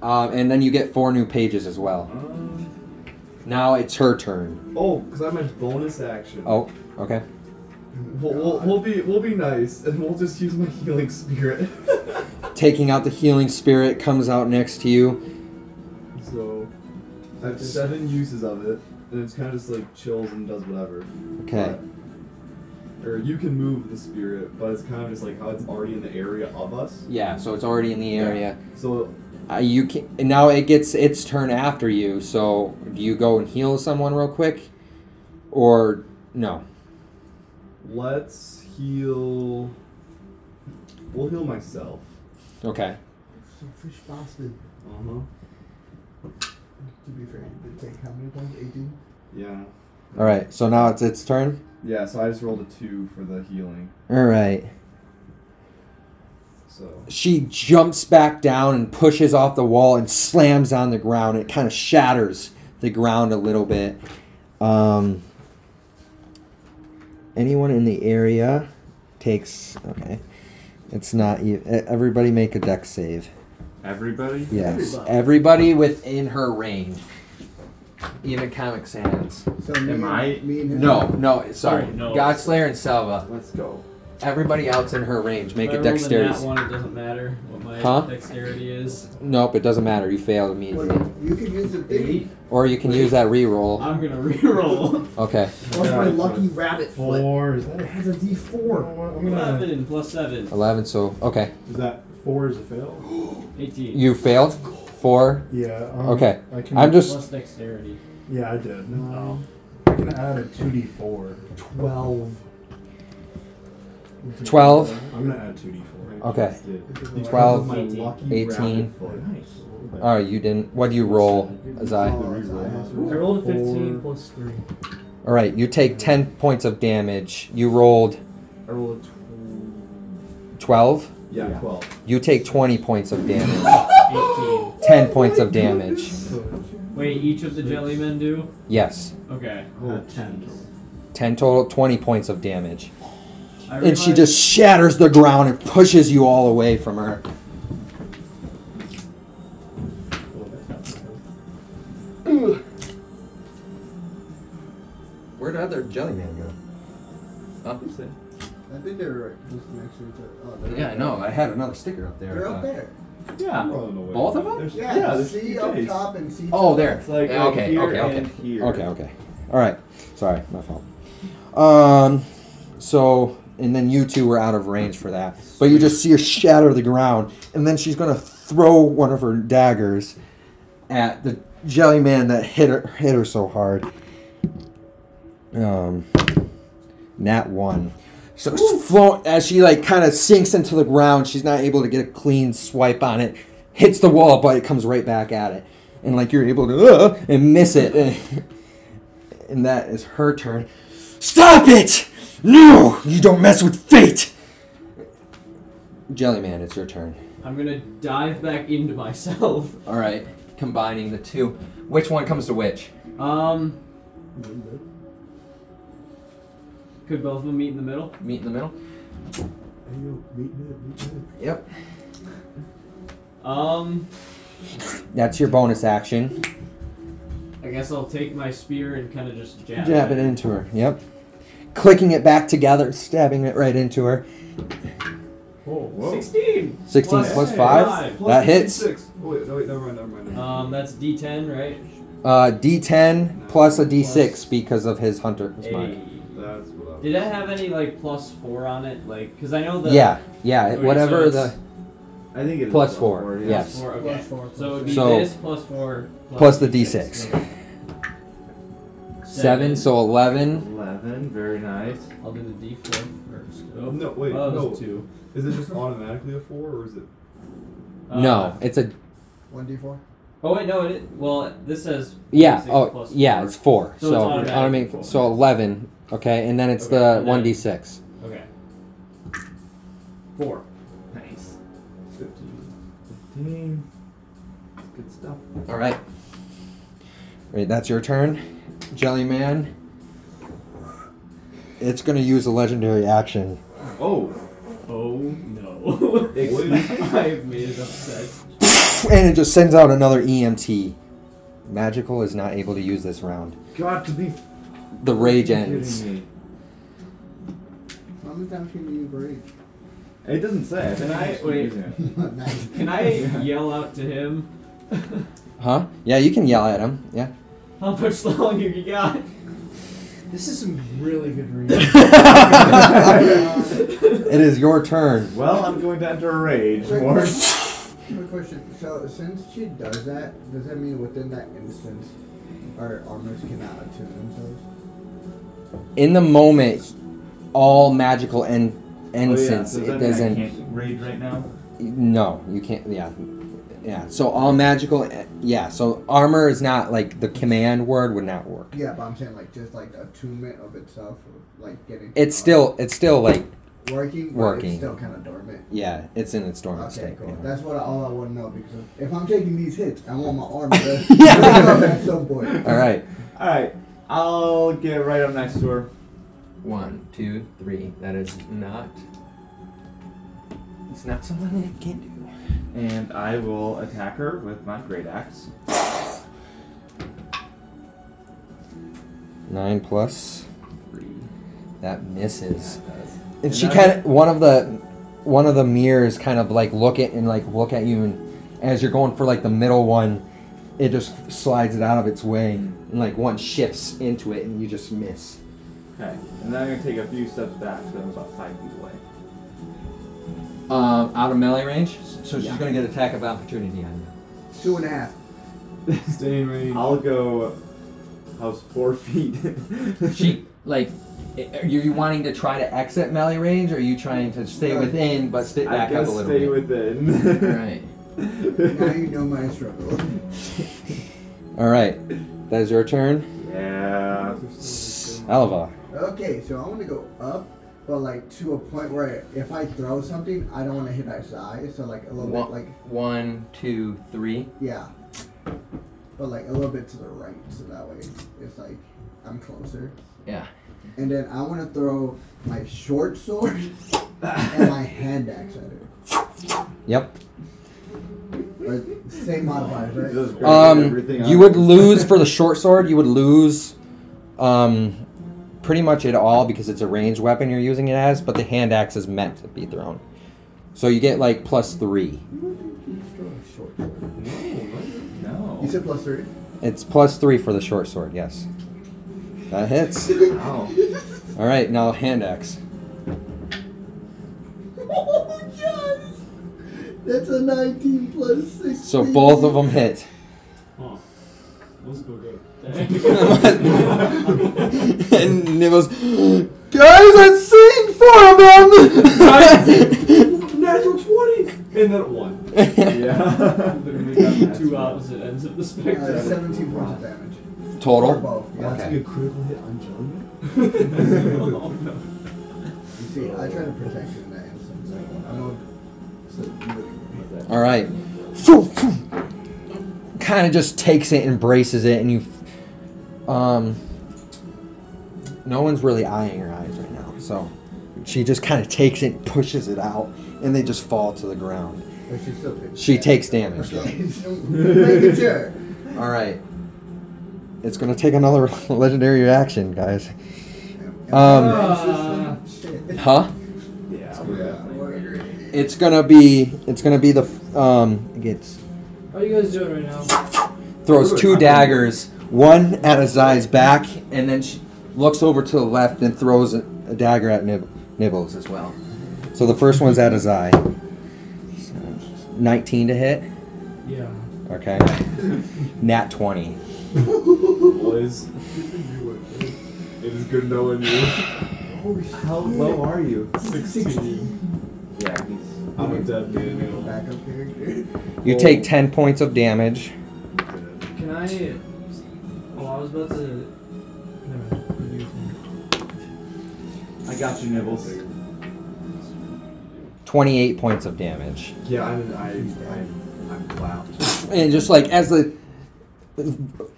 Speaker 2: Um, and then you get four new pages as well.
Speaker 4: Um,
Speaker 2: Now it's her turn.
Speaker 4: oh, because I have my bonus action.
Speaker 2: Oh, okay.
Speaker 4: We'll, we'll, we'll be we'll be nice and we'll just use my healing spirit. *laughs*
Speaker 2: Taking out the healing spirit comes out next to you.
Speaker 4: so I have seven uses of it, and it's kind of just like chills and does whatever.
Speaker 2: Okay.
Speaker 4: But- or you can move the spirit, but it's kind of just like how it's already in the area of us.
Speaker 2: Yeah, so it's already in the
Speaker 4: Yeah.
Speaker 2: area.
Speaker 4: So
Speaker 2: Uh, you can and now it gets its turn after you. So do you go and heal someone real quick, or no?
Speaker 4: let's heal. We'll heal myself.
Speaker 2: Okay.
Speaker 5: Selfish bastard.
Speaker 4: Uh huh.
Speaker 5: Uh-huh. To be fair, you did take how many times? 18?
Speaker 4: Yeah.
Speaker 2: All right. So now it's its turn.
Speaker 4: Yeah. So I just rolled a two for the healing.
Speaker 2: All right.
Speaker 4: So
Speaker 2: She jumps back down and pushes off the wall and slams on the ground. It kind of shatters the ground a little bit. Um, anyone in the area takes okay. It's not you. Everybody make a deck save.
Speaker 3: Everybody?
Speaker 2: Yes,
Speaker 5: Everybody.
Speaker 2: everybody within her range. Even Comic Sans.
Speaker 5: So me
Speaker 3: Am
Speaker 5: and,
Speaker 3: I-
Speaker 5: Me and him.
Speaker 2: No, no, sorry.
Speaker 8: Oh, no.
Speaker 2: Godslayer and Selva.
Speaker 4: let's go.
Speaker 2: Everybody else in her range, make
Speaker 8: if
Speaker 2: a
Speaker 8: I rolled a nat
Speaker 2: dexterity.
Speaker 8: one, it doesn't matter what my
Speaker 2: Huh?
Speaker 8: dexterity is.
Speaker 2: Nope, it doesn't matter. You failed immediately.
Speaker 5: Wait, you can use a
Speaker 8: Eight.
Speaker 5: eight.
Speaker 2: Or you can use that reroll.
Speaker 8: I'm gonna *laughs* reroll.
Speaker 2: Okay.
Speaker 5: Plus my
Speaker 3: Yeah.
Speaker 5: lucky rabbit foot.
Speaker 11: Four. Is that
Speaker 5: It
Speaker 11: a,
Speaker 5: has a D4.
Speaker 11: I'm gonna.
Speaker 8: Eleven plus seven.
Speaker 2: 11, so. Okay.
Speaker 11: Is that four? Is a fail?
Speaker 8: Eighteen.
Speaker 2: You failed. Four.
Speaker 11: *gasps* Yeah. Um,
Speaker 2: Okay.
Speaker 11: I can,
Speaker 2: I'm just.
Speaker 8: plus dexterity.
Speaker 11: Yeah, I did. No. I can add a two D four.
Speaker 5: 12.
Speaker 2: 12.
Speaker 11: I'm gonna add two D four.
Speaker 2: Okay.
Speaker 5: It's a
Speaker 2: 12,
Speaker 5: my
Speaker 8: 18.
Speaker 5: lucky rabbit
Speaker 2: 18.
Speaker 5: foot.
Speaker 2: Alright, you didn't. What do you roll, Azai?
Speaker 5: Oh, it's a-
Speaker 7: I rolled a 15
Speaker 11: Four.
Speaker 7: plus 3.
Speaker 2: All right, you take 10 points of damage. You rolled
Speaker 4: I rolled a tw-
Speaker 2: 12.
Speaker 4: yeah, twelve.
Speaker 2: You take 20 points of damage.
Speaker 8: Eighteen.
Speaker 2: 10 points of damage.
Speaker 8: Wait, each of the jelly men do?
Speaker 2: Yes.
Speaker 8: Okay.
Speaker 11: Uh, ten.
Speaker 2: 10 total, 20 points of damage.
Speaker 8: I
Speaker 2: And she
Speaker 8: realized-
Speaker 2: just shatters the ground and pushes you all away from her. Where did other Jellyman go?
Speaker 5: I think they were right just next to each other. Oh, they're
Speaker 2: Yeah, I
Speaker 5: up
Speaker 2: know.
Speaker 5: there.
Speaker 2: I had another sticker up there.
Speaker 5: They're up
Speaker 2: Uh,
Speaker 5: there.
Speaker 8: Yeah.
Speaker 2: Both of them?
Speaker 5: Yeah,
Speaker 4: yeah, there's
Speaker 5: C
Speaker 4: two
Speaker 5: up
Speaker 4: days.
Speaker 5: top and C
Speaker 2: Oh, there.
Speaker 4: It's like,
Speaker 2: Yeah,
Speaker 4: like
Speaker 2: okay,
Speaker 4: here
Speaker 2: okay, okay.
Speaker 4: and here.
Speaker 2: Okay, okay. All right. Sorry, my fault. Um, so and then you two were out of range for that, but you just see her shatter the ground, and then she's gonna throw one of her daggers at the jelly man that hit her hit her so hard. Um, nat one. So it's flow as she like kind of sinks into the ground, she's not able to get a clean swipe on it. Hits the wall, but it comes right back at it, and like you're able to uh, and miss it, *laughs* and that is her turn. Stop it! No, you don't mess with fate. Jellyman, it's your turn.
Speaker 8: I'm gonna dive back into myself. *laughs*
Speaker 2: All right, combining the two. Which one comes to which?
Speaker 8: Um. Could both of them meet in the middle?
Speaker 2: Meet in the middle. Yep.
Speaker 8: Um.
Speaker 2: That's your bonus action.
Speaker 8: I guess I'll take my spear and kind of just jab.
Speaker 2: Jab it into her. Yep. Clicking it back together, stabbing it right into her.
Speaker 8: Sixteen.
Speaker 2: 16 plus,
Speaker 8: Plus
Speaker 2: plus 5.
Speaker 8: five.
Speaker 4: Plus
Speaker 2: that hits.
Speaker 4: Six. Oh, wait, no, wait, never mind, never mind. Never mind.
Speaker 8: Um, that's D10, right?
Speaker 2: Uh, D10 plus a D6
Speaker 8: Plus-
Speaker 2: because of his hunter's
Speaker 8: Hey.
Speaker 2: mind.
Speaker 4: That's what I
Speaker 8: Did that have any like plus four on it? Like, cause I know the
Speaker 2: Yeah, yeah,
Speaker 8: Okay, so
Speaker 2: whatever
Speaker 8: it's-
Speaker 2: the.
Speaker 4: I think it is
Speaker 2: Plus
Speaker 4: plus
Speaker 2: four, yes.
Speaker 8: Four, okay.
Speaker 7: Plus four, plus
Speaker 8: so it'd be
Speaker 2: So-
Speaker 8: this plus four
Speaker 2: Plus the
Speaker 8: D6.
Speaker 2: D6. 7, so 11.
Speaker 4: Eleven. Very nice.
Speaker 8: I'll do the D4 first.
Speaker 4: Oh, no, wait,
Speaker 8: Oh,
Speaker 4: no.
Speaker 8: it's two.
Speaker 4: Is it just automatically a four, or is it?
Speaker 8: Uh,
Speaker 2: no, it's a
Speaker 5: 1d4.
Speaker 8: Oh wait, no. It, well, this says
Speaker 2: yeah.
Speaker 8: six
Speaker 2: Oh,
Speaker 8: plus
Speaker 2: yeah.
Speaker 8: four.
Speaker 2: It's four.
Speaker 8: So
Speaker 2: So,
Speaker 8: it's
Speaker 2: automatic.
Speaker 8: automatic.
Speaker 2: So eleven. Okay, and then it's
Speaker 8: Okay,
Speaker 2: the
Speaker 8: and
Speaker 2: one
Speaker 8: then-
Speaker 2: d six.
Speaker 8: Okay. Four.
Speaker 4: Nice. Fifteen. Fifteen. Good stuff.
Speaker 2: All right. Right, that's your turn, Jellyman. It's gonna use a legendary action.
Speaker 4: Oh.
Speaker 8: Oh *laughs* no! I've made it upset.
Speaker 2: And it just sends out another EMT. Magical is not able to use this round.
Speaker 4: Got to be
Speaker 2: The rage
Speaker 4: kidding
Speaker 2: ends.
Speaker 4: me.
Speaker 5: How many times can you use rage?
Speaker 4: It doesn't say. I think
Speaker 8: Can I-
Speaker 4: it's just
Speaker 8: wait.
Speaker 4: using it.
Speaker 5: Nice.
Speaker 4: *laughs*
Speaker 8: Can I yell out to him? *laughs*
Speaker 2: Huh? Yeah, you can yell at him. Yeah.
Speaker 8: How much longer you got?
Speaker 7: This is some really good reading.
Speaker 2: It is your turn.
Speaker 3: Well, I'm going to enter a
Speaker 4: *laughs*
Speaker 3: rage,
Speaker 5: Quick
Speaker 3: Mort.
Speaker 5: question- *laughs* quick question. So since she does that, does that mean within that instance, our armors cannot attune themselves?
Speaker 2: In the moment, all magical en-
Speaker 3: Oh, yeah,
Speaker 2: incense,
Speaker 3: so
Speaker 2: it
Speaker 3: that mean I
Speaker 2: doesn't.
Speaker 3: can't rage right now.
Speaker 2: No, you can't. Yeah, yeah. So all magical. Yeah. So armor is not like the command word would not work.
Speaker 5: Yeah, but I'm saying like just like attunement of itself, or, like getting.
Speaker 2: It's still. It's still like.
Speaker 5: working. but
Speaker 2: working.
Speaker 5: It's still kind of dormant.
Speaker 2: Yeah, it's in its dormant
Speaker 5: Okay,
Speaker 2: state.
Speaker 5: cool.
Speaker 2: yeah.
Speaker 5: That's what I, all I want to know because if I'm taking these hits, I want
Speaker 2: *laughs*
Speaker 5: my armor to yeah. up at some point.
Speaker 2: All right.
Speaker 3: All right, I'll get right up next to her.
Speaker 2: One, two, three. That is not. It's not something that I can do.
Speaker 3: And I will attack her with my great axe.
Speaker 2: Nine plus.
Speaker 3: Three.
Speaker 2: That misses.
Speaker 3: And
Speaker 2: And she
Speaker 3: that-
Speaker 2: kind of one of the one of the mirrors kind of like look at and like look at you, and as you're going for like the middle one, it just slides it out of its way, and like one shifts into it, and you just miss.
Speaker 3: Okay, and then I'm gonna take a few steps back, so I'm about five feet away.
Speaker 2: Um, out of melee range, so she's gonna get attack of opportunity on you.
Speaker 5: Two and a half.
Speaker 4: Stay in range.
Speaker 3: I'll go. I was four feet.
Speaker 2: *laughs* She like, are you wanting to try to exit melee range, or are you trying to stay within but sit
Speaker 3: Uh, I
Speaker 2: back up
Speaker 3: guess
Speaker 2: a little
Speaker 3: stay
Speaker 2: bit?
Speaker 3: within.
Speaker 2: All right.
Speaker 5: Now you know my struggle.
Speaker 2: All right. That is your turn,
Speaker 3: *laughs* yeah.
Speaker 2: Alva.
Speaker 5: Okay, so I want to go up, but like to a point where if I throw something, I don't want to hit its eye. So like a little bit, like
Speaker 2: one, two, three.
Speaker 5: yeah, but like a little bit to the right, so that way it's like I'm closer.
Speaker 2: Yeah.
Speaker 5: And then I want to throw my short sword *laughs* and my hand axe at her.
Speaker 2: Yep.
Speaker 5: Or same modifiers, right?
Speaker 3: Just grab
Speaker 2: Um,
Speaker 3: everything
Speaker 2: you
Speaker 3: out.
Speaker 2: would
Speaker 3: *laughs*
Speaker 2: lose for the short sword. You would lose, um, pretty much it all because it's a ranged weapon you're using it as. But the hand axe is meant to be thrown, so you get like plus three.
Speaker 5: Short sword. You
Speaker 3: No.
Speaker 5: said plus three.
Speaker 2: It's plus three for the short sword. Yes, that hits.
Speaker 3: Wow.
Speaker 2: All right, now hand axe.
Speaker 5: Oh yes, that's a 19 plus 16.
Speaker 2: So both of them hit.
Speaker 4: Let's go good.
Speaker 2: *laughs* and Nibbles, guys, I'm seeing four of them.
Speaker 4: Natural 20! And then one.
Speaker 2: *laughs*
Speaker 3: *laughs* Yeah.
Speaker 8: *laughs* Two opposite ends of the
Speaker 5: Uh,
Speaker 8: spectrum.
Speaker 5: 17 points of damage. Or
Speaker 2: Total.
Speaker 5: both. Yeah.
Speaker 4: That's like a critical hit on Jellyman?
Speaker 5: You see, I try to protect you in that instance. Like, I'm not. So, really
Speaker 2: All right. Kind of just takes it, embraces it, and you. Um. No one's really eyeing her eyes right now, so she just kind of takes it, pushes it out, and they just fall to the ground.
Speaker 5: But she still takes
Speaker 2: She
Speaker 5: *laughs*
Speaker 2: takes damage. though.
Speaker 5: Okay, so making sure.
Speaker 2: All right. It's gonna take another *laughs* legendary action, guys. Um.
Speaker 7: Uh,
Speaker 5: Shit.
Speaker 2: Huh?
Speaker 3: yeah. we're definitely-
Speaker 2: It's gonna be. It's gonna be the. f- Um. It gets
Speaker 7: how are you guys doing right now?
Speaker 2: throws two daggers, one at Azai's back, and then she looks over to the left and throws a, a dagger at Nib- Nibbles as well. So the first one's at Azai. 19 to hit.
Speaker 7: Yeah.
Speaker 2: Okay. Nat 20.
Speaker 4: Boys. It is good knowing you.
Speaker 3: How low are you?
Speaker 4: 16.
Speaker 3: Yeah, he's.
Speaker 4: I'm a dead man
Speaker 5: Go
Speaker 4: now.
Speaker 5: Back up here.
Speaker 2: You take 10 points of damage.
Speaker 7: Can I? Oh, I was about to. Never mind. You can-
Speaker 3: I got you, Nibbles.
Speaker 2: 28 points of damage.
Speaker 4: Yeah, I'm, I, I'm, I'm clapped.
Speaker 2: and just like as the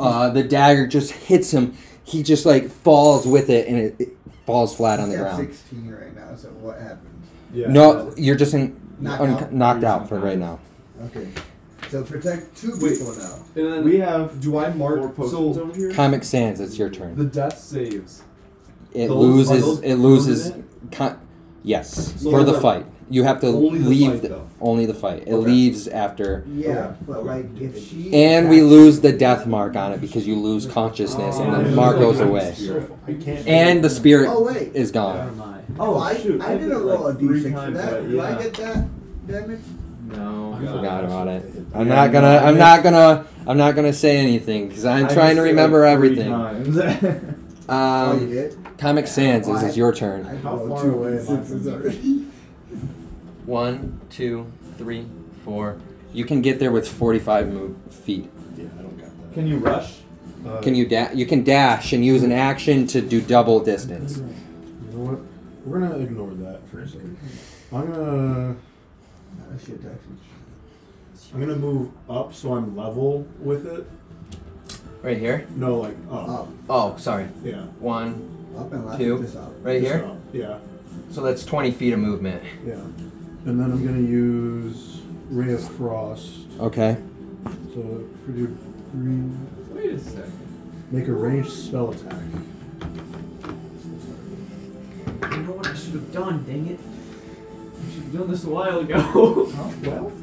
Speaker 2: uh, the dagger just hits him, he just like falls with it and it, it falls flat on the
Speaker 5: He's at
Speaker 2: ground.
Speaker 5: 16 right now, so what happened?
Speaker 4: Yeah.
Speaker 2: No, you're just in,
Speaker 5: Knocked
Speaker 2: un-
Speaker 5: out?
Speaker 2: knocked out for right now.
Speaker 5: Okay. So protect two
Speaker 4: Wait.
Speaker 5: people now.
Speaker 4: And then,
Speaker 3: We have
Speaker 4: do I
Speaker 3: four
Speaker 4: mark,
Speaker 3: potions
Speaker 4: so
Speaker 3: over here.
Speaker 2: Comic Sans, it's your turn.
Speaker 4: the death saves.
Speaker 2: It
Speaker 4: those- are
Speaker 2: loses.
Speaker 4: those
Speaker 2: It loses.
Speaker 4: permanent?
Speaker 2: Con- yes,
Speaker 4: So
Speaker 2: for
Speaker 4: those
Speaker 2: the
Speaker 4: are-
Speaker 2: fight. You have to
Speaker 4: Only the
Speaker 2: leave
Speaker 4: fight,
Speaker 2: the-
Speaker 4: though.
Speaker 2: only the fight. It
Speaker 11: Okay.
Speaker 2: leaves after,
Speaker 5: Yeah, but like if she
Speaker 2: and we lose the death mark on it because you lose consciousness, and
Speaker 4: Oh.
Speaker 2: the mark goes
Speaker 4: Yeah.
Speaker 2: away,
Speaker 11: I can't.
Speaker 2: and the spirit
Speaker 5: Oh, wait.
Speaker 2: is
Speaker 8: Never
Speaker 2: gone.
Speaker 8: mind.
Speaker 5: Oh,
Speaker 4: Oh,
Speaker 5: I,
Speaker 4: shoot,
Speaker 5: I
Speaker 4: I did
Speaker 5: didn't
Speaker 4: it,
Speaker 5: roll
Speaker 4: like,
Speaker 5: a
Speaker 4: three
Speaker 5: d6 for
Speaker 4: times,
Speaker 5: that.
Speaker 4: but
Speaker 5: Do I
Speaker 4: yeah.
Speaker 5: get that damage?
Speaker 4: No.
Speaker 11: I
Speaker 2: Forgot about it. I'm
Speaker 4: Yeah,
Speaker 2: not gonna.
Speaker 4: no, I
Speaker 2: I'm
Speaker 4: mean-
Speaker 2: not gonna. I'm not gonna say anything because I'm
Speaker 4: I
Speaker 2: trying to
Speaker 4: missed it,
Speaker 2: remember
Speaker 4: like, three
Speaker 2: everything.
Speaker 3: *laughs*
Speaker 4: times.
Speaker 5: oh, you
Speaker 2: Um,
Speaker 5: did?
Speaker 2: Comic Sans is
Speaker 5: Why?
Speaker 2: it's your
Speaker 5: I
Speaker 2: turn.
Speaker 11: How
Speaker 5: rolled
Speaker 11: far
Speaker 5: two
Speaker 11: away am I
Speaker 5: d6s
Speaker 11: from you?
Speaker 5: already.
Speaker 2: One, two, three, four. You can get there with 45 move feet.
Speaker 11: Yeah, I don't got
Speaker 4: Can you rush?
Speaker 11: that. Uh,
Speaker 2: Can you da- You can dash and use an action to do double distance.
Speaker 11: Uh, You know what? We're gonna ignore that for a second. I'm gonna
Speaker 5: I should actually.
Speaker 11: I'm gonna move up so I'm level with it.
Speaker 2: Right here.
Speaker 11: No, like up.
Speaker 5: Up,
Speaker 2: Oh, sorry.
Speaker 11: Yeah.
Speaker 2: One,
Speaker 5: up and left.
Speaker 2: Two.
Speaker 5: This up.
Speaker 2: right
Speaker 11: just
Speaker 2: here.
Speaker 11: Up. Yeah.
Speaker 2: So that's 20 feet of movement.
Speaker 11: Yeah. And then I'm gonna use Ray of Frost.
Speaker 2: Okay.
Speaker 11: So if we do green,
Speaker 4: Wait a second.
Speaker 11: make a ranged spell attack.
Speaker 8: You know what I should have done, dang it. I should have done this a while ago.
Speaker 7: *laughs*
Speaker 11: Oh,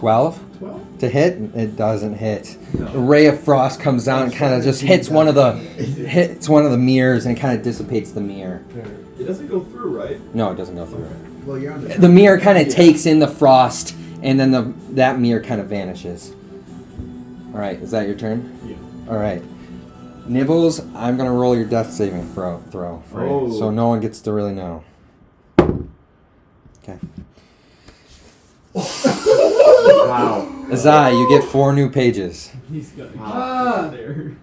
Speaker 11: 12?
Speaker 2: 12
Speaker 11: 12?
Speaker 2: to hit. It doesn't hit. A ray of frost comes down and kind of just hits one of the hits one of the mirrors and kind of dissipates the mirror.
Speaker 11: There.
Speaker 4: It doesn't go through, right?
Speaker 2: No, it doesn't go through.
Speaker 5: Well, you're on the.
Speaker 2: The mirror kind of takes in the frost, and then the that mirror kind of vanishes. All right, is that your turn?
Speaker 11: Yeah.
Speaker 2: All right, Nibbles, I'm gonna roll your death saving throw. Throw. For you,
Speaker 4: Oh.
Speaker 2: So no one gets to really know. Okay.
Speaker 3: Wow.
Speaker 2: Azai, you get four new pages.
Speaker 8: He's got to
Speaker 4: Ah.
Speaker 8: there.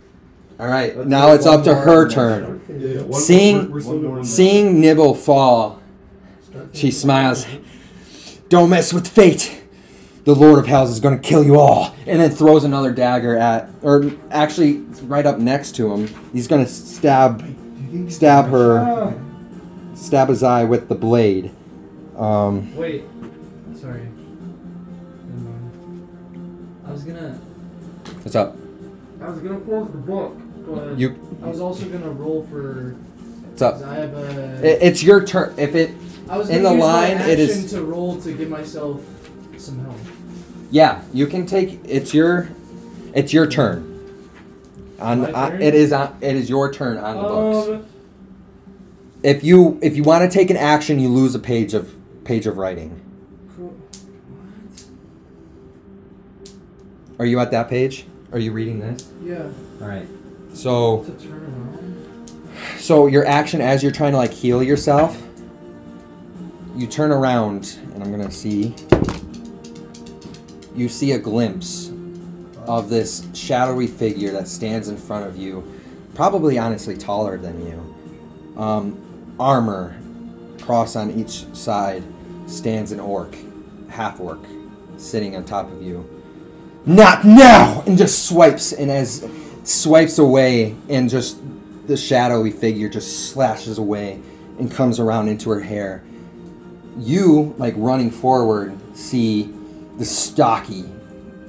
Speaker 2: All right,
Speaker 4: Let's
Speaker 2: now
Speaker 4: go
Speaker 2: it's
Speaker 4: one
Speaker 2: up to
Speaker 4: more
Speaker 2: her
Speaker 4: and then
Speaker 2: turn.
Speaker 4: Yeah, yeah, one-
Speaker 2: Seeing-
Speaker 4: we're- we're still doing-
Speaker 2: Seeing Nibble fall, she smiles. Don't mess with fate. The Lord of Hells is going to kill you all. And then throws another dagger at, or actually, it's right up next to him. He's going to stab, stab her,
Speaker 4: Ah.
Speaker 2: stab his eye with the blade. Um,
Speaker 7: Wait. Sorry. Never mind. I was gonna.
Speaker 2: what's up?
Speaker 7: I was gonna close the book, but
Speaker 2: You,
Speaker 7: I was also gonna roll for.
Speaker 2: what's up?
Speaker 7: I have a.
Speaker 2: It, it's your turn. If it,
Speaker 7: I was
Speaker 2: in
Speaker 7: gonna
Speaker 2: the
Speaker 7: use
Speaker 2: line,
Speaker 7: my
Speaker 2: it is-
Speaker 7: action to roll to give myself some help.
Speaker 2: yeah, you can take. It's your, it's your turn. On,
Speaker 7: My
Speaker 2: on uh,
Speaker 7: turn?
Speaker 2: it is on. It is your turn on the books.
Speaker 7: Um,
Speaker 2: If you if you want to take an action, you lose a page of page of writing. Are you at that page? Are you reading this?
Speaker 7: yeah.
Speaker 2: All right. So
Speaker 7: To turn around.
Speaker 2: so your action as you're trying to like heal yourself, you turn around and I'm gonna see. You see a glimpse of this shadowy figure that stands in front of you, probably honestly taller than you. Um, armor, cross on each side, stands an orc, half orc, sitting on top of you. Not now! And just swipes, and as swipes away, and just the shadowy figure just slashes away and comes around into her hair. You, like running forward, see the stocky,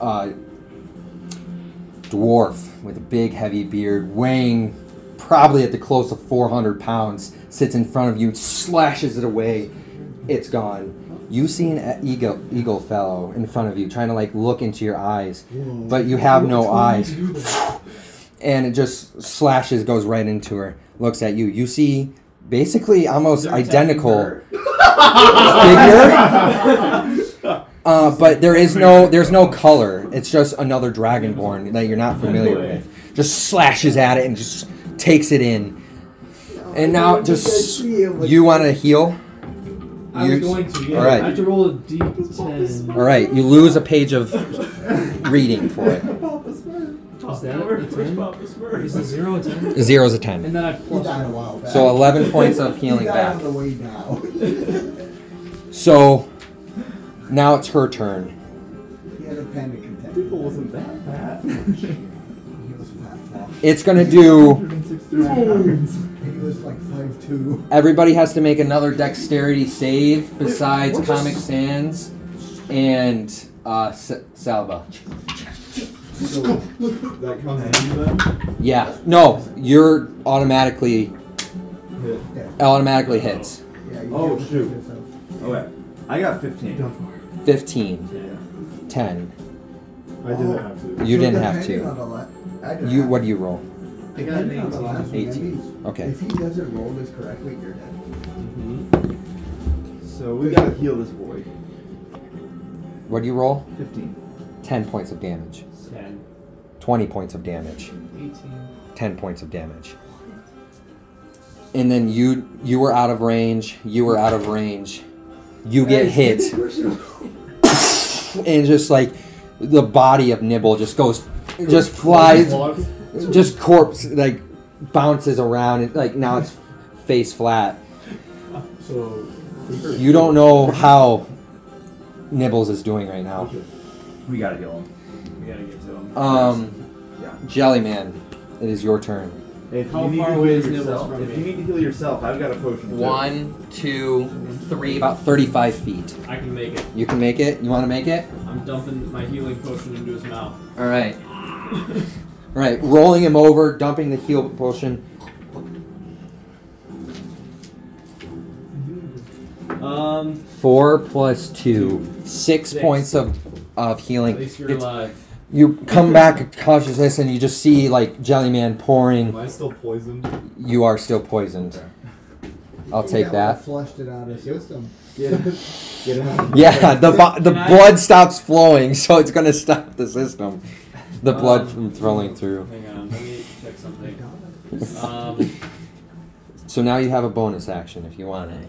Speaker 2: uh, dwarf with a big heavy beard weighing probably at the close of 400 pounds sits in front of you slashes it away it's gone you see an e-, eagle eagle fellow in front of you trying to like look into your eyes but you have no eyes and it just slashes goes right into her looks at you you see basically almost
Speaker 8: They're
Speaker 2: identical
Speaker 8: attacking
Speaker 2: *laughs* figure. Uh, but there is no there's no color. It's just another dragonborn that you're not familiar with. Just slashes at it and just takes it in. And now just you want to heal.
Speaker 7: I was
Speaker 2: You-
Speaker 7: going to. Yeah.
Speaker 2: all right.
Speaker 7: I have to roll a d10.
Speaker 2: All right, you lose a page of reading for it.
Speaker 7: Is that a 10? Is it 0
Speaker 2: *laughs*
Speaker 7: a 10?
Speaker 2: Zero's a ten.
Speaker 7: And then I
Speaker 5: He
Speaker 7: plus
Speaker 5: died a
Speaker 7: one.
Speaker 5: while back.
Speaker 2: So eleven points of
Speaker 5: He
Speaker 2: healing
Speaker 5: died
Speaker 2: back.
Speaker 5: on the way down. *laughs*
Speaker 2: So now it's her turn.
Speaker 5: he had a panic attack.
Speaker 4: People wasn't that fat.
Speaker 5: He was fat, fat.
Speaker 2: It's gonna do.
Speaker 4: 160 pounds.
Speaker 5: He was like five two.
Speaker 2: Everybody has to make another dexterity save besides
Speaker 4: Wait, what
Speaker 2: Comic Sans and uh, S- Salva.
Speaker 4: So that counts as you then?
Speaker 2: Yeah. No, you're automatically
Speaker 4: Yeah.
Speaker 2: automatically hits.
Speaker 5: Yeah, you
Speaker 4: Oh,
Speaker 5: can't
Speaker 4: shoot.
Speaker 5: yourself.
Speaker 4: Okay.
Speaker 3: Okay. I got 15.
Speaker 2: 15. 10.
Speaker 11: I didn't have to.
Speaker 2: You
Speaker 5: So
Speaker 2: didn't have
Speaker 5: depending on the le- I
Speaker 2: to.
Speaker 5: didn't
Speaker 2: You
Speaker 5: have
Speaker 2: what
Speaker 5: to.
Speaker 2: do you roll?
Speaker 8: I got an
Speaker 5: Depending on the
Speaker 8: 18.
Speaker 5: last one, that
Speaker 2: 18.
Speaker 5: means
Speaker 2: Okay.
Speaker 5: If he doesn't roll this correctly, you're dead.
Speaker 3: So we gotta heal this boy.
Speaker 2: What do you roll?
Speaker 3: 15.
Speaker 2: 10 points of damage.
Speaker 8: 10.
Speaker 2: 20 points of damage.
Speaker 7: 18.
Speaker 2: 10 points of damage. And then you you were out of range. You were out of range. You get hit. and just like the body of Nibble just goes just flies just corpse like bounces around and like now it's face flat.
Speaker 11: So
Speaker 2: You don't know how Nibbles is doing right now.
Speaker 3: We gotta heal him.
Speaker 8: We gotta get to him.
Speaker 2: Um
Speaker 3: Yeah.
Speaker 2: Jellyman, it is your turn.
Speaker 3: If
Speaker 8: How
Speaker 3: you need
Speaker 8: far
Speaker 3: to
Speaker 8: away
Speaker 3: heal
Speaker 8: is Nibbles
Speaker 3: yourself,
Speaker 8: from
Speaker 3: if
Speaker 8: me?
Speaker 3: you need to heal yourself, I've got a potion. too.
Speaker 2: One, two, three, about 35 feet.
Speaker 8: I can make it.
Speaker 2: You can make it. You want to make it?
Speaker 8: I'm dumping my healing potion into his mouth.
Speaker 2: All
Speaker 8: *laughs*
Speaker 2: right. All right. Rolling him over, dumping the heal potion.
Speaker 8: Um,
Speaker 2: Four plus two, six
Speaker 8: Six.
Speaker 2: points of of
Speaker 8: at
Speaker 2: healing.
Speaker 8: least you're
Speaker 2: It's-
Speaker 8: alive.
Speaker 2: you come back to consciousness and you just see like Jellyman
Speaker 4: Am
Speaker 2: pouring.
Speaker 4: I still poisoned?
Speaker 2: You are still poisoned. I'll take
Speaker 5: Yeah,
Speaker 2: that.
Speaker 5: Flushed it out of the system.
Speaker 3: Get, get him out.
Speaker 2: Yeah, the bo- the
Speaker 8: *laughs* Can I-
Speaker 2: blood stops flowing, *laughs* so it's gonna stop the system. The
Speaker 8: Um,
Speaker 2: blood from flowing through.
Speaker 8: Hang on, let me check something.
Speaker 5: God.
Speaker 8: Um,
Speaker 2: *laughs* So now you have a bonus action if you want it.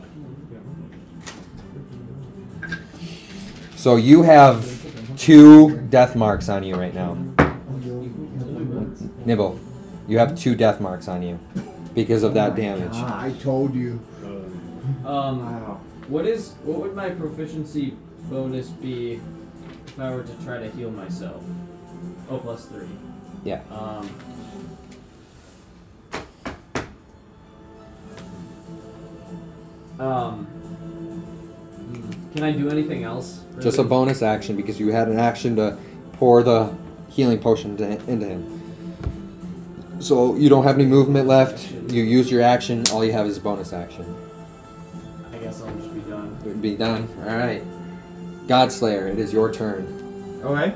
Speaker 2: So you have two death marks on you right now. Nibble, you have two death marks on you because *laughs* of that damage.
Speaker 5: Ah, I told you.
Speaker 11: Uh,
Speaker 8: um,
Speaker 3: Wow.
Speaker 8: what is what would my proficiency bonus be if I were to try to heal myself? Oh, plus three.
Speaker 2: Yeah.
Speaker 8: Um. Um. hmm, Can I do anything else?
Speaker 2: Just a
Speaker 8: really?
Speaker 2: bonus action because you had an action to pour the healing potion to, into him. So you don't have any movement left. You use your action. All you have is bonus action.
Speaker 8: I guess I'll just be done.
Speaker 2: It would be done. All right, Godslayer, it is your turn.
Speaker 3: Okay.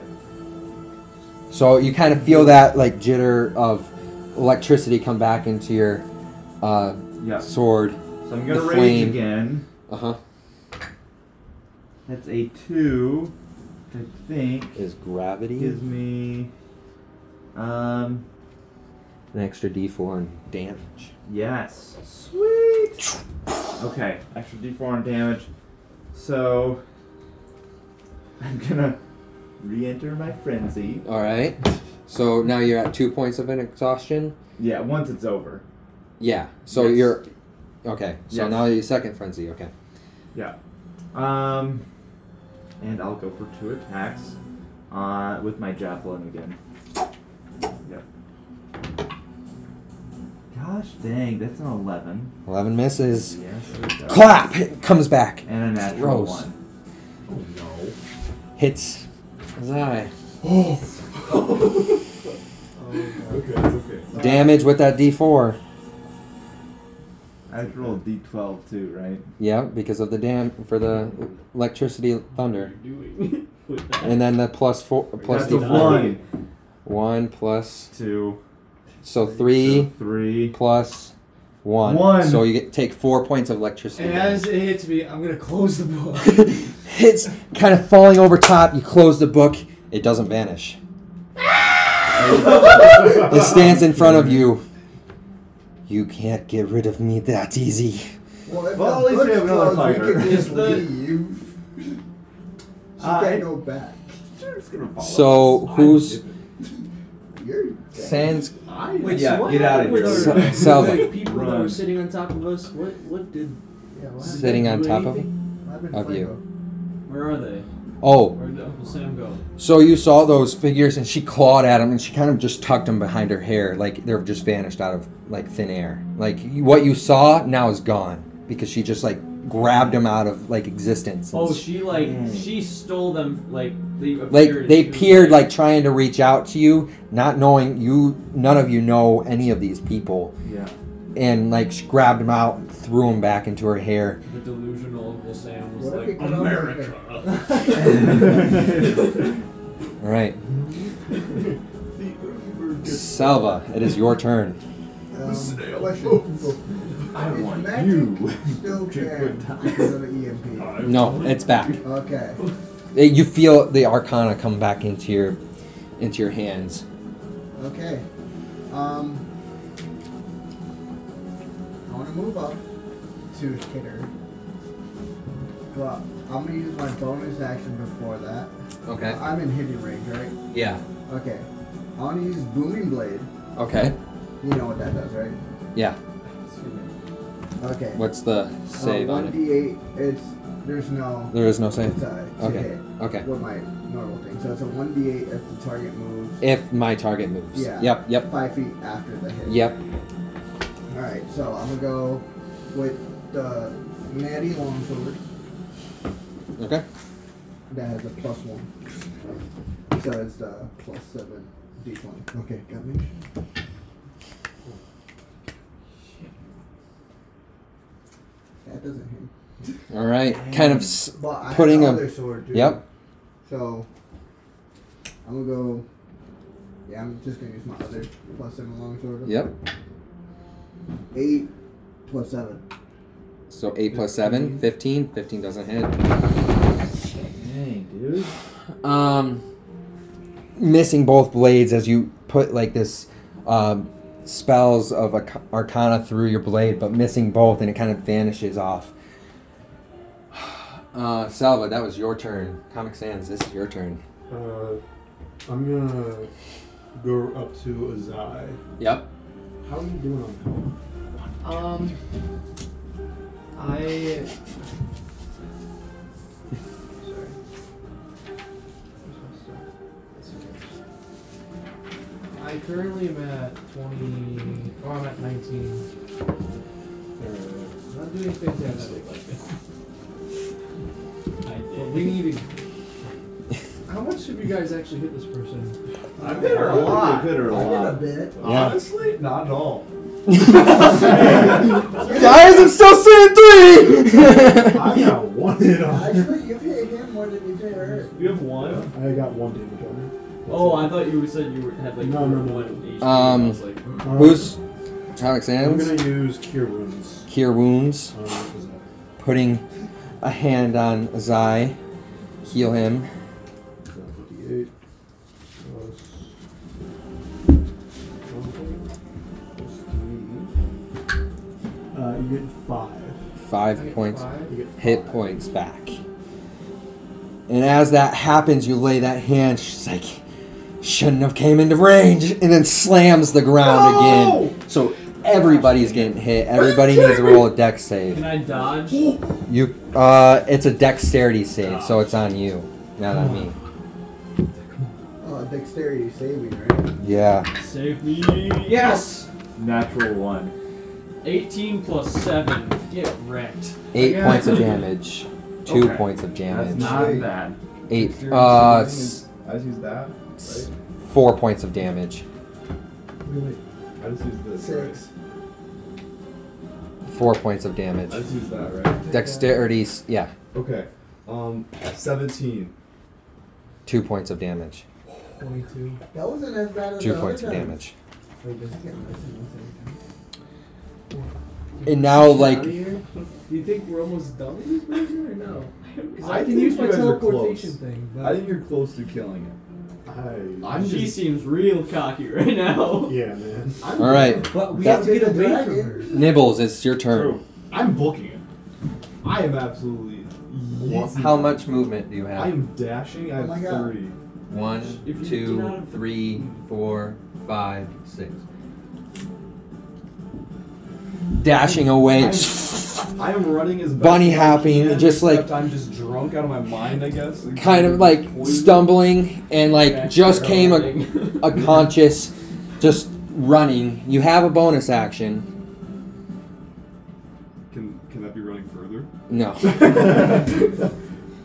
Speaker 2: So you kind of feel that like jitter of electricity come back into your uh,
Speaker 3: Yeah. So
Speaker 2: sword.
Speaker 3: I'm gonna
Speaker 2: The
Speaker 3: rage
Speaker 2: flame.
Speaker 3: again.
Speaker 2: Uh huh.
Speaker 3: That's a two. I think
Speaker 2: Is gravity
Speaker 3: gives me. Um.
Speaker 2: an extra D4 and damage?
Speaker 3: Yes. Sweet. Okay. Extra D4 on damage. So I'm gonna re-enter my frenzy.
Speaker 2: All right. So now you're at two points of an exhaustion.
Speaker 3: Yeah. Once it's over.
Speaker 2: Yeah. So
Speaker 3: Yes.
Speaker 2: you're okay. So
Speaker 3: Yes.
Speaker 2: now your second frenzy. Okay.
Speaker 3: Yeah. Um. And I'll go for two attacks. Uh, with my javelin again. Yep. Gosh dang, that's an eleven.
Speaker 2: Eleven misses.
Speaker 3: Yes. it does.
Speaker 2: Clap it comes back.
Speaker 3: And a natural
Speaker 2: Gross.
Speaker 3: one.
Speaker 2: Hits. His eye.
Speaker 4: Okay, it's okay.
Speaker 2: Damage with that D4.
Speaker 3: I rolled D twelve too, right?
Speaker 2: Yeah, because of the dam for the electricity thunder,
Speaker 8: What are you doing *laughs* with that?
Speaker 2: and then the plus four plus
Speaker 3: That's a
Speaker 2: D4.
Speaker 3: one,
Speaker 2: One plus
Speaker 3: two,
Speaker 2: so three
Speaker 3: three.
Speaker 2: plus one.
Speaker 3: One.
Speaker 2: So you get, take four points of electricity.
Speaker 7: And
Speaker 2: damage.
Speaker 7: as it hits me, I'm gonna close the book.
Speaker 2: It's kind of falling over top. You close the book. It doesn't
Speaker 7: *laughs*
Speaker 2: vanish. it stands in front of you. You can't get rid of me that easy.
Speaker 5: Well, if
Speaker 3: Well,
Speaker 5: the
Speaker 3: at least we
Speaker 5: book's
Speaker 3: have another
Speaker 5: closed, we
Speaker 3: fighter.
Speaker 5: can just
Speaker 8: Is the-
Speaker 5: leave. She
Speaker 3: Uh,
Speaker 5: can't go back.
Speaker 2: So *laughs* who's
Speaker 5: You're
Speaker 2: Sans?
Speaker 7: Wait,
Speaker 3: Yeah,
Speaker 7: so what
Speaker 3: get outta
Speaker 7: happened with
Speaker 3: here.
Speaker 7: our-
Speaker 2: S- sell
Speaker 7: with the
Speaker 8: *laughs*
Speaker 2: them.
Speaker 7: people that
Speaker 3: Run.
Speaker 7: were sitting on top of us. What what did
Speaker 5: yeah, what happened?
Speaker 2: Sitting on
Speaker 7: do
Speaker 2: top of
Speaker 7: anything?
Speaker 5: What happened
Speaker 2: of
Speaker 5: to
Speaker 2: you.
Speaker 5: Franco?
Speaker 8: Where are they?
Speaker 2: Oh,
Speaker 8: Where did Uncle Sam go?
Speaker 2: so you saw those figures, and she clawed at him, and she kind of just tucked him behind her hair, like they're just vanished out of like thin air. Like you- what you saw now is gone because she just like grabbed him out of like existence. and
Speaker 8: Oh, she like she stole them. Like they appeared.
Speaker 2: Mm. like they
Speaker 8: she was
Speaker 2: peered like trying to reach out to you not knowing you none of you know any of these people
Speaker 3: Yeah.
Speaker 2: and like she grabbed him out, and threw him back into her hair.
Speaker 8: The delusional Uncle Sam was
Speaker 5: What if
Speaker 8: like,
Speaker 5: we cut off
Speaker 8: America!
Speaker 2: All right, Salva, it is your turn.
Speaker 5: Um,
Speaker 3: Snail.
Speaker 5: question.
Speaker 3: I
Speaker 5: Is
Speaker 3: want
Speaker 5: magic
Speaker 3: you.
Speaker 5: Still
Speaker 3: Drink
Speaker 5: there
Speaker 3: good time.
Speaker 5: because of the EMP.
Speaker 2: No, it's back.
Speaker 5: Okay.
Speaker 2: You feel the Arcana come back into your into your hands.
Speaker 5: Okay. Um, I want to move up to hit her, but I'm gonna use my bonus action before that. Uh,
Speaker 2: Okay.
Speaker 5: I'm in hitting range, right?
Speaker 2: Yeah.
Speaker 5: Okay. I want to use booming blade.
Speaker 2: Okay.
Speaker 5: You know what that does, right?
Speaker 2: Yeah.
Speaker 5: Okay. Uh,
Speaker 2: What's the save on
Speaker 5: One
Speaker 2: it?
Speaker 5: d eight. It's there's no.
Speaker 2: There is no save.
Speaker 5: It's a to
Speaker 2: Okay.
Speaker 5: hit
Speaker 2: Okay.
Speaker 5: with my normal thing. So it's a one d eight if the target moves.
Speaker 2: If my target moves.
Speaker 5: Yeah.
Speaker 2: Yep. Yep.
Speaker 5: Five feet after the hit.
Speaker 2: Yep.
Speaker 5: All right, so I'm gonna go with the Natty Longsword
Speaker 2: Okay.
Speaker 5: that has a plus one. So it's the plus seven d20. Okay, got me. That doesn't hit.
Speaker 2: All right. Kind of. S-
Speaker 5: But I
Speaker 2: Putting a-
Speaker 5: have the other sword, dude.
Speaker 2: yep.
Speaker 5: So I'm gonna go. Yeah, I'm just gonna use my other plus seven longsword.
Speaker 2: Yep.
Speaker 5: Eight plus seven.
Speaker 2: So 8 plus 7, 15. 15 doesn't hit.
Speaker 3: Dang, dude.
Speaker 2: Um, missing both blades as you put like this um, spells of arc- arcana through your blade, but missing both and it kind of vanishes off. *sighs* Uh, Salva, that was your turn. Comic Sans, this is your turn.
Speaker 11: Uh, I'm gonna go up to Azai.
Speaker 2: Yep.
Speaker 11: How are you doing on health?
Speaker 8: Um, I. Sorry. I currently am at 20, or I'm at 19. I'm doing fantastic. *laughs* I did. We need to. How much have you guys actually hit this person?
Speaker 3: I've hit her a lot. I've hit her a
Speaker 5: I did a
Speaker 3: lot.
Speaker 5: bit.
Speaker 4: Honestly, not at all.
Speaker 2: Uh, Guys, I'm still sitting three!
Speaker 11: *laughs* I got one hit on her.
Speaker 5: Actually, you hit him more than you did her.
Speaker 4: You have one.
Speaker 11: I got one damage on her. That's
Speaker 8: Oh,
Speaker 11: it.
Speaker 8: I thought you said you were, had like
Speaker 11: No, no, no.
Speaker 8: one HP.
Speaker 2: Um,
Speaker 8: I was like, "Hmm,
Speaker 11: Um,
Speaker 2: Who's Comic
Speaker 11: I'm
Speaker 2: Sans?
Speaker 11: gonna use Cure Wounds. Uh,
Speaker 2: Cure Wounds,
Speaker 11: on Azai.
Speaker 2: putting a hand on Zai, heal him.
Speaker 11: So 58 plus. plus three. Uh, you get five.
Speaker 8: I
Speaker 2: Five
Speaker 8: get
Speaker 2: points.
Speaker 8: five?
Speaker 11: You get five.
Speaker 2: hit points back. And as that happens, you lay that hand. She's like, "Shouldn't have came into range," and then slams the ground again. So everybody's getting hit. Everybody needs to roll a dex
Speaker 8: Can
Speaker 2: save.
Speaker 8: I dodge? *gasps*
Speaker 2: You, uh, it's a dexterity save, so it's on you, not on me.
Speaker 5: Oh, dexterity saving, right?
Speaker 2: Yeah.
Speaker 8: Save me. Yes!
Speaker 3: Natural one.
Speaker 8: 18 plus 7. Get wrecked.
Speaker 2: Eight
Speaker 8: Yeah.
Speaker 2: points of damage. Two
Speaker 3: Okay.
Speaker 2: points of
Speaker 3: That's
Speaker 2: damage.
Speaker 3: not bad.
Speaker 2: Eight. Uh, s-
Speaker 4: I just use that.
Speaker 2: s- four points of damage.
Speaker 4: Really? I just use this.
Speaker 5: Six.
Speaker 2: Four points of damage.
Speaker 4: Right? I just use that, right?
Speaker 2: Dexterity. s- Yeah.
Speaker 4: Okay. Um, seventeen.
Speaker 2: Two points of damage.
Speaker 7: 22.
Speaker 5: That wasn't as bad as
Speaker 2: Two
Speaker 5: the other
Speaker 2: points of
Speaker 5: time.
Speaker 2: damage.
Speaker 5: It's
Speaker 2: And now,
Speaker 7: Outta
Speaker 2: like,
Speaker 7: here? Do you think we're almost done with this person or no? 'Cause I,
Speaker 4: I
Speaker 7: can
Speaker 4: think
Speaker 7: use
Speaker 4: you
Speaker 7: my
Speaker 4: guys are
Speaker 7: teleportation
Speaker 4: close.
Speaker 7: thing, but
Speaker 4: I think you're close to killing it.
Speaker 11: I.
Speaker 4: I'm
Speaker 8: she
Speaker 4: just.
Speaker 8: seems real cocky *laughs* right now.
Speaker 11: Yeah, man.
Speaker 4: I'm,
Speaker 2: all right,
Speaker 7: but we
Speaker 2: That-
Speaker 7: have to get
Speaker 5: Big
Speaker 7: away from
Speaker 5: dragon.
Speaker 7: her.
Speaker 2: Nibbles, it's your turn.
Speaker 4: I'm booking it. I am absolutely.
Speaker 2: Wha-
Speaker 4: yeeting
Speaker 2: How
Speaker 4: it.
Speaker 2: much movement do you
Speaker 4: I
Speaker 2: have?
Speaker 4: am dashing. I
Speaker 5: Oh
Speaker 4: have
Speaker 5: my God.
Speaker 4: three.
Speaker 2: One,
Speaker 8: If you get out
Speaker 2: two,
Speaker 8: of-
Speaker 2: three, four, five, six. Dashing away. *laughs*
Speaker 4: I am running as best
Speaker 2: Bunny
Speaker 4: as I
Speaker 2: hopping,
Speaker 4: can,
Speaker 2: just like-
Speaker 4: except I'm just drunk out of my mind, I guess.
Speaker 2: Kind of like
Speaker 4: Poison.
Speaker 2: stumbling and like just came a, a conscious, just running. You have a bonus action.
Speaker 4: Can can that be running
Speaker 2: *laughs*
Speaker 4: further?
Speaker 2: No,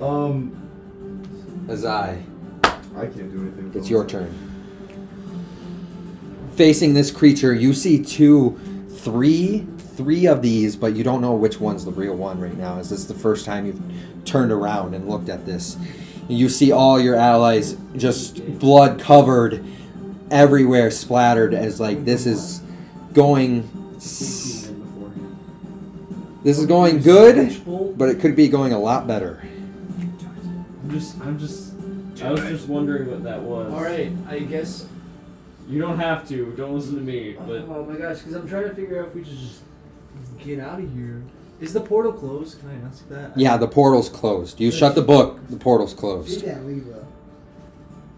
Speaker 4: um,
Speaker 2: as I.
Speaker 4: I can't do anything.
Speaker 2: It's your turn. Facing this creature, you see two three three of these, but you don't know which one's the real one right now. Is this the first time you've turned around and looked at this? You see all your allies just blood covered everywhere, splattered as like this is going. s- This is going good, but it could be going a lot better.
Speaker 8: I'm just, I'm just. I was just wondering what that was.
Speaker 7: All right, I guess.
Speaker 8: You don't have to. Don't listen to me. But
Speaker 7: oh my gosh, because I'm trying to figure out if we should just get out of here. Is the portal closed? Can I ask that?
Speaker 2: Yeah, the portal's closed. You shut the book. The portal's closed.
Speaker 5: She can't leave though.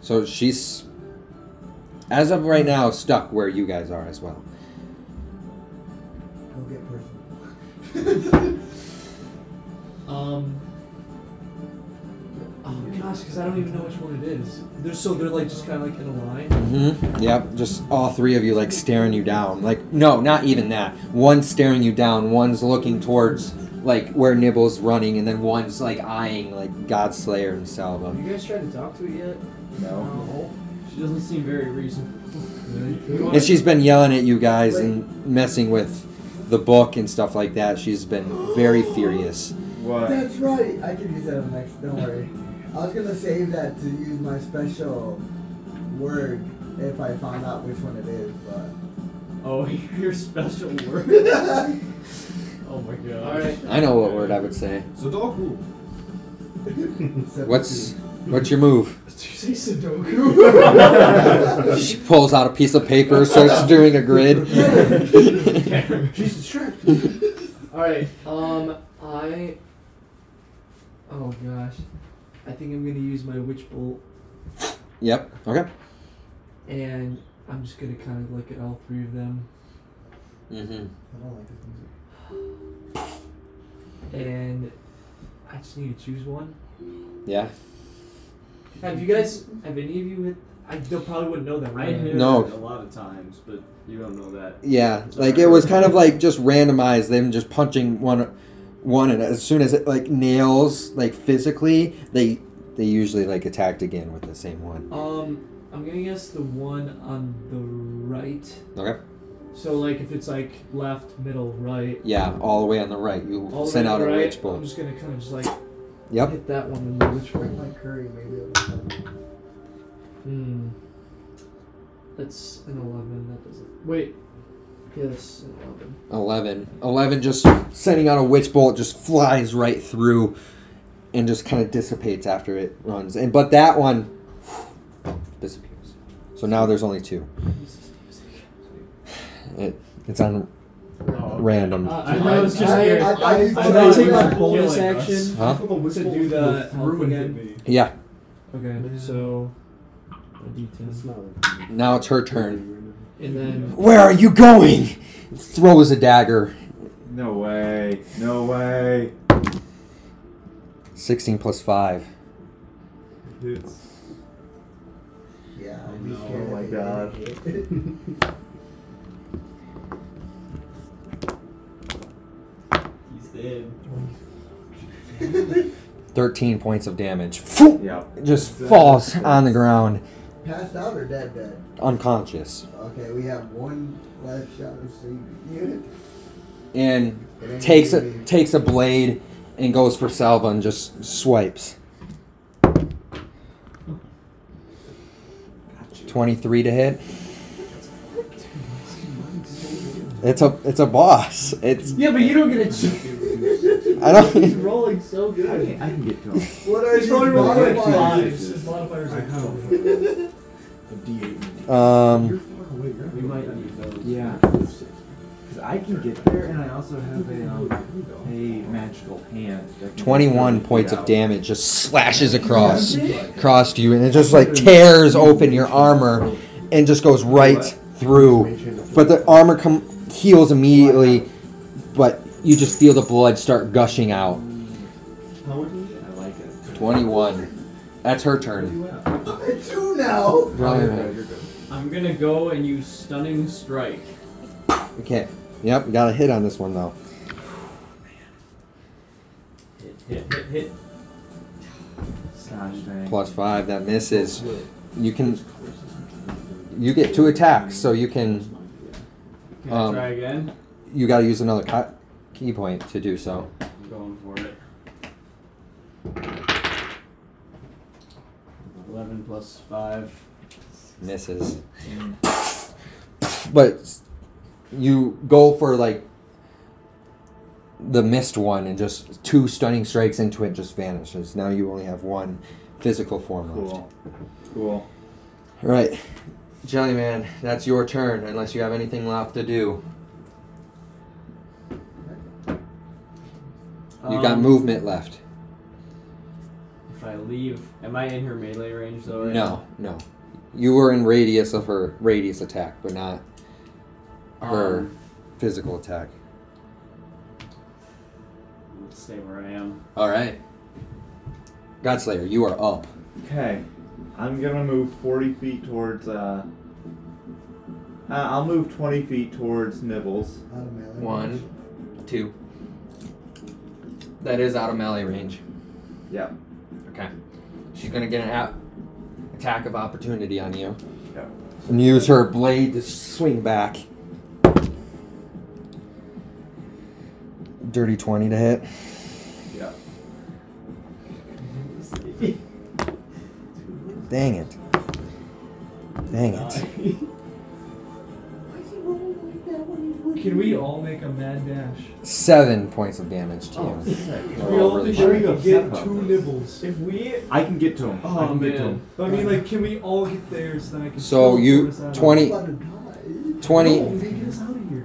Speaker 2: So she's, as of right now, stuck where you guys are as well.
Speaker 5: Go get personal.
Speaker 7: Um. Oh gosh, because I don't even know which one it is. They're so they're like just kind of like in a line.
Speaker 2: Mm-hmm. Yep. Just all three of you like staring you down. Like no, not even that. One's staring you down. One's looking towards like where Nibble's running, and then one's like eyeing like God Slayer and Salva.
Speaker 7: you guys tried to talk to it yet? No.
Speaker 8: she doesn't seem very reasonable.
Speaker 2: And she's been yelling at you guys and messing with the book and stuff like that. She's been very furious.
Speaker 3: What?
Speaker 5: That's right. I can use that on next. Don't worry. I was gonna save that to use my special word if I found out which one it is, but
Speaker 8: Oh, your special
Speaker 5: *laughs*
Speaker 8: word. oh my god.
Speaker 7: All right.
Speaker 2: I know what word I would say.
Speaker 4: Sudoku.
Speaker 2: What's what's your move?
Speaker 7: Did you
Speaker 4: *laughs*
Speaker 7: say Sudoku?
Speaker 2: *laughs* She pulls out a piece of
Speaker 8: *laughs*
Speaker 2: paper, starts doing a grid.
Speaker 5: she's
Speaker 4: *laughs*
Speaker 5: distracted.
Speaker 7: All right. Um, I. Oh gosh, I think I'm gonna use my witch bolt,
Speaker 2: yep. Okay.
Speaker 7: and I'm just gonna kind of look at all three of them,
Speaker 2: Mm-hmm.
Speaker 5: I don't like this music.
Speaker 7: and I just need to choose one.
Speaker 2: Yeah.
Speaker 7: Have you guys? Have any of you? Hit, I they probably wouldn't know that,
Speaker 8: I
Speaker 7: right?
Speaker 8: hear
Speaker 2: No.
Speaker 8: that a lot of times, but you don't know that.
Speaker 2: Yeah. Like it was kind of like just randomized. Them just punching one, one, and as soon as it like nails like physically, they they usually like attacked again with the same one.
Speaker 7: Um, I'm gonna guess the one on the right.
Speaker 2: Okay.
Speaker 7: So like, if it's like left, middle, right.
Speaker 2: Yeah, all the way on the right. You
Speaker 7: All the
Speaker 2: sent
Speaker 7: way
Speaker 2: out
Speaker 7: to
Speaker 2: a
Speaker 7: the right,
Speaker 2: rage
Speaker 7: I'm
Speaker 2: bolt.
Speaker 7: just gonna kind of just like
Speaker 2: Yep.
Speaker 7: hit that one and the witch bolt.
Speaker 5: Bring my curry, maybe. it'll-
Speaker 7: Hmm. That's an 11. That doesn't. Wait. Yeah, that's an 11.
Speaker 2: Eleven. Eleven. Just sending out a witch bolt. Just flies right through, and just kind of dissipates after it runs. And but that one disappears. So now there's only two. It, it's on random.
Speaker 7: Uh,
Speaker 8: I know, it's just
Speaker 5: I,
Speaker 8: weird.
Speaker 5: I, I,
Speaker 7: I,
Speaker 5: used
Speaker 7: I,
Speaker 5: my-
Speaker 7: I take my
Speaker 5: my-
Speaker 7: bonus
Speaker 8: Killing
Speaker 7: action
Speaker 2: Huh?
Speaker 7: to do the health
Speaker 4: Ruin hit
Speaker 7: again.
Speaker 4: me.
Speaker 2: Yeah.
Speaker 7: Okay, so a
Speaker 11: It's
Speaker 7: d10.
Speaker 11: not
Speaker 2: Now it's her turn.
Speaker 7: And then
Speaker 2: Where are you going? Throws a dagger.
Speaker 3: No way. No way.
Speaker 2: 16 plus 5.
Speaker 4: Hits.
Speaker 5: Yeah,
Speaker 3: Oh,
Speaker 5: I'd be
Speaker 3: no.
Speaker 5: scared
Speaker 3: Oh, my
Speaker 5: if it *laughs*
Speaker 3: God.
Speaker 5: hit.
Speaker 8: He's dead.
Speaker 2: 13 points of damage.
Speaker 3: Yeah.
Speaker 2: Just falls on the ground,
Speaker 5: Passed out or dead, dead?
Speaker 2: unconscious.
Speaker 5: Okay, we have one last shot of sleeping unit.
Speaker 2: And takes a, takes a blade and goes for Salva and just swipes. 23 to hit. It's a it's a boss. It's
Speaker 7: yeah, but you don't get a chance.
Speaker 2: I
Speaker 7: He's
Speaker 2: don't *laughs*
Speaker 7: rolling so good.
Speaker 3: I can get to him.
Speaker 5: *laughs* What are
Speaker 7: He's
Speaker 5: you
Speaker 7: rolling
Speaker 3: roll
Speaker 7: with like
Speaker 3: it.
Speaker 7: fives. His modifiers
Speaker 3: *laughs*
Speaker 7: like twelve.
Speaker 11: a D8.
Speaker 2: um
Speaker 11: You're far away. You're
Speaker 8: We might need those.
Speaker 3: Yeah. Because I can get there, and I also have a, um, a magical hand. that can
Speaker 2: 21
Speaker 3: get
Speaker 2: points
Speaker 3: out.
Speaker 2: of damage just slashes across across you and it just like tears open your armor and just goes right through but the armor com- heals immediately but you just feel the blood start gushing out
Speaker 3: I like it.
Speaker 2: 21 that's her turn
Speaker 5: two now.
Speaker 8: I'm gonna go and use stunning strike.
Speaker 2: okay yep got a hit on this one though
Speaker 8: Hit, hit, hit, hit.
Speaker 3: Gosh dang.
Speaker 2: plus 5 that misses you can you get two attacks so you can
Speaker 8: Can
Speaker 2: Um,
Speaker 8: I try again?
Speaker 2: you got to use another ki- key point to do so.
Speaker 8: I'm going for it. 11 plus 5.
Speaker 2: Misses. But s- you go for like the missed one, and just two stunning strikes into it just vanishes. Now you only have one physical form left.
Speaker 3: Cool. Cool.
Speaker 2: All right, Jellyman, that's your turn. Unless you have anything left to do, you got
Speaker 8: Um,
Speaker 2: movement left.
Speaker 8: If I leave, am I in her melee range though? Right
Speaker 2: No, no. You were in radius of her radius attack, but not
Speaker 8: now?
Speaker 2: her
Speaker 8: Um,
Speaker 2: physical attack.
Speaker 8: let's stay where I am.
Speaker 2: All right. Godslayer, you are up.
Speaker 3: Okay, I'm gonna move 40 feet towards. uh... uh, I'll move 20 feet towards Nibbles.
Speaker 5: Out of melee.
Speaker 2: One, two. That is out of melee range.
Speaker 3: Yep.
Speaker 2: Okay. She's gonna get an app attack of opportunity on you.
Speaker 3: Yep.
Speaker 2: And use her blade to swing back. Dirty 20 to hit.
Speaker 7: *laughs*
Speaker 3: Yep.
Speaker 2: Dang it. Dang it.
Speaker 7: Can we all make a mad dash?
Speaker 2: Seven points of damage to you.
Speaker 7: we all
Speaker 2: really
Speaker 7: think we
Speaker 2: bad.
Speaker 7: could
Speaker 3: Step
Speaker 7: get
Speaker 3: up.
Speaker 7: two nibbles.
Speaker 12: If we
Speaker 3: I can get to him.
Speaker 7: Oh,
Speaker 3: I can get to
Speaker 8: man.
Speaker 3: him.
Speaker 7: I mean, like, can we all get theirs? Then I can.
Speaker 2: So
Speaker 7: teleport
Speaker 2: you
Speaker 7: us out of-
Speaker 2: 20
Speaker 5: Let it die.
Speaker 2: 20
Speaker 7: No, they get us out of here.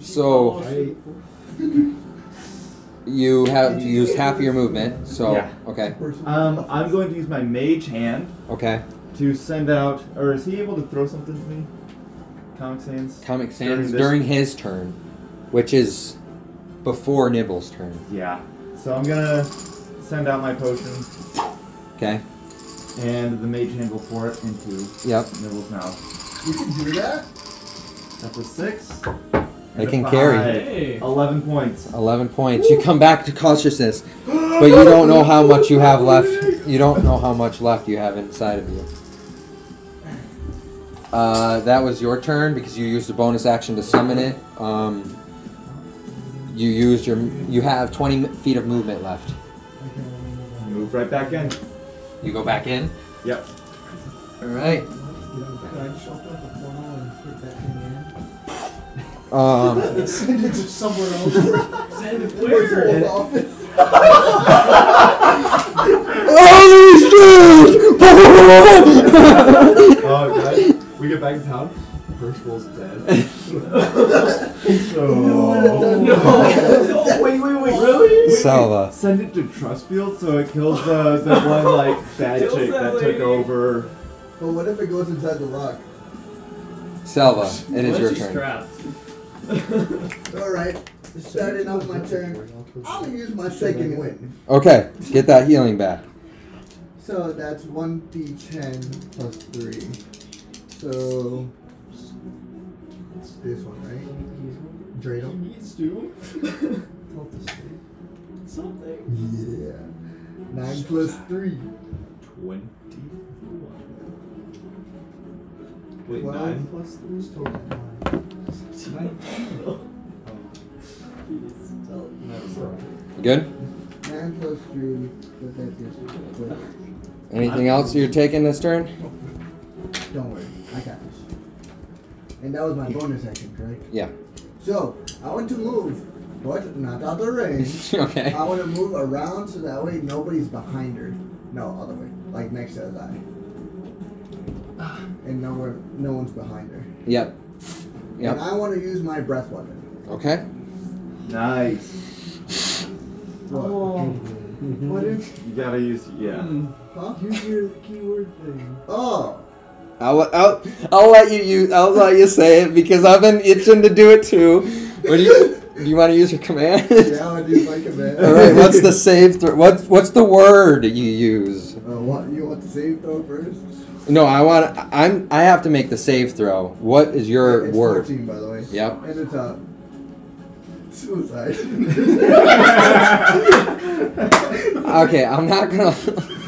Speaker 2: so
Speaker 5: Right.
Speaker 2: you have you used half of your movement. So
Speaker 3: Yeah.
Speaker 2: okay.
Speaker 3: Um, I'm going to use my mage hand
Speaker 2: Okay.
Speaker 3: to send out. Or is he able to throw something to me? Comic Sans?
Speaker 2: Comic Sans
Speaker 3: this-
Speaker 2: during his turn, which is before Nibble's turn.
Speaker 3: Yeah. So I'm gonna send out my potion
Speaker 2: Okay.
Speaker 3: and the mage hand will pour it into
Speaker 2: Yep.
Speaker 3: Nibble's mouth.
Speaker 5: You can do that?
Speaker 3: That's a six.
Speaker 2: They
Speaker 3: and a
Speaker 2: can
Speaker 3: five.
Speaker 2: carry.
Speaker 8: Hey!
Speaker 3: Eleven points.
Speaker 2: Eleven points. You come back to consciousness, but you don't know how much you have left. You don't know how much left you have inside of you. Uh, that was your turn because you used a bonus action to summon it. Um, you used your. You have twenty feet of movement left.
Speaker 3: Move right back in.
Speaker 2: You go back in.
Speaker 3: Yep.
Speaker 2: All right.
Speaker 7: Could I just open up the portal and put that thing in?
Speaker 2: Um,
Speaker 5: Send it to *laughs* somewhere else. Send it to the office.
Speaker 2: *laughs*
Speaker 4: Oh, guys, we get back to town. Percival's dead.
Speaker 5: No.
Speaker 3: no, wait, wait, wait, really?
Speaker 2: Salva.
Speaker 3: Send it to Trustfield so it kills the, the one
Speaker 4: *laughs*
Speaker 3: like bad
Speaker 8: Kills
Speaker 3: chick
Speaker 8: that
Speaker 3: that took
Speaker 8: lady.
Speaker 3: over.
Speaker 5: But what if it goes inside the rock?
Speaker 2: Salva, it is
Speaker 8: Well,
Speaker 2: your
Speaker 8: she's
Speaker 2: turn.
Speaker 8: trapped.
Speaker 5: Alright, starting off my turn. I'll use my second win.
Speaker 2: Okay, get that healing back.
Speaker 5: So that's 1d10 plus 3. So. This one, right? Dreidel?
Speaker 8: needs to. Something.
Speaker 5: Yeah. 9 plus 3.
Speaker 4: Twenty. Wait,
Speaker 5: Twelve.
Speaker 4: nine plus three is total.
Speaker 2: You Good?
Speaker 5: 9 plus 3. But that is 12.
Speaker 2: Anything else you're taking this turn?
Speaker 5: Don't worry, I got this. And that was my bonus action, correct?
Speaker 2: Yeah. *laughs*
Speaker 5: So, I want to move, but not out of
Speaker 2: *laughs*
Speaker 5: range.
Speaker 2: okay.
Speaker 5: I want to move around so that way nobody's behind her. No, other way. Like next to the eye. And nowhere, no one's behind her.
Speaker 2: Yep.
Speaker 5: And
Speaker 2: Yep.
Speaker 5: I want to use my breath weapon.
Speaker 2: Okay.
Speaker 3: Nice.
Speaker 5: What?
Speaker 7: Oh. What if?
Speaker 3: You gotta use yeah.
Speaker 4: Hmm.
Speaker 5: Huh?
Speaker 7: Use your keyword thing.
Speaker 2: *laughs*
Speaker 5: Oh!
Speaker 2: I'll, let- I'll, I'll let you use, I'll let you say it because I've been itching to do it too. What do you do you want to use your command?
Speaker 5: Yeah, I do like a man.
Speaker 2: All right, what's
Speaker 5: *laughs*
Speaker 2: the save throw? What's what's the word you use?
Speaker 5: Uh, what? You want the save throw first?
Speaker 2: No, I want I'm I have to make the save throw. What is your
Speaker 5: it's
Speaker 2: word?
Speaker 5: 14, by the way.
Speaker 2: Yep.
Speaker 5: And
Speaker 2: *laughs*
Speaker 5: it's uh, suicide. *laughs*
Speaker 2: Okay, I'm not going to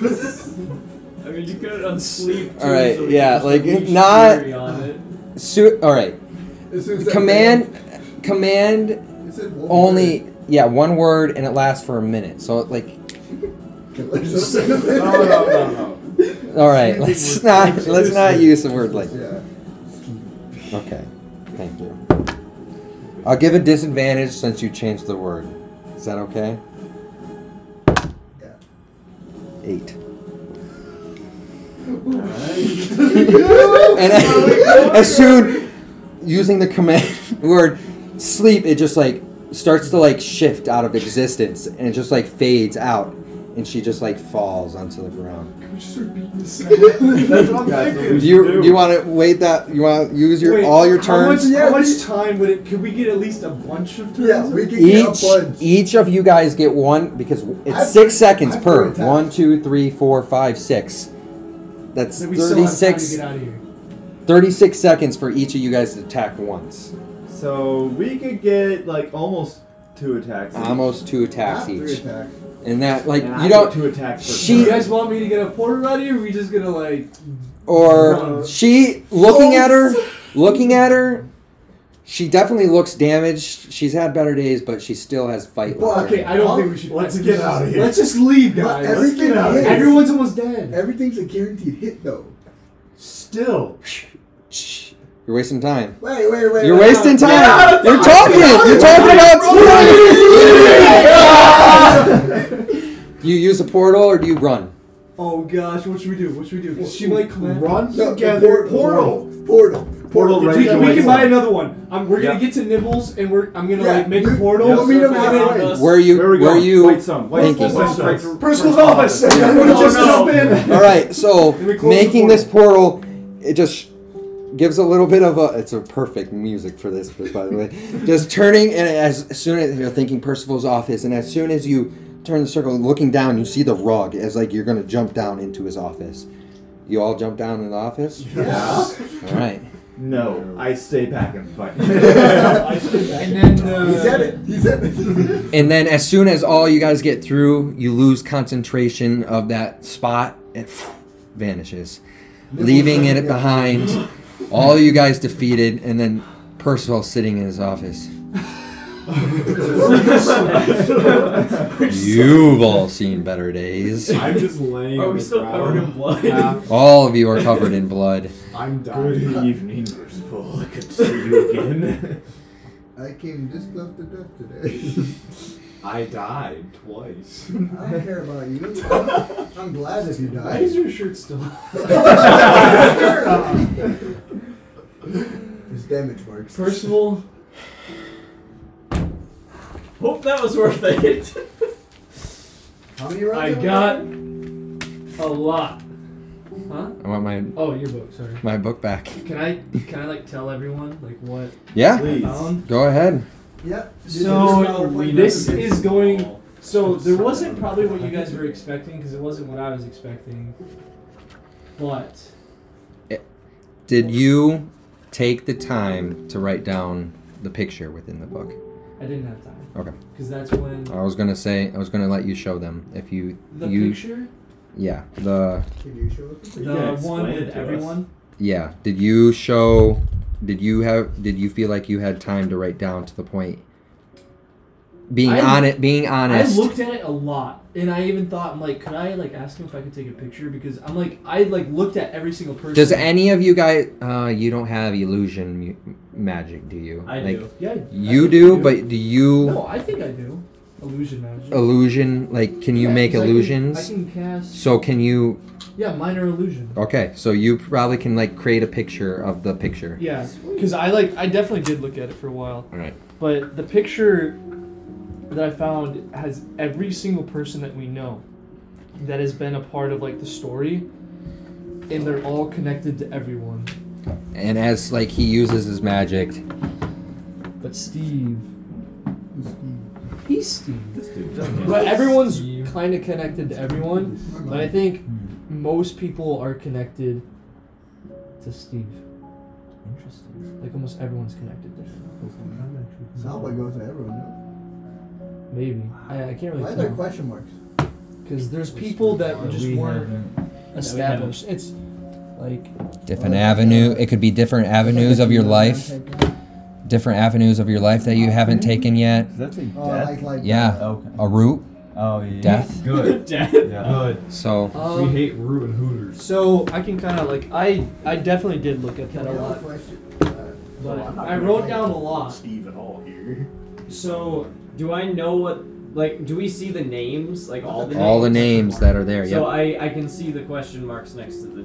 Speaker 8: I mean, you could on sleep. Too,
Speaker 2: All right,
Speaker 8: so
Speaker 2: yeah,
Speaker 8: just
Speaker 2: like,
Speaker 8: unleash
Speaker 2: not-
Speaker 8: fury On it.
Speaker 2: *laughs* Su- all right.
Speaker 5: It's suicide.
Speaker 2: Command command
Speaker 5: It said one *laughs*
Speaker 2: only yeah one word and it lasts for a minute. So like, *laughs*
Speaker 5: word.
Speaker 3: No, no, no, no.
Speaker 2: all right, *laughs* let's not let's not use the word like.
Speaker 5: yeah.
Speaker 2: Okay, thank you. I'll give a disadvantage since you changed the word. Is that okay?
Speaker 5: Yeah.
Speaker 2: Eight.
Speaker 5: You-
Speaker 2: And I, *laughs* as soon using the command *laughs* word sleep, it just like starts to like shift out of existence and it just like fades out, and she just like falls onto the ground.
Speaker 1: Can we just start
Speaker 4: *laughs*
Speaker 1: beating this out?
Speaker 4: That's what I'm
Speaker 3: That's what we
Speaker 4: thinking.
Speaker 2: Do you do you want to wait that you want to use your
Speaker 4: Wait,
Speaker 2: all your
Speaker 4: how much-
Speaker 2: turns?
Speaker 4: How much, time would it? Could we get at least a bunch of turns?
Speaker 5: yeah, we can
Speaker 2: Each
Speaker 5: get a bunch.
Speaker 2: each of you guys get one because it's
Speaker 5: I've-
Speaker 2: six seconds
Speaker 5: I've
Speaker 2: per.
Speaker 5: been attacked.
Speaker 2: One, two, three, four, five, six. That's
Speaker 7: So we still have time
Speaker 2: 36,
Speaker 7: to get out of here.
Speaker 2: 36 seconds for each of you guys to attack once.
Speaker 3: So we could get like almost two attacks. each.
Speaker 2: Almost two attacks
Speaker 5: Not three
Speaker 2: each.
Speaker 5: attack.
Speaker 2: And that like
Speaker 3: And I
Speaker 2: you
Speaker 3: get
Speaker 2: don't
Speaker 3: two attacks. Per
Speaker 2: she-
Speaker 7: You
Speaker 3: turn.
Speaker 7: guys want me to get a porter ready, or are we just gonna like?
Speaker 2: or
Speaker 7: Uh,
Speaker 2: she looking at her looking at her she definitely looks damaged. She's had better days, but she still has fight
Speaker 5: Well,
Speaker 2: left. in
Speaker 7: Okay,
Speaker 2: her.
Speaker 7: I don't
Speaker 5: I'll-
Speaker 7: think we should.
Speaker 11: let's
Speaker 7: I think
Speaker 11: get
Speaker 7: we should-
Speaker 11: out of here.
Speaker 7: Let's just leave,
Speaker 5: But
Speaker 7: guys.
Speaker 5: everything
Speaker 7: Let's get out of here.
Speaker 5: is-
Speaker 7: Everyone's almost dead.
Speaker 5: Everything's a guaranteed hit though.
Speaker 3: still.
Speaker 2: Shh. You're wasting time.
Speaker 5: Wait, wait, wait.
Speaker 2: You're
Speaker 5: wait,
Speaker 2: wasting
Speaker 5: no.
Speaker 2: time. You're talking. You're talking about. Do *laughs* you use a portal or do you run?
Speaker 7: Oh gosh, what should we do? What should we do? 'Cause she might come at
Speaker 11: Run
Speaker 5: No,
Speaker 11: together.
Speaker 5: portal. Portal.
Speaker 3: Portal
Speaker 5: Did
Speaker 3: right
Speaker 7: We,
Speaker 5: you-
Speaker 3: to
Speaker 7: we can
Speaker 3: Alexa.
Speaker 7: buy another one. I'm, we're gonna
Speaker 3: Yeah.
Speaker 7: get to Nibbles, and we're I'm gonna
Speaker 5: Yeah,
Speaker 7: like make
Speaker 5: we-
Speaker 7: a portal.
Speaker 5: we'll meet him
Speaker 7: and then-
Speaker 5: halfway.
Speaker 2: Where are you?
Speaker 3: Where are we
Speaker 2: where are
Speaker 3: going?
Speaker 2: you?
Speaker 3: White some. White
Speaker 2: thinking?
Speaker 3: some. White some.
Speaker 1: Personal office.
Speaker 3: We're
Speaker 7: Oh,
Speaker 3: just
Speaker 7: no.
Speaker 3: jumping.
Speaker 2: All right, so
Speaker 7: *laughs* Let me close the
Speaker 2: making this portal, it just gives a little bit of a. It's a perfect music for this, by the way. just turning, and as, as soon as you're thinking Percival's office, and as soon as you turn the circle, looking down, you see the rug as like you're gonna jump down into his office. You all jump down in the office.
Speaker 5: Yeah.
Speaker 2: All right.
Speaker 3: No, I stay back and fight.
Speaker 7: *laughs* And then uh,
Speaker 5: He said it. He said it.
Speaker 2: And then as soon as all you guys get through, you lose concentration of that spot. It vanishes, leaving it behind. All you guys defeated, and then Percival sitting in his office. You've all seen better days.
Speaker 4: I'm just laying.
Speaker 8: Are
Speaker 4: on
Speaker 8: we
Speaker 4: the
Speaker 8: still covered in
Speaker 4: ground.
Speaker 8: blood?
Speaker 4: Half-
Speaker 2: All of you are covered in blood.
Speaker 4: I'm
Speaker 3: Good
Speaker 4: dying.
Speaker 3: evening, Percival. I could see you again.
Speaker 5: *laughs* I came this close to death today. *laughs*
Speaker 4: I died twice.
Speaker 5: I don't care about you. I'm glad if you
Speaker 4: Why
Speaker 5: die.
Speaker 4: is your shirt still?
Speaker 5: His damage works.
Speaker 7: Percival,
Speaker 8: Hope that was worth it.
Speaker 5: How many rounds?
Speaker 7: I
Speaker 5: have we
Speaker 7: got *laughs* a lot. Huh?
Speaker 2: I want my
Speaker 7: Oh, your book. Sorry.
Speaker 2: my book back.
Speaker 7: Can I can I like tell everyone like what
Speaker 2: Yeah,
Speaker 7: I
Speaker 3: Please.
Speaker 7: found?
Speaker 2: go ahead.
Speaker 5: Yep.
Speaker 7: So this is going. So there
Speaker 3: Sorry.
Speaker 7: wasn't probably what you guys were expecting because it wasn't what I was expecting. But
Speaker 2: Did you take the time to write down the picture within the book?
Speaker 7: I didn't have time.
Speaker 2: Okay.
Speaker 7: Because that's when
Speaker 2: I was gonna say I was gonna let you show them if you
Speaker 7: the
Speaker 2: you
Speaker 7: picture,
Speaker 2: yeah the
Speaker 5: Can you show us?
Speaker 7: the
Speaker 3: You can
Speaker 7: one
Speaker 3: explain it
Speaker 7: with
Speaker 3: to us.
Speaker 7: everyone.
Speaker 2: yeah did you show did you have did you feel like you had time to write down to the point being
Speaker 7: I-
Speaker 2: on it being honest
Speaker 7: I looked at it a lot, and I even thought, I'm like, could I like ask him if I could take a picture? Because I'm like, I like looked at every single person.
Speaker 2: does any of you guys uh you don't have illusion mu- magic do you
Speaker 8: I
Speaker 2: like
Speaker 8: do.
Speaker 7: Yeah, I
Speaker 2: you
Speaker 7: think
Speaker 2: do but do you
Speaker 7: no, I think I do. Illusion
Speaker 11: *laughs*
Speaker 7: magic.
Speaker 2: illusion like can you
Speaker 7: Yeah,
Speaker 2: make
Speaker 7: 'cause I can-
Speaker 2: illusions
Speaker 7: I can, cast.
Speaker 2: so can you
Speaker 7: Yeah, minor illusion.
Speaker 2: okay so you probably can like create a picture of the picture
Speaker 7: Yeah, because I like I definitely did look at it for a while,
Speaker 2: all right
Speaker 7: but the picture that I found has every single person that we know that has been a part of like the story, and they're all connected to everyone.
Speaker 2: and as like he uses his magic
Speaker 7: But Steve, he's Steve.
Speaker 3: This dude doesn't
Speaker 7: But
Speaker 3: get it.
Speaker 7: everyone's kind of connected to everyone. But I think
Speaker 5: Hmm.
Speaker 7: most people are connected to Steve. Interesting. Like almost everyone's connected to him.
Speaker 5: Sound like goes to everyone.
Speaker 7: Maybe I, I can't
Speaker 5: No? Why
Speaker 7: really
Speaker 5: are there
Speaker 7: tell
Speaker 5: question marks?
Speaker 7: because there's people that just weren't established. It's like
Speaker 5: Oh,
Speaker 2: different avenue it could be different avenues of your life different avenues of your life that you haven't taken yet.
Speaker 13: That's a
Speaker 5: Oh,
Speaker 13: death.
Speaker 5: like like
Speaker 2: Yeah,
Speaker 13: Okay.
Speaker 2: a root.
Speaker 13: Oh yeah.
Speaker 2: Death. *laughs*
Speaker 4: Good.
Speaker 8: Death.
Speaker 4: Good.
Speaker 2: So
Speaker 4: we
Speaker 7: Um,
Speaker 4: hate Root and Hooters.
Speaker 7: so I can kind of like I I definitely did look at that a
Speaker 5: Another
Speaker 7: lot,
Speaker 5: question.
Speaker 7: but
Speaker 11: I'm not
Speaker 7: I
Speaker 11: gonna
Speaker 7: wrote
Speaker 11: like
Speaker 7: down a lot.
Speaker 11: Steve at all here.
Speaker 7: So
Speaker 8: Do I know what? Like, do we see the names? Like all the names?
Speaker 2: all the names that are there.
Speaker 8: So
Speaker 2: Yep.
Speaker 8: I I can see the question marks next to the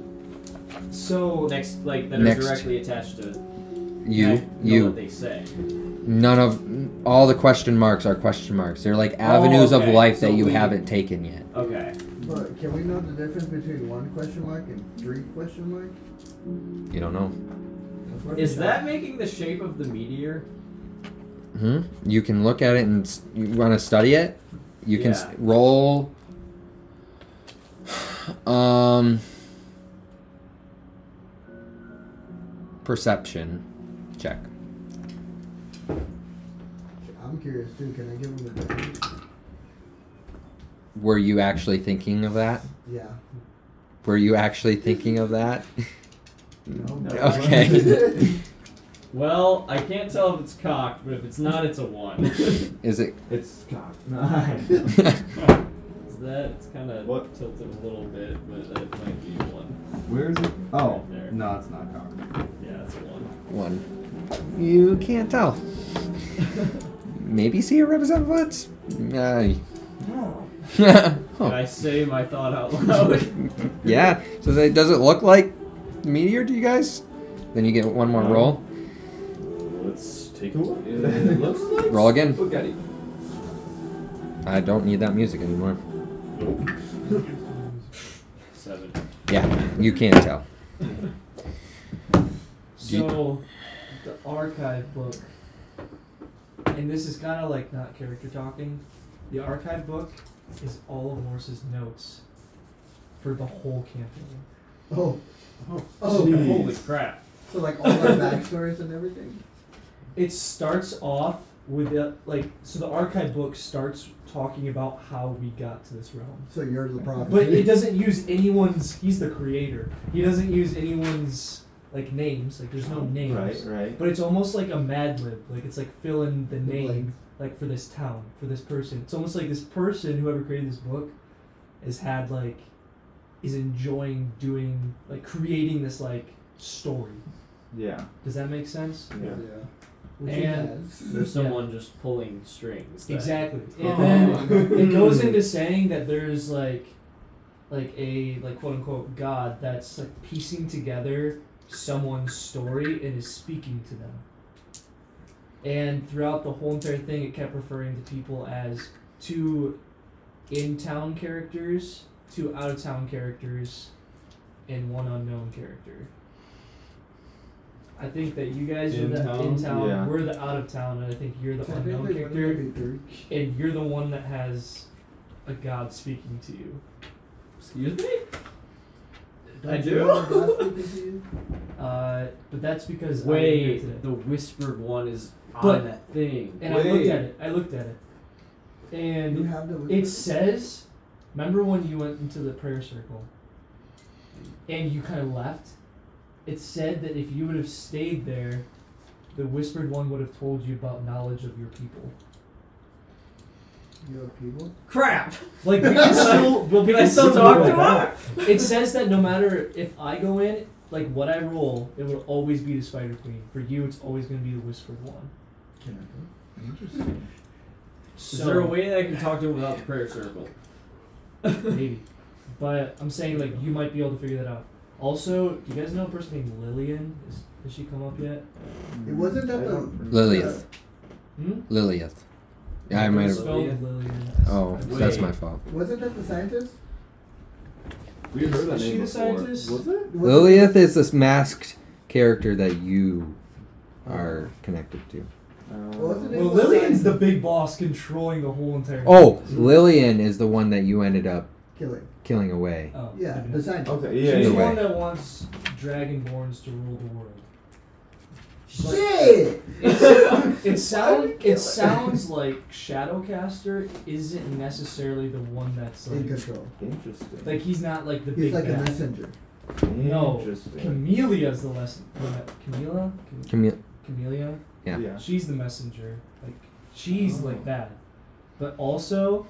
Speaker 7: so
Speaker 8: next like that are
Speaker 2: Next.
Speaker 8: directly attached to. it. I
Speaker 2: You.
Speaker 8: know
Speaker 2: You.
Speaker 8: What they say.
Speaker 2: None of all the question marks are question marks. They're like avenues
Speaker 8: Oh, okay.
Speaker 2: of life
Speaker 8: So
Speaker 2: that you
Speaker 8: we-
Speaker 2: haven't taken yet.
Speaker 8: Okay.
Speaker 5: But can we know the difference between one question mark and three question mark?
Speaker 2: You don't know.
Speaker 5: That's what
Speaker 8: Is
Speaker 5: I'm
Speaker 8: that making the shape of the meteor?
Speaker 2: Hmm? You can look at it and s- you want to study it. You can s
Speaker 8: Yeah.
Speaker 2: roll. *sighs* Um. Perception check.
Speaker 5: I'm curious too. Can I give him a difference?
Speaker 2: Were you actually thinking of that?
Speaker 5: Yeah.
Speaker 2: Were you actually thinking of that? *laughs*
Speaker 5: No. *laughs*
Speaker 2: Okay.
Speaker 8: Well, I can't tell if it's cocked, but if it's not, it's
Speaker 4: *laughs*
Speaker 8: a one. Is
Speaker 2: Is it? *laughs*
Speaker 3: It's cocked. Nine.
Speaker 8: that? It's kind of
Speaker 3: What?
Speaker 8: tilted a little bit, but that might be a one.
Speaker 4: Where is it? Oh,
Speaker 8: Right there.
Speaker 4: no, it's not cocked.
Speaker 8: Yeah, it's a one.
Speaker 2: One. You can't tell. *laughs* Maybe see a representative once. Uh, *laughs*
Speaker 8: Did I say my thought out loud?
Speaker 2: Yeah. So they, does it look like meteor to you guys? Then you get one more roll.
Speaker 3: Let's take a look. *laughs*
Speaker 4: It looks like.
Speaker 2: Roll again.
Speaker 4: *laughs* Look at it.
Speaker 2: I don't need that music anymore.
Speaker 8: Seven.
Speaker 2: Yeah, you can't tell.
Speaker 7: So, the archive book, and this is kind of like not character talking. The archive book is all of Morse's notes for the whole campaign.
Speaker 5: Oh. Oh.
Speaker 8: Holy crap.
Speaker 5: So like all our backstories and everything.
Speaker 7: It starts off with the like, so the archive book starts talking about how we got to this realm,
Speaker 5: So you're the prophet.
Speaker 7: but it doesn't use anyone's. He's the creator. He doesn't use anyone's like names. Like there's no names.
Speaker 3: Right, right.
Speaker 7: But it's almost like a Mad Lib. Like it's like fill in the name, like for this town, for this person. It's almost like this person, whoever created this book, has had like, is enjoying doing like creating this like story.
Speaker 3: Yeah.
Speaker 7: Does that make sense?
Speaker 3: Yeah.
Speaker 5: Which he
Speaker 7: and-
Speaker 5: has.
Speaker 8: There's someone just pulling strings. that-
Speaker 7: Exactly. And then it goes into saying that there's like, like a like quote unquote god that's like piecing together someone's story and is speaking to them. And throughout the whole entire thing, it kept referring to people as two in town characters, two out of town characters, and one unknown character. I think that you guys are the
Speaker 4: In-town?
Speaker 7: in town,
Speaker 3: Yeah.
Speaker 7: we're the out of town, and I think you're the unknown
Speaker 5: Technically,
Speaker 7: character
Speaker 5: wouldn't it be three?
Speaker 7: and you're the one that has a god speaking to you.
Speaker 8: Excuse me?
Speaker 5: Don't
Speaker 8: I
Speaker 5: you
Speaker 8: do?
Speaker 5: have a god speaking to you?
Speaker 7: Uh, but that's because I didn't hear it
Speaker 8: *laughs* Wait,
Speaker 7: today.
Speaker 8: the whispered one is on
Speaker 7: But-
Speaker 8: that thing.
Speaker 7: and I looked
Speaker 4: wait.
Speaker 7: at it. I looked at it,
Speaker 5: You
Speaker 7: *laughs* and
Speaker 5: have the.
Speaker 7: it says, "Remember when you went into the prayer circle, and you kind of left? It said that if you would have stayed there, the whispered one would have told you about knowledge of your people.
Speaker 5: You have people.
Speaker 8: *laughs* Crap!
Speaker 7: Like we can still, but we
Speaker 8: Can
Speaker 7: *laughs*
Speaker 8: I
Speaker 7: can
Speaker 8: still
Speaker 7: still
Speaker 8: talk
Speaker 7: go
Speaker 8: to
Speaker 7: back.
Speaker 8: him?
Speaker 7: it says that no matter if I go in, like what I roll, it will always be the Spider Queen. For you, it's always going to be the Whispered One.
Speaker 5: Can
Speaker 8: Is there a
Speaker 7: So
Speaker 8: way that I can talk to him without the prayer circle?
Speaker 7: maybe, but I'm saying like you might be able to figure that out. Also, do you guys know a person named Lillian? Is, has she come up yet?
Speaker 5: It wasn't that
Speaker 3: I
Speaker 5: the-
Speaker 3: don't-
Speaker 2: Lilith.
Speaker 7: Hmm?
Speaker 2: Lilith. Yeah, I
Speaker 7: It
Speaker 2: might
Speaker 7: was
Speaker 2: have.
Speaker 7: spelled
Speaker 8: Lillian.
Speaker 7: Lillian.
Speaker 2: Oh, that's
Speaker 8: Wait.
Speaker 2: my fault.
Speaker 5: go? Wasn't that the scientist?
Speaker 4: We heard that name
Speaker 7: Is she the
Speaker 4: before.
Speaker 7: scientist?
Speaker 4: Was
Speaker 5: Uh,
Speaker 4: it?
Speaker 2: Lilith is this masked character that you are connected to.
Speaker 5: Wasn't it
Speaker 7: Well, Lillian's the big boss controlling the whole entire.
Speaker 2: Oh, Lillian is the one that you ended up
Speaker 5: killing?
Speaker 2: killing away.
Speaker 7: Oh,
Speaker 5: Yeah,
Speaker 7: okay.
Speaker 5: the scientist.
Speaker 3: Okay.
Speaker 7: She's
Speaker 3: Yeah.
Speaker 7: the
Speaker 3: yeah.
Speaker 2: Anyway.
Speaker 7: one that wants Dragonborns to rule the world. Oh,
Speaker 5: Shit!
Speaker 7: It sounds
Speaker 5: *laughs*
Speaker 7: it sounds like Shadowcaster isn't necessarily the one that's
Speaker 5: In
Speaker 7: like
Speaker 5: control.
Speaker 3: Interesting.
Speaker 7: like he's not like the
Speaker 5: He's
Speaker 7: big
Speaker 5: like a
Speaker 7: bad.
Speaker 5: messenger.
Speaker 7: No,
Speaker 3: Interesting.
Speaker 7: Camellia's the less the- Camilla? Cam-
Speaker 2: Camille.
Speaker 7: Camellia.
Speaker 2: Yeah.
Speaker 4: Yeah.
Speaker 7: She's the messenger. Like she's
Speaker 5: Oh.
Speaker 7: like that. But also,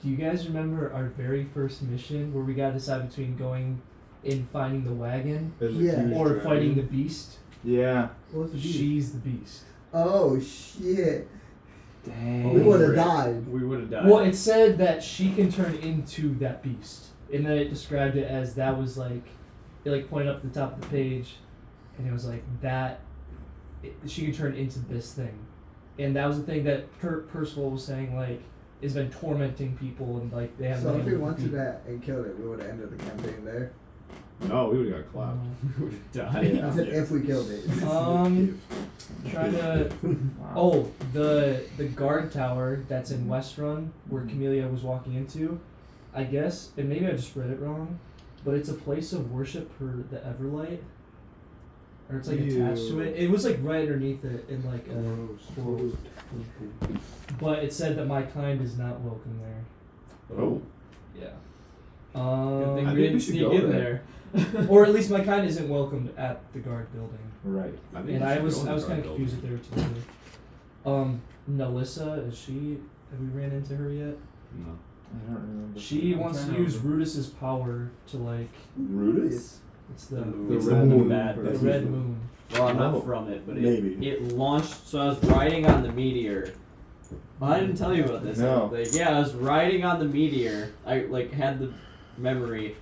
Speaker 7: do you guys remember our very first mission where we got to decide between going and finding the wagon
Speaker 4: There's a
Speaker 5: Yeah.
Speaker 4: huge
Speaker 7: or
Speaker 4: dragon.
Speaker 7: fighting the beast?
Speaker 3: Yeah.
Speaker 5: What was the beast?
Speaker 7: She's the beast.
Speaker 5: Oh shit!
Speaker 3: Dang.
Speaker 5: We would have died.
Speaker 8: We would have died.
Speaker 7: Well, it said that she can turn into that beast, and then it described it as that was like, it like pointed up the top of the page, and it was like that, it, she can turn into this thing, and that was the thing that per- Percival was saying like, has been tormenting people and like they haven't.
Speaker 5: So
Speaker 7: been
Speaker 5: if
Speaker 7: able
Speaker 5: we
Speaker 7: to
Speaker 5: went to
Speaker 7: defeat-
Speaker 5: that and killed it, we would have ended the campaign there.
Speaker 3: No, we would have got
Speaker 7: *laughs*
Speaker 3: clapped.
Speaker 5: *laughs*
Speaker 8: we would have died.
Speaker 5: I said if we killed it.
Speaker 7: Um,
Speaker 3: *laughs*
Speaker 7: trying to. Oh, the the guard tower that's in West Run, where
Speaker 3: Mm-hmm.
Speaker 7: Camellia was walking into, I guess, and maybe I just read it wrong, but it's a place of worship for the Everlight, or it's like attached to it. It was like right underneath it in like a quote, but it said that my kind is not welcome there.
Speaker 3: Oh.
Speaker 7: Yeah.
Speaker 8: Good thing
Speaker 7: Um,
Speaker 8: we
Speaker 3: think we
Speaker 8: didn't
Speaker 3: should
Speaker 8: sneak
Speaker 3: go
Speaker 8: in
Speaker 3: there.
Speaker 8: there.
Speaker 7: or at least my kind isn't welcomed at the guard building.
Speaker 3: Right. I think
Speaker 7: And
Speaker 3: we
Speaker 7: I
Speaker 3: should
Speaker 7: was
Speaker 3: go
Speaker 7: I was
Speaker 3: in
Speaker 7: kind
Speaker 3: the
Speaker 7: of confused that they were together. Um, Nalissa, is she? Have we ran into her yet?
Speaker 3: No. I don't remember.
Speaker 7: She wants to use Rudis's power to like
Speaker 11: Rudis?
Speaker 7: it's the
Speaker 8: The
Speaker 11: It's
Speaker 8: red
Speaker 11: the moon.
Speaker 8: bad
Speaker 7: the
Speaker 11: person.
Speaker 7: red moon.
Speaker 8: Well, I'm
Speaker 11: No.
Speaker 8: not from it, but it,
Speaker 11: Maybe.
Speaker 8: it launched. So I was riding on the meteor. Well, I didn't tell you about this.
Speaker 3: No.
Speaker 8: Like, yeah, I was riding on the meteor. I like had the memory.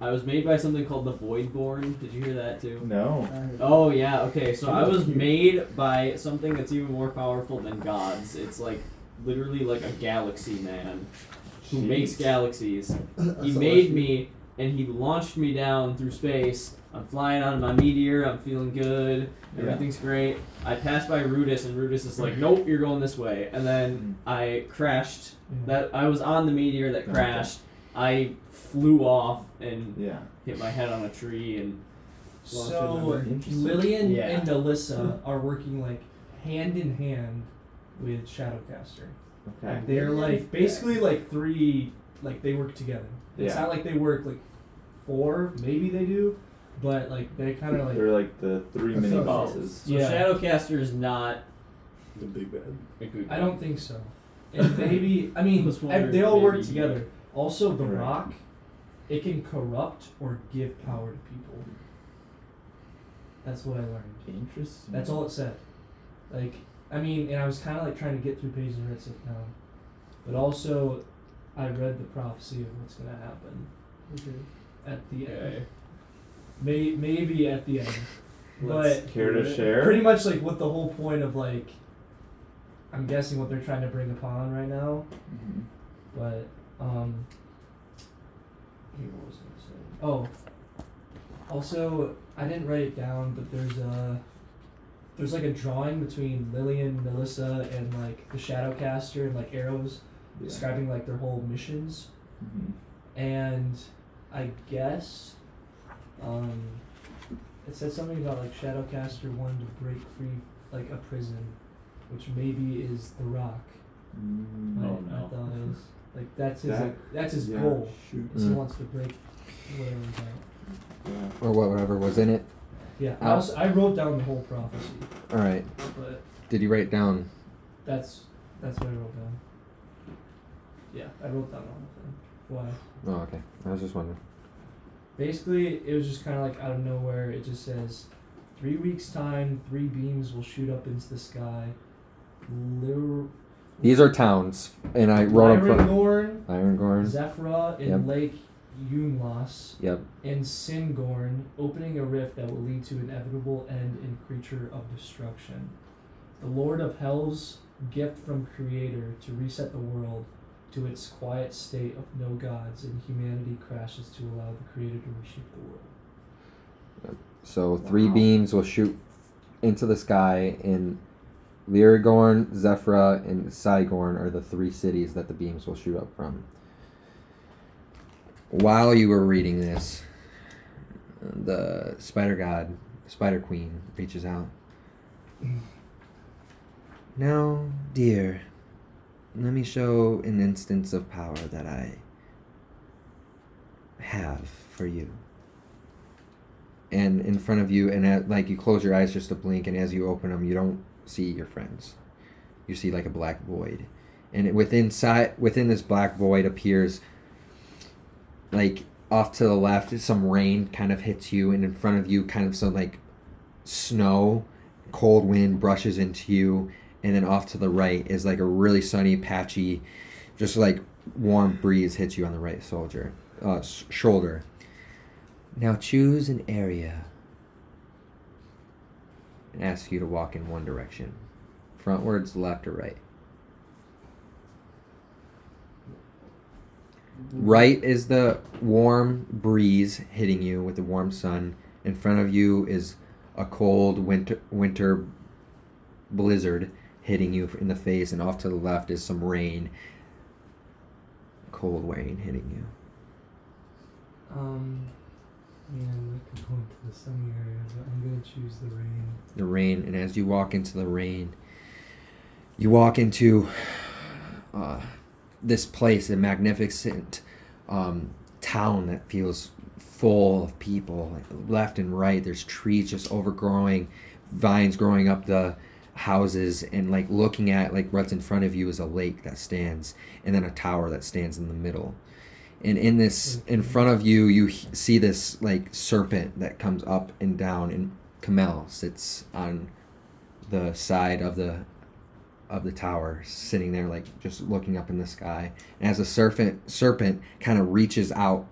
Speaker 8: I was made by something called the Voidborn. Did you hear that too?
Speaker 3: No.
Speaker 5: Uh,
Speaker 8: Oh yeah. Okay. So I was made by something that's even more powerful than gods. It's like literally like a galaxy man who makes galaxies. He
Speaker 5: so
Speaker 8: made
Speaker 5: she-
Speaker 8: me and he launched me down through space. I'm flying on my meteor. I'm feeling good.
Speaker 3: Yeah.
Speaker 8: Everything's great. I pass by Rudis and Rudis is like, "Nope, you're going this way." And
Speaker 7: Mm.
Speaker 8: then I crashed. That I was on the meteor that
Speaker 3: Okay.
Speaker 8: crashed. I flew off and
Speaker 3: Yeah.
Speaker 8: hit my head on a tree and
Speaker 7: So
Speaker 3: Interesting.
Speaker 7: Lillian
Speaker 8: Yeah.
Speaker 7: and Nalissa are working like hand in hand with Shadowcaster.
Speaker 3: Okay.
Speaker 7: They're like basically like three like they work together. It's
Speaker 3: Yeah.
Speaker 7: not like they work like four, maybe they do, but like they kind of like
Speaker 3: They're like the three
Speaker 5: That's
Speaker 3: mini
Speaker 5: so-
Speaker 3: bosses.
Speaker 8: So
Speaker 7: Yeah.
Speaker 8: Shadowcaster is not
Speaker 11: The big bad.
Speaker 8: a good.
Speaker 7: I don't think so. And maybe I mean
Speaker 8: Plus one
Speaker 7: ev- they all
Speaker 8: maybe.
Speaker 7: work together. Also, the
Speaker 3: Right.
Speaker 7: rock, it can corrupt or give power to people. That's what I learned.
Speaker 3: Interesting.
Speaker 7: That's all it said. Like I mean, and I was kind of like trying to get through pages and read stuff now, but also, I read the prophecy of what's gonna happen at the end.
Speaker 8: Okay.
Speaker 7: May, maybe at the end,
Speaker 8: Let's
Speaker 7: but
Speaker 3: Care to share?
Speaker 7: pretty much like what the whole point of like i'm guessing what they're trying to bring upon right now
Speaker 3: Mhm.
Speaker 7: but um hey, what was I gonna say? oh also i didn't write it down but there's a there's like a drawing between lillian melissa and like the shadowcaster and like arrows
Speaker 3: Yeah.
Speaker 7: describing like their whole missions
Speaker 3: Mhm.
Speaker 7: and I guess um, it said something about like Shadowcaster wanted to break free like a prison, which maybe is the Rock.
Speaker 3: Mm,
Speaker 7: I,
Speaker 3: oh
Speaker 7: I
Speaker 3: no.
Speaker 7: thought it was like that's his
Speaker 3: That-
Speaker 7: like, that's his
Speaker 3: yeah,
Speaker 7: goal.
Speaker 3: Shoot.
Speaker 7: Is he
Speaker 6: Mm.
Speaker 7: wants to break whatever's out.
Speaker 3: Yeah.
Speaker 6: Or whatever was in it.
Speaker 7: Yeah, I
Speaker 6: Out.
Speaker 7: also I wrote down the whole prophecy,
Speaker 6: All right.
Speaker 7: but
Speaker 6: Did you write down?
Speaker 7: that's that's what I wrote down. Yeah, I wrote down all of them. Why?
Speaker 6: Oh, okay. I was just wondering.
Speaker 7: Basically, it was just kind of like out of nowhere. It just says, three weeks time, three beams will shoot up into the sky. Lir-
Speaker 6: These are towns, and I wrote up from
Speaker 7: Lyrengorn,
Speaker 6: Irongorn.
Speaker 7: Zephyra, and
Speaker 6: Yep.
Speaker 7: Lake Yunlas,
Speaker 6: Yep.
Speaker 7: and Singorn, opening a rift that will lead to inevitable end and creature of destruction. The Lord of Hell's gift from Creator to reset the world to its quiet state of no gods, and humanity crashes to allow the Creator to reshape the world.
Speaker 6: So three
Speaker 3: Wow.
Speaker 6: beams will shoot into the sky, and Lyrigorn, Zephyra, and Sigorn are the three cities that the beams will shoot up from. While you were reading this, the spider god, spider queen, reaches out. Now, dear, let me show an instance of power that I have for you.
Speaker 2: and in front of you, and at, like you close your eyes just to blink, and as you open them, you don't see your friends. You see like a black void, and it, within si- within this black void appears like off to the left, some rain kind of hits you, and in front of you, kind of some like snow, cold wind brushes into you, and then off to the right is like a really sunny, patchy, just like warm breeze hits you on the right soldier uh, s- shoulder. Now choose an area and ask you to walk in one direction, frontwards, left, or right. Right is the warm breeze hitting you with the warm sun. In front of you is a cold winter winter blizzard hitting you in the face, and off to the left is some rain, cold rain hitting you.
Speaker 7: Um, yeah, I could point to the sunny area, but I'm gonna choose the rain.
Speaker 2: the rain and as you walk into the rain you walk into uh, this place a magnificent um, town that feels full of people left and right there's trees just overgrowing vines growing up the houses and like looking at like what's in front of you is a lake that stands and then a tower that stands in the middle and in this in front of you you h- see this like serpent that comes up and down and Kamel sits on the side of the of the tower sitting there like just looking up in the sky and as the serpent serpent kind of reaches out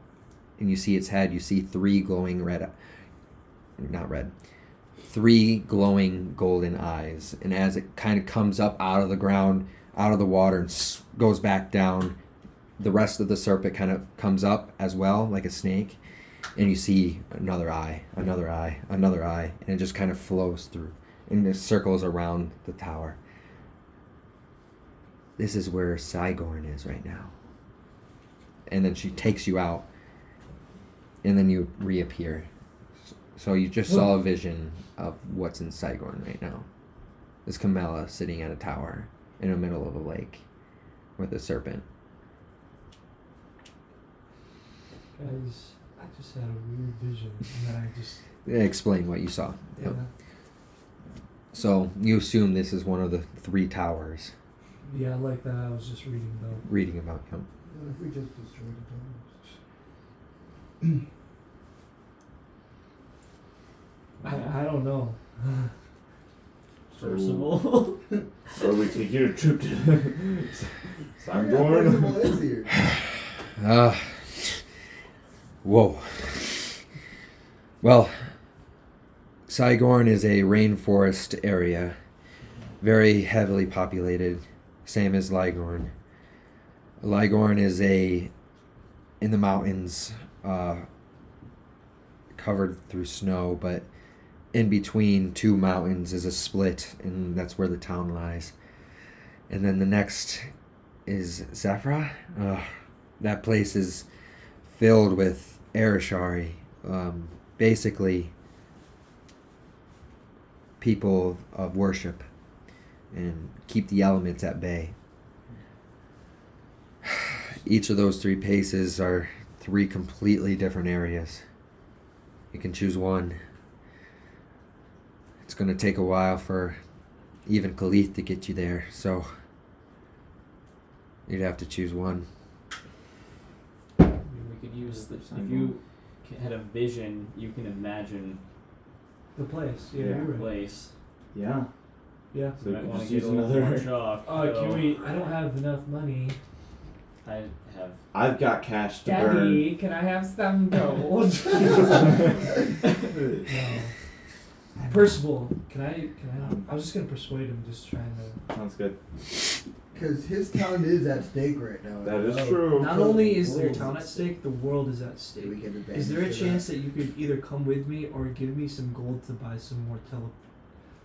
Speaker 2: and you see its head you see three glowing red not red three glowing golden eyes and as it kind of comes up out of the ground out of the water and s- goes back down the rest of the serpent kind of comes up as well, like a snake, and you see another eye, another eye, another eye, and it just kind of flows through and it circles around the tower. This is where Sigorn is right now. And then she takes you out, and then you reappear. So you just saw a vision of what's in Sigorn right now. It's Camilla sitting at a tower in the middle of a lake with a serpent.
Speaker 7: Guys, I just had a weird vision, and then I just
Speaker 2: explain what you saw.
Speaker 7: yeah.
Speaker 2: Yep. So you assume this is one of the three towers.
Speaker 7: Yeah, I like that. I was just reading though.
Speaker 2: Reading about him.
Speaker 5: What if we just destroy the towers?
Speaker 7: I, I don't know.
Speaker 8: *laughs* First of all,
Speaker 3: So we taking a trip to *laughs*
Speaker 5: First of
Speaker 3: Sangorn?
Speaker 5: all, it's here.
Speaker 2: Ah. whoa. Well, Saigorn is a rainforest area, very heavily populated, same as Ligorn. Ligorn is a in the mountains, uh, covered through snow, but in between two mountains is a split, and that's where the town lies. And then the next is Zafra. Ugh, that place is filled with Arishari. Um, basically, people of worship and keep the elements at bay. *sighs* Each of those three paces are three completely different areas. You can choose one. It's going to take a while for even Khalith to get you there, so you'd have to choose one.
Speaker 8: I mean, we could use the, if you ca- had a vision, you can imagine
Speaker 7: The place. Yeah,
Speaker 3: Yeah.
Speaker 7: you're
Speaker 8: the
Speaker 7: right.
Speaker 8: place.
Speaker 3: Yeah.
Speaker 7: Yeah.
Speaker 3: So
Speaker 8: So
Speaker 3: we
Speaker 8: might
Speaker 3: could
Speaker 8: want to
Speaker 3: just
Speaker 8: get
Speaker 3: use
Speaker 8: a little more
Speaker 3: another-
Speaker 8: chalk.
Speaker 7: Uh,
Speaker 8: so
Speaker 7: can we? I don't have enough money.
Speaker 8: I have.
Speaker 3: I've got cash to
Speaker 12: Daddy, can I have some gold?
Speaker 3: burn.
Speaker 7: No. *laughs* Percival, can I? Can I? I was just gonna persuade him, just trying to.
Speaker 3: Sounds good.
Speaker 5: Because his town is at stake right now.
Speaker 3: That is true.
Speaker 7: Not only is their town at stake, the world is at
Speaker 5: Do we
Speaker 7: stake.
Speaker 5: get advantage
Speaker 7: Is there a
Speaker 5: of that?
Speaker 7: chance that you could either come with me or give me some gold to buy some more tele,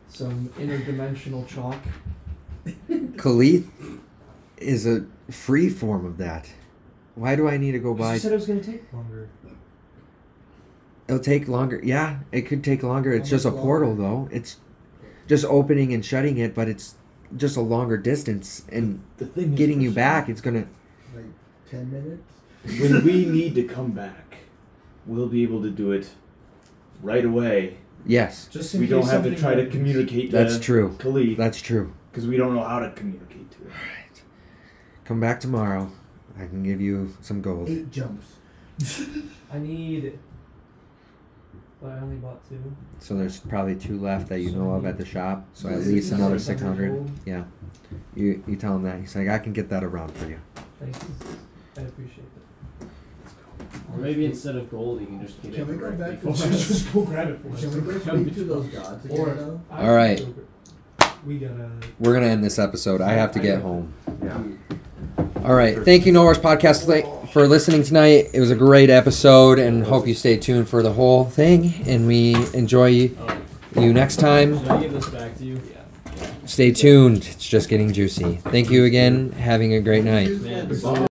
Speaker 7: some interdimensional chalk?
Speaker 2: Khalith is a free form of that. Why do I need to go
Speaker 7: 'Cause You
Speaker 2: buy?
Speaker 7: said it was gonna take longer.
Speaker 2: It'll take longer. Yeah, it could take longer. It's
Speaker 5: How
Speaker 2: just a
Speaker 5: much longer?
Speaker 2: portal, though. It's just opening and shutting it, but it's just a longer distance and
Speaker 3: The thing is,
Speaker 2: getting you back. It's gonna.
Speaker 5: Like 10 minutes?
Speaker 3: when we need to come back, we'll be able to do it right away.
Speaker 2: Yes,
Speaker 3: Just we don't have to try to communicate. To
Speaker 2: that's true.
Speaker 3: Khalid,
Speaker 2: That's true.
Speaker 3: because we don't know how to communicate to him.
Speaker 2: Come back tomorrow. I can give you some gold.
Speaker 5: Eight jumps.
Speaker 7: I need. But I only bought two.
Speaker 2: So there's probably two left that you know of at the shop. So at least another six hundred. Yeah. You you tell him that. He's like, I can get that around for you.
Speaker 7: Thank you. I appreciate that.
Speaker 8: Or maybe instead of gold, you can just get
Speaker 5: Can
Speaker 8: it
Speaker 5: we go
Speaker 8: directly
Speaker 5: back
Speaker 8: from-
Speaker 5: to-
Speaker 7: *laughs* Just go grab it for us.
Speaker 5: Can we go speak to those gods again,
Speaker 7: Or-
Speaker 5: though?
Speaker 7: I-
Speaker 2: All right.
Speaker 7: We gotta.
Speaker 2: We're gonna end this episode. I have to get home. All right. Thank you, Norris Podcast, li- for listening tonight. It was a great episode, and hope you stay tuned for the whole thing. And we enjoy you
Speaker 8: Oh,
Speaker 2: next time.
Speaker 8: should I give this back to you? Yeah.
Speaker 2: Stay tuned. It's just getting juicy. Thank you again. Having a great night.
Speaker 8: Man,
Speaker 5: Episode.